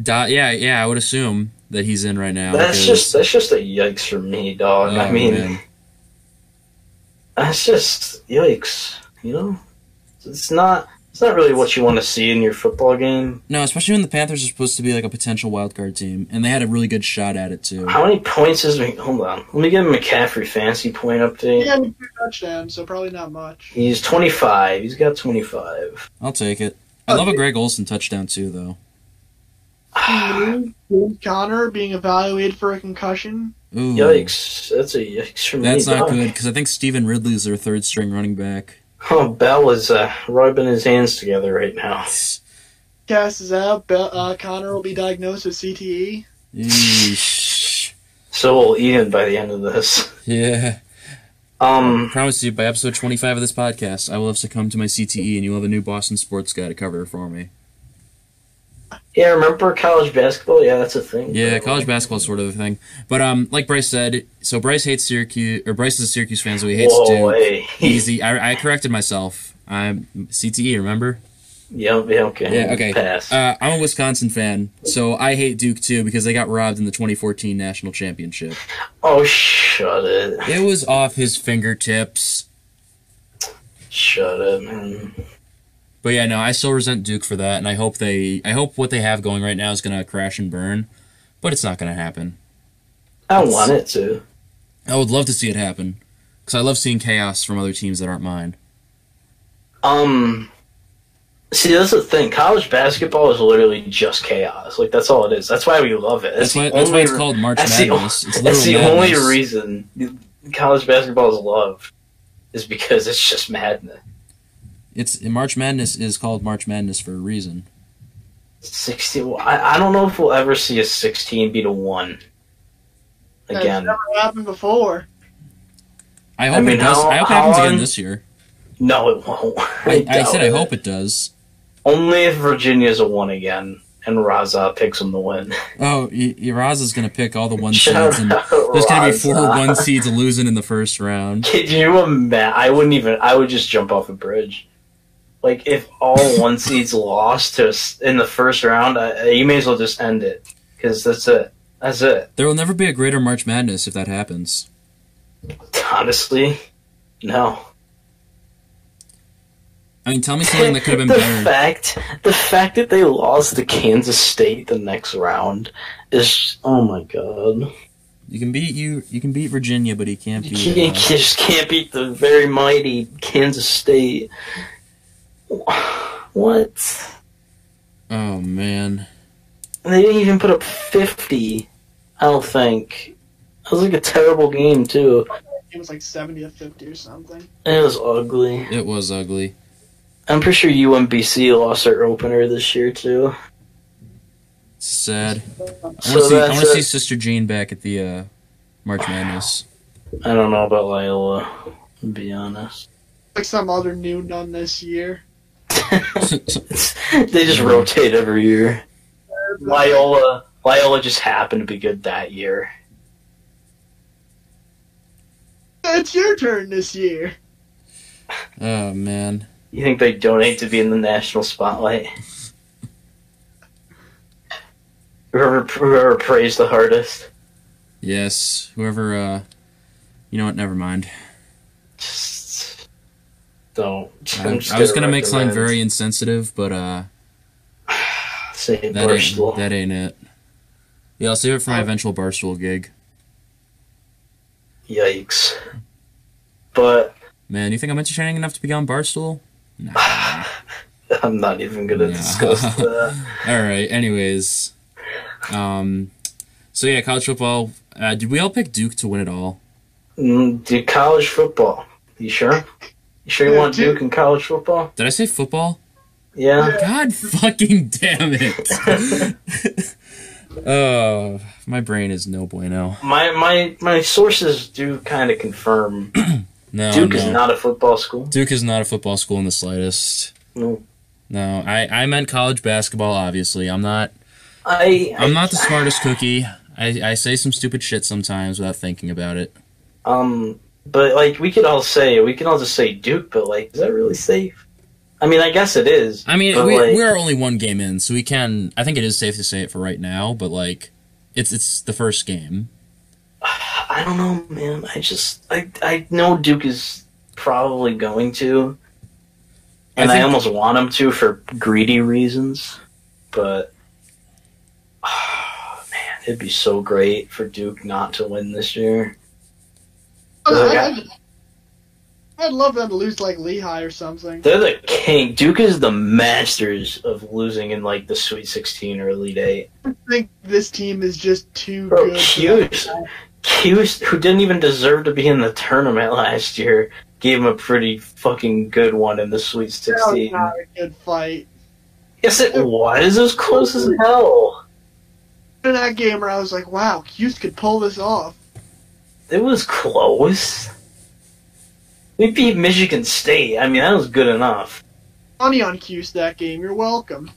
Speaker 1: Da- yeah, yeah. I would assume that he's in right now.
Speaker 2: That's
Speaker 1: because-
Speaker 2: just that's just a yikes for me, dog. I
Speaker 1: Oh,
Speaker 2: mean,
Speaker 1: man.
Speaker 2: that's just yikes. You know, it's not it's not really what you want to see in your football game.
Speaker 1: no, especially when the Panthers are supposed to be like a potential wild card team, and they had a really good shot at it too.
Speaker 2: How many points is Mc? Hold on, let me give him McCaffrey fancy point update.
Speaker 3: He
Speaker 2: <sighs>
Speaker 3: had two touchdowns, so probably not much.
Speaker 2: He's 25. He's got 25.
Speaker 1: I'll take it. I love a Greg Olson touchdown too, though.
Speaker 3: James Conner being evaluated for a concussion.
Speaker 1: Ooh,
Speaker 2: <sighs> Yikes! That's a yikes from
Speaker 1: That's
Speaker 2: me.
Speaker 1: not
Speaker 2: Doc.
Speaker 1: good because I think Stephen Ridley's their third string running back. <sighs>
Speaker 2: Oh, Bell is uh, rubbing his hands together right now.
Speaker 3: Cast is out. Be- uh, Connor will be diagnosed with E. CTE.
Speaker 1: Yeesh.
Speaker 2: So will Ian by the end of this.
Speaker 1: Yeah.
Speaker 2: Um,
Speaker 1: Promise you, by episode 25 of this podcast, I will have succumbed to my CTE and you'll have a new Boston sports guy to cover it for me.
Speaker 2: yeah, remember college basketball? Yeah, that's a thing.
Speaker 1: Yeah, college basketball is sort of a thing. But um, like Bryce said, so Bryce hates Syracuse, or Bryce is a Syracuse fan, so he hates
Speaker 2: Whoa,
Speaker 1: Duke.
Speaker 2: hey.
Speaker 1: Easy. I, I corrected myself. I'm CTE, remember?
Speaker 2: <laughs> Yep, yeah, okay.
Speaker 1: Yeah, okay.
Speaker 2: Pass.
Speaker 1: Uh, I'm a Wisconsin fan, so I hate Duke too because they got robbed in the 2014 national championship.
Speaker 2: oh, shut it.
Speaker 1: It was off his fingertips.
Speaker 2: Shut it, man.
Speaker 1: But yeah, no, I still resent Duke for that, and I hope they, I hope what they have going right now is gonna crash and burn, but it's not gonna happen.
Speaker 2: I want it to.
Speaker 1: I would love to see it happen because I love seeing chaos from other teams that aren't mine.
Speaker 2: Um, see, that's the thing. College basketball is literally just chaos. Like, that's all it is. That's why we love it.
Speaker 1: That's
Speaker 2: the
Speaker 1: why, that's why
Speaker 2: only
Speaker 1: it's
Speaker 2: re-
Speaker 1: called March
Speaker 2: that's
Speaker 1: Madness.
Speaker 2: The,
Speaker 1: It's
Speaker 2: o- that's the
Speaker 1: literal
Speaker 2: only
Speaker 1: madness.
Speaker 2: reason college basketball is loved is because it's just madness.
Speaker 1: It's March Madness is called March Madness for a reason.
Speaker 2: 16. I, I don't know if we'll ever see a 16 beat a 1
Speaker 3: That's
Speaker 2: again.
Speaker 3: never happened before.
Speaker 1: I hope
Speaker 2: mean,
Speaker 1: it does.
Speaker 2: how-
Speaker 1: I hope it
Speaker 2: how
Speaker 1: happens again
Speaker 2: long-
Speaker 1: this year.
Speaker 2: No, it won't.
Speaker 1: I, I
Speaker 2: <laughs> doubt
Speaker 1: said I hope it does.
Speaker 2: Only if Virginia's a 1 again and Raza picks them to win.
Speaker 1: Oh, I- Iraza's gonna pick all the one
Speaker 2: Shout
Speaker 1: seeds, and
Speaker 2: out
Speaker 1: there's gonna be four
Speaker 2: Raza.
Speaker 1: one seeds losing in the first
Speaker 2: <laughs>
Speaker 1: round.
Speaker 2: Could you imagine? I wouldn't even. I would just jump off a bridge. Like if
Speaker 1: <laughs>
Speaker 2: all one seeds lost to us in the first round, I, you may as well just end it because that's it. That's it.
Speaker 1: There will never be a greater March Madness if that happens.
Speaker 2: Honestly, no.
Speaker 1: I mean,
Speaker 2: <laughs>
Speaker 1: tell me something that could have been
Speaker 2: the
Speaker 1: better.
Speaker 2: fact, the fact that they lost to Kansas State the next round is oh my god.
Speaker 1: You can beat you. You can beat Virginia, but he can't
Speaker 2: You, can't,
Speaker 1: beat.
Speaker 2: you
Speaker 1: uh,
Speaker 2: just can't beat the very mighty Kansas State. <sighs> What?
Speaker 1: oh man,
Speaker 2: And They didn't even put up 50, I don't think. It was like a terrible game, too.
Speaker 3: It was like 70 to 50 or something.
Speaker 2: And it was ugly.
Speaker 1: it was ugly.
Speaker 2: I'm pretty sure UMBC lost their opener this year, too.
Speaker 1: It's sad. I
Speaker 2: So
Speaker 1: want to see. I
Speaker 2: that's
Speaker 1: want to see
Speaker 2: it.
Speaker 1: Sister Jean back at the uh, March Madness. <laughs>
Speaker 2: I don't know about Layla, to be honest. <laughs>
Speaker 3: Like some other new nun this year.
Speaker 2: they just rotate every year. Loyola, Loyola just happened to be good that year.
Speaker 3: It's your turn this year.
Speaker 1: oh man,
Speaker 2: You think they donate to be in the national spotlight? Whoever, whoever prays the hardest.
Speaker 1: yes. Whoever. uh You know what? Never mind.
Speaker 2: Just don't.
Speaker 1: I, I was gonna make something very insensitive, but uh,
Speaker 2: Say
Speaker 1: that ain't,
Speaker 2: Barstool.
Speaker 1: that ain't it. Yeah, I'll save it for my eventual barstool gig.
Speaker 2: Yikes. But
Speaker 1: Man, you think I'm entertaining enough to be on Barstool? Nah.
Speaker 2: <sighs>
Speaker 1: <laughs>
Speaker 2: I'm not even gonna
Speaker 1: Yeah. <laughs>
Speaker 2: discuss that.
Speaker 1: all right. Anyways, um, so yeah, college football. Uh, did we all pick Duke to win it all?
Speaker 2: Mm, Dude, college football. You sure? You sure you
Speaker 3: Yeah,
Speaker 2: want
Speaker 3: dude.
Speaker 2: Duke in college football?
Speaker 1: Did I say football?
Speaker 2: Yeah.
Speaker 1: God fucking damn it! <laughs> oh, my brain is no bueno.
Speaker 2: My my my sources do kind of confirm
Speaker 1: <clears throat> No,
Speaker 2: Duke
Speaker 1: Oh, no.
Speaker 2: is not a football school.
Speaker 1: Duke is not a football school in the slightest.
Speaker 2: No.
Speaker 1: No, I, I meant college basketball. Obviously, I'm not
Speaker 2: I
Speaker 1: I'm not the smartest cookie. I, I say some stupid shit sometimes without thinking about it.
Speaker 2: Um, but like we could all say we can all just say Duke, but like, is that really safe? I mean, I guess it is.
Speaker 1: I mean,
Speaker 2: but,
Speaker 1: we,
Speaker 2: like,
Speaker 1: we're only one game in, so we can. I think it is safe to say it for right now, but like, it's it's the first game.
Speaker 2: I don't know, man. I just I I know Duke is probably going to, and
Speaker 1: I
Speaker 2: I,
Speaker 1: think-
Speaker 2: almost want him to for greedy reasons, but <sighs> man, it'd be so great for Duke not to win this year.
Speaker 3: I,
Speaker 2: Okay.
Speaker 3: I, I, I'd love for them to lose to, like Lehigh or something.
Speaker 2: They're the king. Duke is the masters of losing in like the Sweet 16 or Elite 8.
Speaker 3: I think this team is just too
Speaker 2: Bro,
Speaker 3: good. for
Speaker 2: Hughes.
Speaker 3: that.
Speaker 2: Hughes, who didn't even deserve to be in the tournament <laughs> last year, gave him a pretty fucking good one in the Sweet
Speaker 3: That was
Speaker 2: 16.
Speaker 3: not a good fight.
Speaker 2: Yes, it was. It was close as hell.
Speaker 3: In that game, where I was like, "Wow, Hughes could pull this off."
Speaker 2: It was close. We beat Michigan State. I mean, that was good enough. <laughs>
Speaker 3: Money on Hughes that game. You're welcome.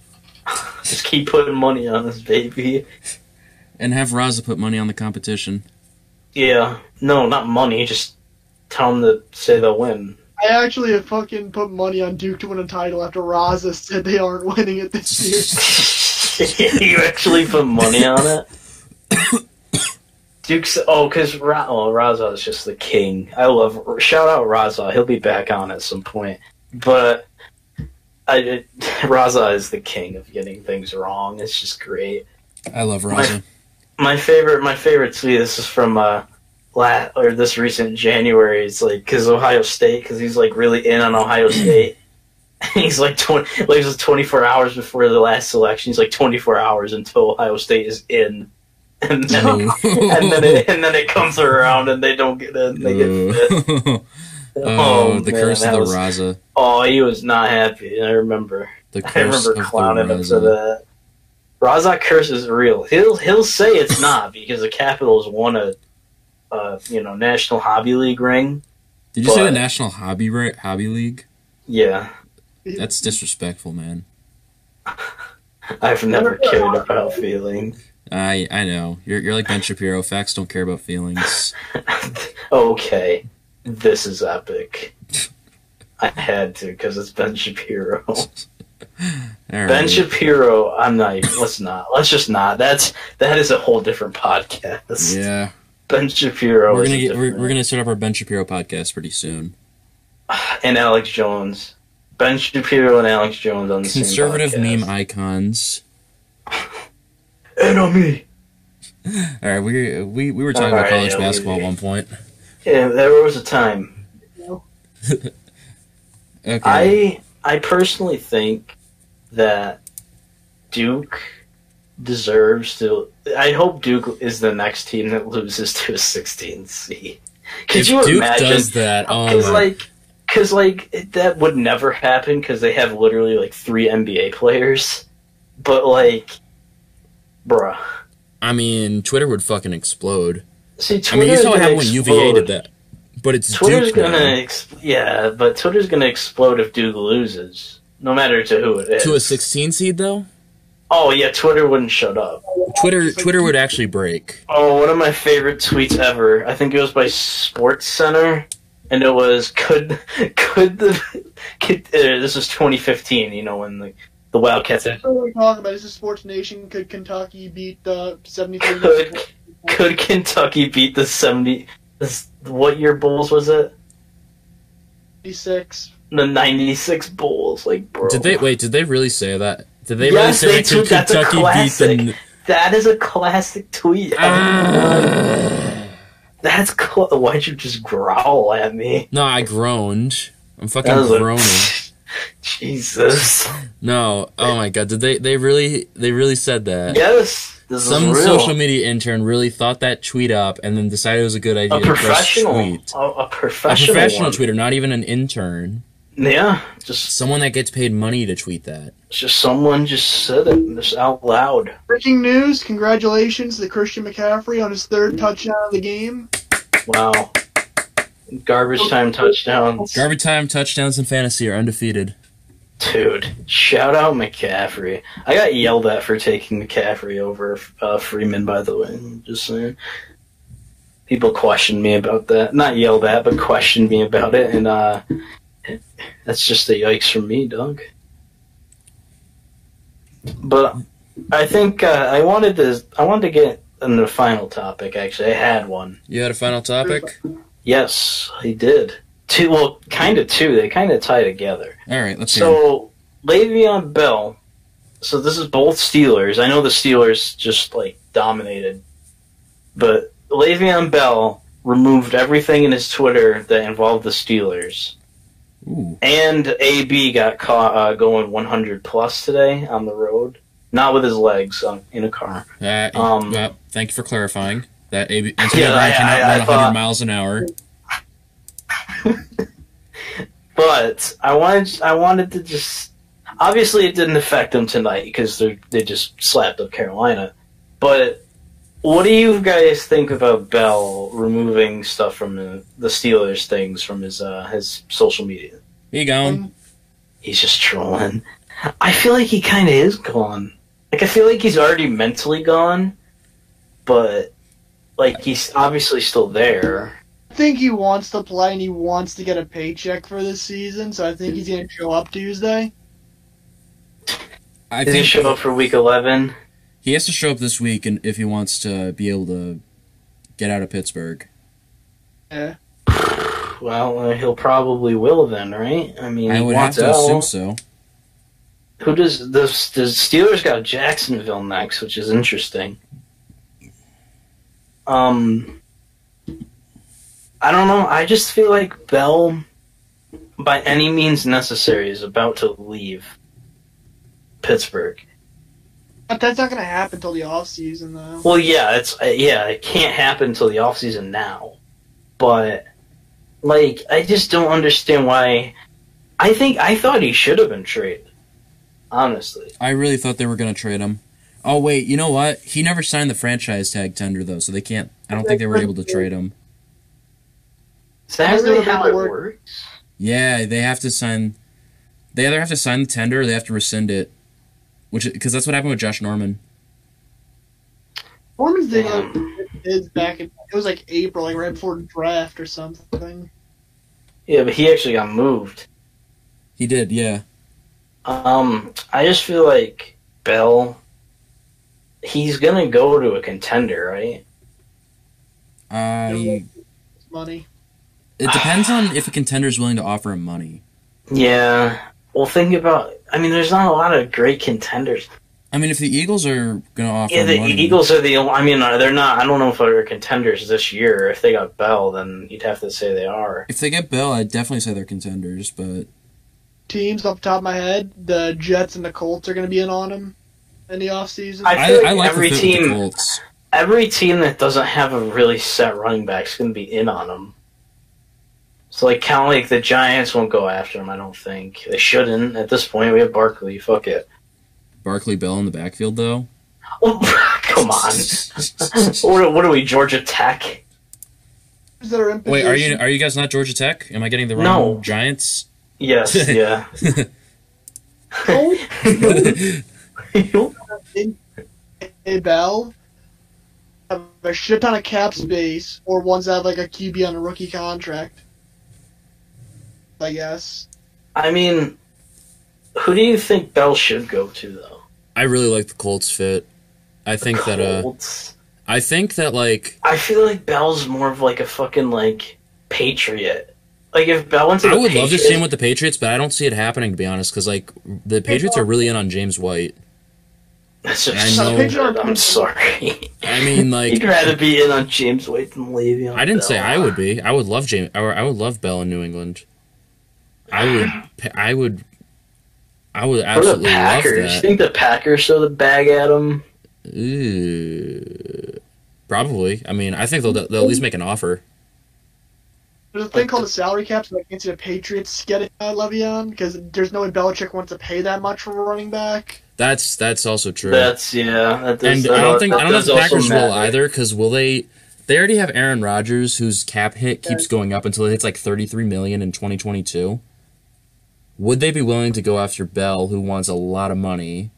Speaker 2: Just keep putting money on this baby.
Speaker 1: And have Raza put money on the competition.
Speaker 2: Yeah. No, not money. Just tell them to say they'll win.
Speaker 3: I actually have fucking put money on Duke to win a title after Raza said they aren't winning it this year.
Speaker 2: <laughs> you actually put money on it? Duke's oh, because Ra- oh, Raza is just the king. I love shout out Raza. He'll be back on at some point, but I it, <laughs> Raza is the king of getting things wrong. It's just great.
Speaker 1: I love Raza.
Speaker 2: My favorite, my favorite tweet. This is from uh, la or this recent January. It's like because Ohio State, because he's like really in
Speaker 1: <clears throat>
Speaker 2: on Ohio State. he's like twenty, like this is twenty four hours before the last election. He's like twenty four hours until Ohio State is in, and then it and then it, and then it comes around and they don't get in. <laughs> They get fifth.
Speaker 1: <laughs> oh,
Speaker 2: Oh,
Speaker 1: the
Speaker 2: man,
Speaker 1: curse of
Speaker 2: that
Speaker 1: the
Speaker 2: was- <laughs>
Speaker 1: Raza.
Speaker 2: Oh, he was not happy. I remember.
Speaker 1: The
Speaker 2: <laughs> I
Speaker 1: curse
Speaker 2: remember
Speaker 1: of the
Speaker 2: clowning him for
Speaker 1: Raza.
Speaker 2: that. Razak curse is real. He'll he'll
Speaker 1: <laughs>
Speaker 2: say it's not because the Capitals won a, a you know National Hobby League ring.
Speaker 1: Did you say the
Speaker 2: but-
Speaker 1: National Hobby Ra- Hobby League?
Speaker 2: Yeah,
Speaker 1: That's disrespectful, man.
Speaker 2: I've never cared about feelings.
Speaker 1: I I know. You're you're like Ben Shapiro. Facts don't care about feelings.
Speaker 2: <laughs> okay, this is epic. I had to because it's Ben Shapiro. <laughs>
Speaker 1: All
Speaker 2: Ben
Speaker 1: right.
Speaker 2: Shapiro, I'm not. Even, let's not. Let's just not. That's that is a whole different podcast.
Speaker 1: Yeah,
Speaker 2: Ben Shapiro.
Speaker 1: we're
Speaker 2: is
Speaker 1: gonna
Speaker 2: a
Speaker 1: get, we're,
Speaker 2: different-
Speaker 1: we're gonna set up our Ben Shapiro podcast pretty soon.
Speaker 2: and Alex Jones. Ben Shapiro and Alex Jones on the
Speaker 1: Conservative
Speaker 2: same
Speaker 1: meme
Speaker 2: podcast.
Speaker 1: icons.
Speaker 2: Enemy.
Speaker 1: All right, we we, we were talking
Speaker 2: All
Speaker 1: about
Speaker 2: right,
Speaker 1: college
Speaker 2: yeah, we-
Speaker 1: basketball at one point.
Speaker 2: Yeah, there was a time.
Speaker 1: Okay,
Speaker 2: I I personally think that Duke deserves to. I hope Duke is the next team that loses to a 16 seed. Could
Speaker 1: if
Speaker 2: you
Speaker 1: Duke
Speaker 2: imagine?
Speaker 1: does that, oh
Speaker 2: Because
Speaker 1: my
Speaker 2: like, because like it- that would never happen because they have literally like three NBA players. But like, bruh,
Speaker 1: I mean, Twitter would fucking explode.
Speaker 2: see, Twitter's
Speaker 1: I mean, you saw what
Speaker 2: gonna
Speaker 1: happened when UVA
Speaker 2: explode.
Speaker 1: did that, but it's
Speaker 2: Twitter's
Speaker 1: Duke
Speaker 2: gonna,
Speaker 1: now.
Speaker 2: ex- yeah, but Twitter's gonna explode if Duke loses, no matter to who it is.
Speaker 1: To a 16 seed though,
Speaker 2: Oh yeah, Twitter wouldn't shut up.
Speaker 1: Twitter Twitter would actually break.
Speaker 2: Oh, one of my favorite tweets ever. I think it was by Sports Center, and it was could could the could, uh, this was 2015. You know when the the Wildcats had
Speaker 3: What we're talking about is this Sports Nation. Could Kentucky beat the 73?
Speaker 2: Could could Kentucky beat the seventy? This, what year Bulls was it?
Speaker 3: 76.
Speaker 2: The ninety six Bulls, like bro.
Speaker 1: Did they wait? Did they really say that? Did they
Speaker 2: Yes,
Speaker 1: really
Speaker 2: they
Speaker 1: say
Speaker 2: do.
Speaker 1: that?
Speaker 2: That's a
Speaker 1: Kentucky beat the?
Speaker 2: classic. That is a classic tweet.
Speaker 1: Ah.
Speaker 2: That's cl- why'd you just growl at me?
Speaker 1: No, I groaned. I'm fucking
Speaker 2: That was a-
Speaker 1: groaning.
Speaker 2: <laughs> Jesus.
Speaker 1: No, oh my god, did they? They really? They really said that?
Speaker 2: Yes, this
Speaker 1: Some
Speaker 2: is real.
Speaker 1: social media intern really thought that tweet up and then decided it was a good idea
Speaker 2: a
Speaker 1: to press
Speaker 2: professional,
Speaker 1: tweet.
Speaker 2: a, a
Speaker 1: A
Speaker 2: professional,
Speaker 1: professional
Speaker 2: one.
Speaker 1: tweeter, not even an intern.
Speaker 2: Yeah, just
Speaker 1: Someone that gets paid money to tweet that.
Speaker 2: just someone just said it just out loud.
Speaker 3: Breaking news! Congratulations to Christian McCaffrey on his third touchdown of the game.
Speaker 2: Wow. Garbage time touchdown,
Speaker 1: Garbage time touchdowns and fantasy are undefeated.
Speaker 2: dude. Shout out McCaffrey. I got yelled at for taking McCaffrey over uh, Freeman. By the way, just saying. People questioned me about that. Not yelled at, but questioned me about it, and uh, that's just the yikes from me, Doug. But I think uh, I wanted to. I wanted to get into the final topic. Actually, I had one.
Speaker 1: You had a final topic?
Speaker 2: Yes, he did. Two, well, kind of two. They kind of tie together.
Speaker 1: All right, let's hear. it.
Speaker 2: So Le'Veon Bell. So this is both Steelers. I know the Steelers just like dominated, but Le'Veon Bell removed everything in his Twitter that involved the Steelers.
Speaker 1: Ooh.
Speaker 2: And AB got caught uh, going 100 plus today on the road, not with his legs um, in a car.
Speaker 1: That,
Speaker 2: Um,
Speaker 1: uh, thank you for clarifying. That AB, Antonio
Speaker 2: Yeah,
Speaker 1: Brown
Speaker 2: I-
Speaker 1: cannot
Speaker 2: I-
Speaker 1: run
Speaker 2: I
Speaker 1: 100
Speaker 2: thought-
Speaker 1: miles an hour.
Speaker 2: But I wanted I wanted to just obviously it didn't affect them tonight because they they just slapped up Carolina. But what do you guys think about Bell removing stuff from the, the Steelers things from his uh, his social media?
Speaker 1: Here you
Speaker 3: Um,
Speaker 1: go.
Speaker 2: He's just trolling. I feel like he kind of is gone. Like I feel like he's already mentally gone, but like he's obviously still there.
Speaker 3: I think he wants to play and he wants to get a paycheck for this season, so I think he's going to show up Tuesday.
Speaker 1: I
Speaker 2: Did he
Speaker 1: think
Speaker 2: show up for week eleven?
Speaker 1: he has to show up this week and if he wants to be able to get out of Pittsburgh.
Speaker 3: Yeah.
Speaker 2: Well, uh, he'll probably will then, right? I mean,
Speaker 1: I
Speaker 2: he
Speaker 1: would have
Speaker 2: wants
Speaker 1: to
Speaker 2: out.
Speaker 1: assume so.
Speaker 2: Who does the, the Steelers got Jacksonville next, which is interesting. Um, I don't know. I just feel like Bell, by any means necessary, is about to leave Pittsburgh.
Speaker 3: But that's not going to happen till the offseason, though.
Speaker 2: Well, yeah, it's uh, yeah, it can't happen until the off season now. But like, I just don't understand why. I think I thought he should have been traded. Honestly,
Speaker 1: I really thought they were going to trade him. Oh wait, you know what? He never signed the franchise tag tender though, so they can't. I don't think they were able to trade him.
Speaker 2: is that
Speaker 3: That's
Speaker 2: really
Speaker 3: not
Speaker 2: how
Speaker 3: gonna
Speaker 2: it
Speaker 3: work.
Speaker 2: works?
Speaker 1: Yeah, they have to sign. They either have to sign the tender or they have to rescind it, which because that's what happened with Josh Norman.
Speaker 3: Norman's thing
Speaker 2: Yeah.
Speaker 3: is back in, it was like April, like right before draft or something.
Speaker 2: Yeah, but he actually got moved.
Speaker 1: He did, yeah.
Speaker 2: Um, I just feel like Bell. He's gonna go to a contender, right?
Speaker 1: I.
Speaker 3: Money.
Speaker 1: It depends on if a contender's willing to offer him money.
Speaker 2: Yeah. Well, think about. I mean, there's not a lot of great contenders.
Speaker 1: I mean, if the Eagles are gonna offer
Speaker 2: Yeah,
Speaker 1: him
Speaker 2: the
Speaker 1: money,
Speaker 2: Eagles are the. only- I mean, uh, they're not. I don't know if they're contenders this year. If they got Bell, then you'd have to say they are.
Speaker 1: if they get Bell, I'd definitely say they're contenders. But
Speaker 3: Teams off the top of my head, the Jets and the Colts are going to be in on him in the offseason.
Speaker 2: I-
Speaker 1: I,
Speaker 2: feel like
Speaker 1: I like
Speaker 2: every
Speaker 1: the fit with
Speaker 2: team-
Speaker 1: the Colts.
Speaker 2: Every team that doesn't have a really set running back is going to be in on him. So, like, count like the Giants won't go after him. I don't think they shouldn't at this point. We have Barkley. Fuck it. <laughs>
Speaker 1: Barkley Bell in the backfield, though.
Speaker 2: Oh,
Speaker 1: <laughs>
Speaker 2: come on. what, are, what are we, Georgia Tech?
Speaker 3: Teams that are in
Speaker 1: Wait, are you
Speaker 3: position-
Speaker 1: are you guys not Georgia Tech? Am I getting the wrong
Speaker 2: No. <laughs>
Speaker 1: Giants? <laughs>
Speaker 2: Yes. Yeah.
Speaker 3: Colts
Speaker 1: That's
Speaker 3: a bell, have a shit ton of cap space, or ones that have like a QB on a rookie contract. I guess.
Speaker 2: I mean, who do you think Bell should go to though?
Speaker 1: I really like the Colts fit. I think that uh
Speaker 2: Colts?
Speaker 1: I think that like
Speaker 2: I feel like Bell's more of like a fucking like patriot. Like if Bell went to
Speaker 1: I
Speaker 2: the
Speaker 1: would love to
Speaker 2: Patriots-
Speaker 1: see him with the Patriots, but I don't see it happening to be honest cuz like the Patriots are really in on James White.
Speaker 2: That's
Speaker 1: I
Speaker 2: just
Speaker 1: know.
Speaker 2: so weird. I'm sorry.
Speaker 1: I mean
Speaker 2: You'd
Speaker 1: like
Speaker 2: <laughs> rather be in on James White than Le'Veon.
Speaker 1: I didn't say
Speaker 2: Bell.
Speaker 1: I would be. I would love James I, I would love Bell in New England. I would I would I would
Speaker 2: Or the
Speaker 1: absolutely love
Speaker 2: Packers. You
Speaker 1: that.
Speaker 2: think the Packers throw the bag at him?
Speaker 1: Ooh. Probably. I mean, I think they'll they'll at least make an offer.
Speaker 3: There's a thing called the salary cap, so I can't see the Patriots getting uh, Le'Veon because there's no way Belichick wants to pay that much for a running back.
Speaker 1: That's that's also true.
Speaker 2: That's yeah. That
Speaker 1: and
Speaker 2: does, that
Speaker 1: I don't
Speaker 2: does-
Speaker 1: think
Speaker 2: that
Speaker 1: I don't know if
Speaker 2: does
Speaker 1: the
Speaker 2: also
Speaker 1: Packers will
Speaker 2: matter.
Speaker 1: either because will they? They already have Aaron Rodgers, whose cap hit keeps going up until it hits like thirty three million in twenty twenty two. Would they be willing to go after Bell, who wants a lot of money?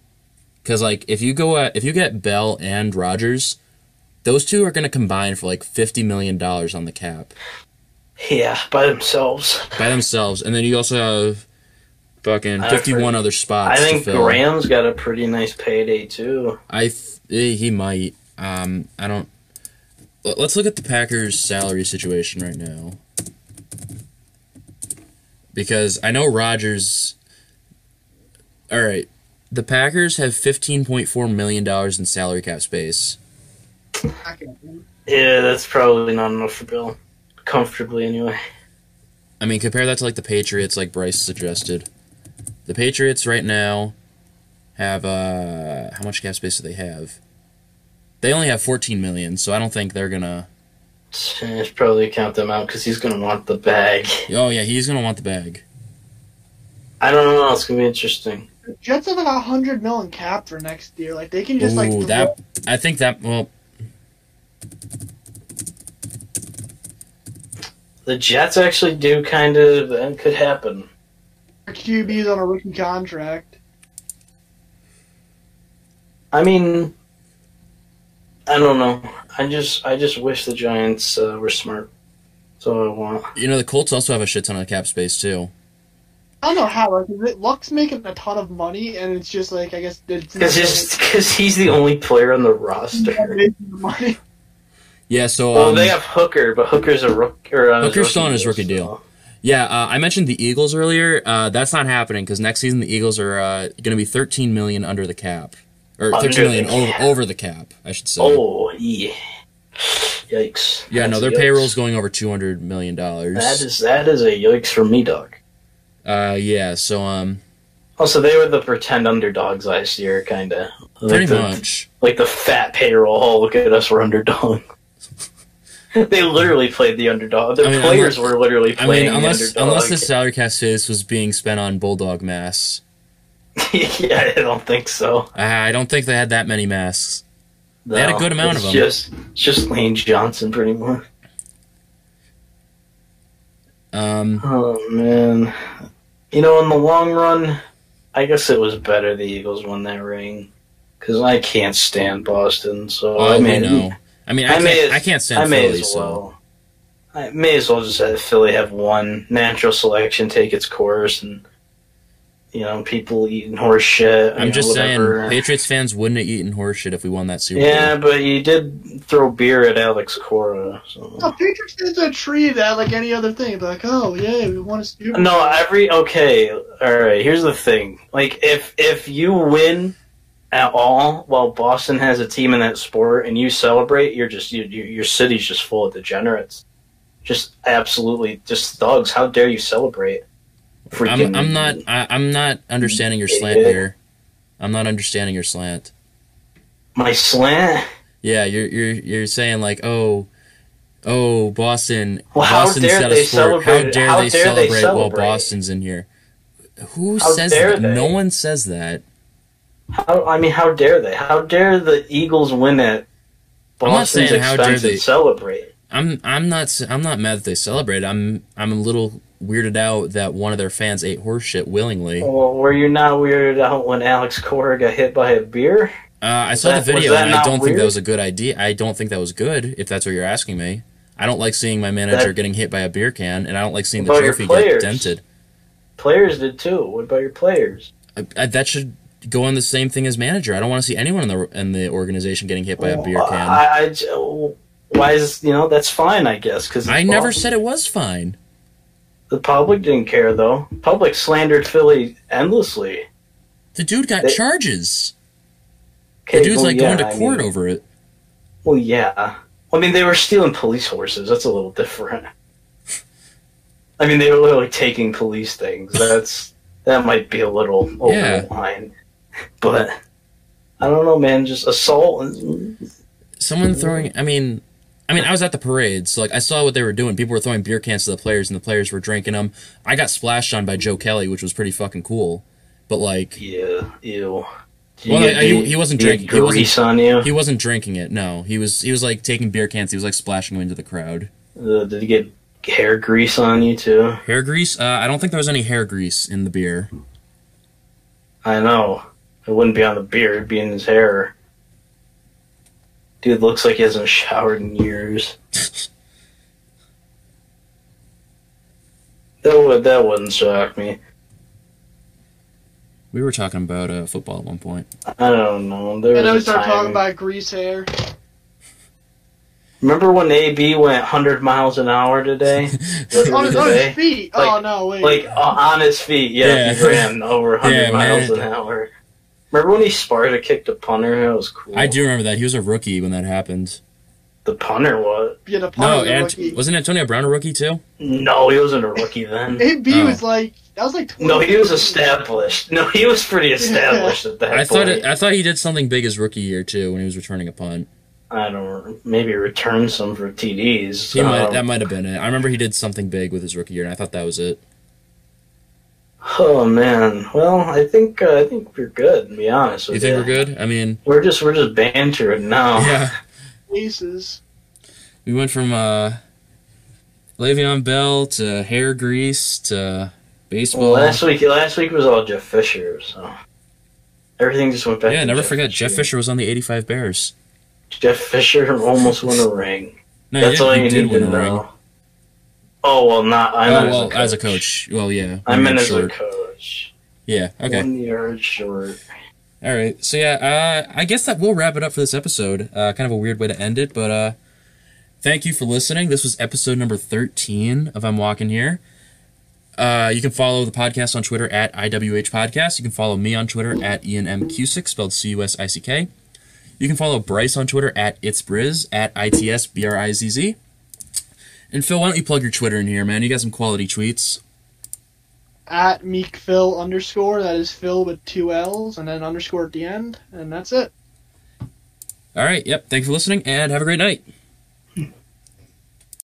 Speaker 1: Because like if you go at, if you get Bell and Rodgers, those two are going to combine for like fifty million dollars on the cap
Speaker 2: Yeah, by themselves.
Speaker 1: by themselves, and then you also have fucking
Speaker 2: I
Speaker 1: fifty one other
Speaker 2: I
Speaker 1: spots.
Speaker 2: think
Speaker 1: to fill.
Speaker 2: Graham's got a pretty nice payday too.
Speaker 1: I th- eh, he might. Um, I don't. L- Let's look at the Packers' salary situation right now, because I know Rodgers. All right, the Packers have fifteen point four million dollars in salary cap space.
Speaker 2: Yeah, that's probably not enough for Bill. Comfortably, anyway.
Speaker 1: I mean, compare that to like the Patriots, like Bryce suggested. The Patriots right now have uh how much cap space do they have? They only have 14 million, so I don't think they're gonna.
Speaker 2: I should probably count them out because he's gonna want the bag.
Speaker 1: Oh yeah, he's gonna want the bag.
Speaker 2: I don't know. It's gonna be interesting.
Speaker 3: Jets have about hundred million cap for next year. Like they can just like
Speaker 1: Ooh,
Speaker 3: throw-
Speaker 1: that I think that well,
Speaker 2: The Jets actually do kind of and could happen.
Speaker 3: QBs on a rookie contract.
Speaker 2: I mean, I don't know. I just I just wish the Giants uh, were smart. That's all I want.
Speaker 1: you know the Colts also have a shit ton of cap space too.
Speaker 3: I don't know how. Like, is it- Luck's making a ton of money, and it's just like I guess it's
Speaker 2: Because he's the only player on the roster.
Speaker 3: making the money. <laughs>
Speaker 1: Yeah, so
Speaker 2: Well,
Speaker 1: um,
Speaker 2: they have Hooker, but Hooker's a rook. Or uh, on
Speaker 1: Hooker's still on his rookie
Speaker 2: so-
Speaker 1: deal. yeah, uh, I mentioned the Eagles earlier. Uh, that's not happening because next season the Eagles are uh, gonna be 13 million under the cap, or
Speaker 2: Under
Speaker 1: 13 million
Speaker 2: the
Speaker 1: over,
Speaker 2: cap.
Speaker 1: over the cap, I should say.
Speaker 2: Oh yeah, yikes!
Speaker 1: Yeah, no,
Speaker 2: That's
Speaker 1: their
Speaker 2: yikes.
Speaker 1: payroll's going over two hundred million dollars.
Speaker 2: That is that is a yikes for me, dog.
Speaker 1: uh, yeah. So um,
Speaker 2: Also, they were the pretend underdogs last year, kind of. Like
Speaker 1: pretty
Speaker 2: the,
Speaker 1: much.
Speaker 2: Like the fat payroll. Oh, look at us, we're underdog. <laughs> they literally played the underdog. Their
Speaker 1: I mean,
Speaker 2: players
Speaker 1: unless-
Speaker 2: were literally
Speaker 1: I
Speaker 2: playing
Speaker 1: mean, unless
Speaker 2: the underdog.
Speaker 1: unless the salary cap space was being spent on bulldog masks,
Speaker 2: <laughs> yeah, I don't think so.
Speaker 1: I I don't think they had that many masks. They had a
Speaker 2: No,
Speaker 1: good amount
Speaker 2: it's
Speaker 1: of 'em.
Speaker 2: Just, it's just Lane Johnson, pretty much.
Speaker 1: Um,
Speaker 2: Oh man, you know, in the long run, I guess it was better the Eagles won that ring because I can't stand Boston. So
Speaker 1: oh,
Speaker 2: I
Speaker 1: we
Speaker 2: mean,
Speaker 1: know. I mean, I,
Speaker 2: I
Speaker 1: can't.
Speaker 2: may as-
Speaker 1: I can't stand
Speaker 2: I may
Speaker 1: Philly,
Speaker 2: as
Speaker 1: so
Speaker 2: well. I may as well just have Philly have one natural selection take its course, and you know, people eating horse shit. you
Speaker 1: I'm
Speaker 2: know,
Speaker 1: just
Speaker 2: whatever.
Speaker 1: saying, Patriots fans wouldn't have eaten horse shit if we won that Super
Speaker 2: Yeah,
Speaker 1: Bowl.
Speaker 2: but you did throw beer at Alex Cora. So.
Speaker 3: No, Oh, Patriots fans are treated that like any other thing. They're like, oh yeah, we want to. Super
Speaker 2: No,
Speaker 3: Bowl.
Speaker 2: every okay. All right, here's the thing. Like if if you win at all while Boston has a team in that sport and you celebrate, you're just you, you, your city's just full of degenerates. Just absolutely just thugs. How dare you celebrate?
Speaker 1: I'm, I'm not. I, I'm not understanding your slant
Speaker 2: Idiot.
Speaker 1: here. I'm not understanding your slant.
Speaker 2: my slant.
Speaker 1: Yeah, you're you're you're saying like, oh, oh, Boston,
Speaker 2: Well, how
Speaker 1: Boston's
Speaker 2: dare
Speaker 1: out of
Speaker 2: they
Speaker 1: sport. How
Speaker 2: celebrate-
Speaker 1: dare,
Speaker 2: how
Speaker 1: they,
Speaker 2: dare
Speaker 1: celebrate
Speaker 2: they
Speaker 1: while
Speaker 2: celebrate?
Speaker 1: Boston's in here? Who
Speaker 2: How
Speaker 1: says
Speaker 2: dare
Speaker 1: that? No
Speaker 2: they?
Speaker 1: one says that.
Speaker 2: How I mean, how dare they? How dare the Eagles win at
Speaker 1: I'm not
Speaker 2: Boston's
Speaker 1: saying how dare
Speaker 2: expense
Speaker 1: they.
Speaker 2: and celebrate?
Speaker 1: I'm I'm not s- I'm not mad that they celebrate. I'm I'm a little weirded out that one of their fans ate horse shit willingly. Uh,
Speaker 2: Well, were you not weirded out when Alex Cora got hit by a beer?
Speaker 1: Uh, I saw
Speaker 2: That-
Speaker 1: the
Speaker 2: was
Speaker 1: video
Speaker 2: that
Speaker 1: and I
Speaker 2: not
Speaker 1: don't think that
Speaker 2: weird?
Speaker 1: was a good idea. I don't think that was good. If that's what you're asking me, I don't like seeing my manager
Speaker 2: That-
Speaker 1: getting hit by a beer can, and I don't like seeing the
Speaker 2: About your
Speaker 1: trophy get
Speaker 2: players.
Speaker 1: dented.
Speaker 2: Players did too. What about your players?
Speaker 1: I, I, Uh, that should go on the same thing as manager. I don't want to see anyone in the in the organization getting hit by a beer can. I,
Speaker 2: I, I j- why is you know that's fine, I guess. Because
Speaker 1: never said it was fine.
Speaker 2: the public didn't care though. Public slandered Philly endlessly.
Speaker 1: The dude got
Speaker 2: They-
Speaker 1: charges.
Speaker 2: Okay,
Speaker 1: The dude's
Speaker 2: well,
Speaker 1: like
Speaker 2: yeah,
Speaker 1: going to
Speaker 2: I
Speaker 1: court
Speaker 2: mean-
Speaker 1: over it.
Speaker 2: Well, yeah. I mean, they were stealing police horses. That's a little different. I mean, they were literally taking police things. That's that might be a little over
Speaker 1: Yeah.
Speaker 2: the line, but I don't know, man. Just assault. mm, And,
Speaker 1: Someone throwing. I mean, I mean, I was at the parade, so like I saw what they were doing. People were throwing beer cans to the players, and the players were drinking them. I got splashed on by Joe Kelly, which was pretty fucking cool. But like,
Speaker 2: yeah, ew. Do
Speaker 1: Well,
Speaker 2: get
Speaker 1: I- I- he-
Speaker 2: the-
Speaker 1: he wasn't
Speaker 2: do you
Speaker 1: drinking-
Speaker 2: get
Speaker 1: he wasn't-
Speaker 2: Grease on you.
Speaker 1: he wasn't drinking it. No, he was. He was like taking beer cans. He was like splashing them into the crowd.
Speaker 2: Uh, did he get hair grease on you too?
Speaker 1: Hair grease. Uh, I don't think there was any hair grease in the beer.
Speaker 2: I know. It wouldn't be on the beard, it'd be in his hair. Dude looks like he hasn't showered in years. <laughs> that would that wouldn't shock me.
Speaker 1: We were talking about uh, football at one point. <laughs>
Speaker 2: I don't know. There
Speaker 3: And then we
Speaker 2: was a
Speaker 3: start talking
Speaker 2: time.
Speaker 3: about grease
Speaker 2: <laughs>
Speaker 3: hair.
Speaker 2: Remember when AB went 100 miles an hour
Speaker 1: <laughs>
Speaker 2: today?
Speaker 3: Like, on, his, on his
Speaker 2: Today?
Speaker 3: feet.
Speaker 2: Like-
Speaker 3: oh no, wait.
Speaker 2: Like o- on his feet, yeah, he
Speaker 1: <laughs> Yeah.
Speaker 2: ran over 100
Speaker 1: Yeah,
Speaker 2: miles
Speaker 1: man.
Speaker 2: an hour. Remember when he Sparta kicked a punter? That was cool.
Speaker 1: I do remember that. He was a rookie when that happened.
Speaker 2: The punter was
Speaker 3: Being a
Speaker 1: No,
Speaker 3: part of
Speaker 1: Ant-
Speaker 3: rookie.
Speaker 1: wasn't Antonio Brown a rookie too?
Speaker 2: no, he wasn't a rookie then.
Speaker 3: AB
Speaker 1: Oh.
Speaker 3: was like that was like
Speaker 2: No, he was
Speaker 3: 20.
Speaker 2: established. No, he was pretty established at that
Speaker 1: I
Speaker 2: point.
Speaker 1: thought it, I thought he did something big his rookie year too when he was returning a punt.
Speaker 2: I don't. Maybe return some for TDs.
Speaker 1: He might,
Speaker 2: Um,
Speaker 1: that might have been it. I remember he did something big with his rookie year, and I thought that was it.
Speaker 2: Oh man. Well, I think uh, I think we're good. To be honest
Speaker 1: You
Speaker 2: with
Speaker 1: think we're good? I mean,
Speaker 2: We're just we're just bantering now.
Speaker 1: yeah,
Speaker 3: Aces.
Speaker 1: we went from uh, Le'Veon Bell to hair grease to
Speaker 2: Well,
Speaker 1: baseball.
Speaker 2: last week last week was all Jeff Fisher, so everything just went back.
Speaker 1: yeah,
Speaker 2: to
Speaker 1: never forget Jeff Fisher was on the '85 Bears.
Speaker 2: Jeff Fisher almost won a ring.
Speaker 1: No, he
Speaker 2: That's
Speaker 1: did,
Speaker 2: all
Speaker 1: he
Speaker 2: you
Speaker 1: did
Speaker 2: need
Speaker 1: win
Speaker 2: to
Speaker 1: a ring.
Speaker 2: know. Oh well, not I
Speaker 1: oh
Speaker 2: meant
Speaker 1: well, as a coach. Well, yeah.
Speaker 2: I meant as a
Speaker 1: Sure.
Speaker 2: coach.
Speaker 1: Yeah. Okay.
Speaker 2: One yard short.
Speaker 1: All right. So yeah, uh, I guess that will wrap it up for this episode. Uh, kind of a weird way to end it, but uh, thank you for listening. This was episode number thirteen of I'm Walking Here. Uh, you can follow the podcast on Twitter at IWH Podcast. You can follow me on Twitter at Ian M. Cusick, spelled C U S I C K. You can follow Bryce on Twitter at It's Briz, at I T S B R I Z Z. And Phil, why don't you plug your Twitter in here, man? You got some quality tweets.
Speaker 3: At meek Phil underscore, that is Phil with two L's and then underscore at the end, and that's it.
Speaker 1: All right. Yep. Thank you for listening and have a great night.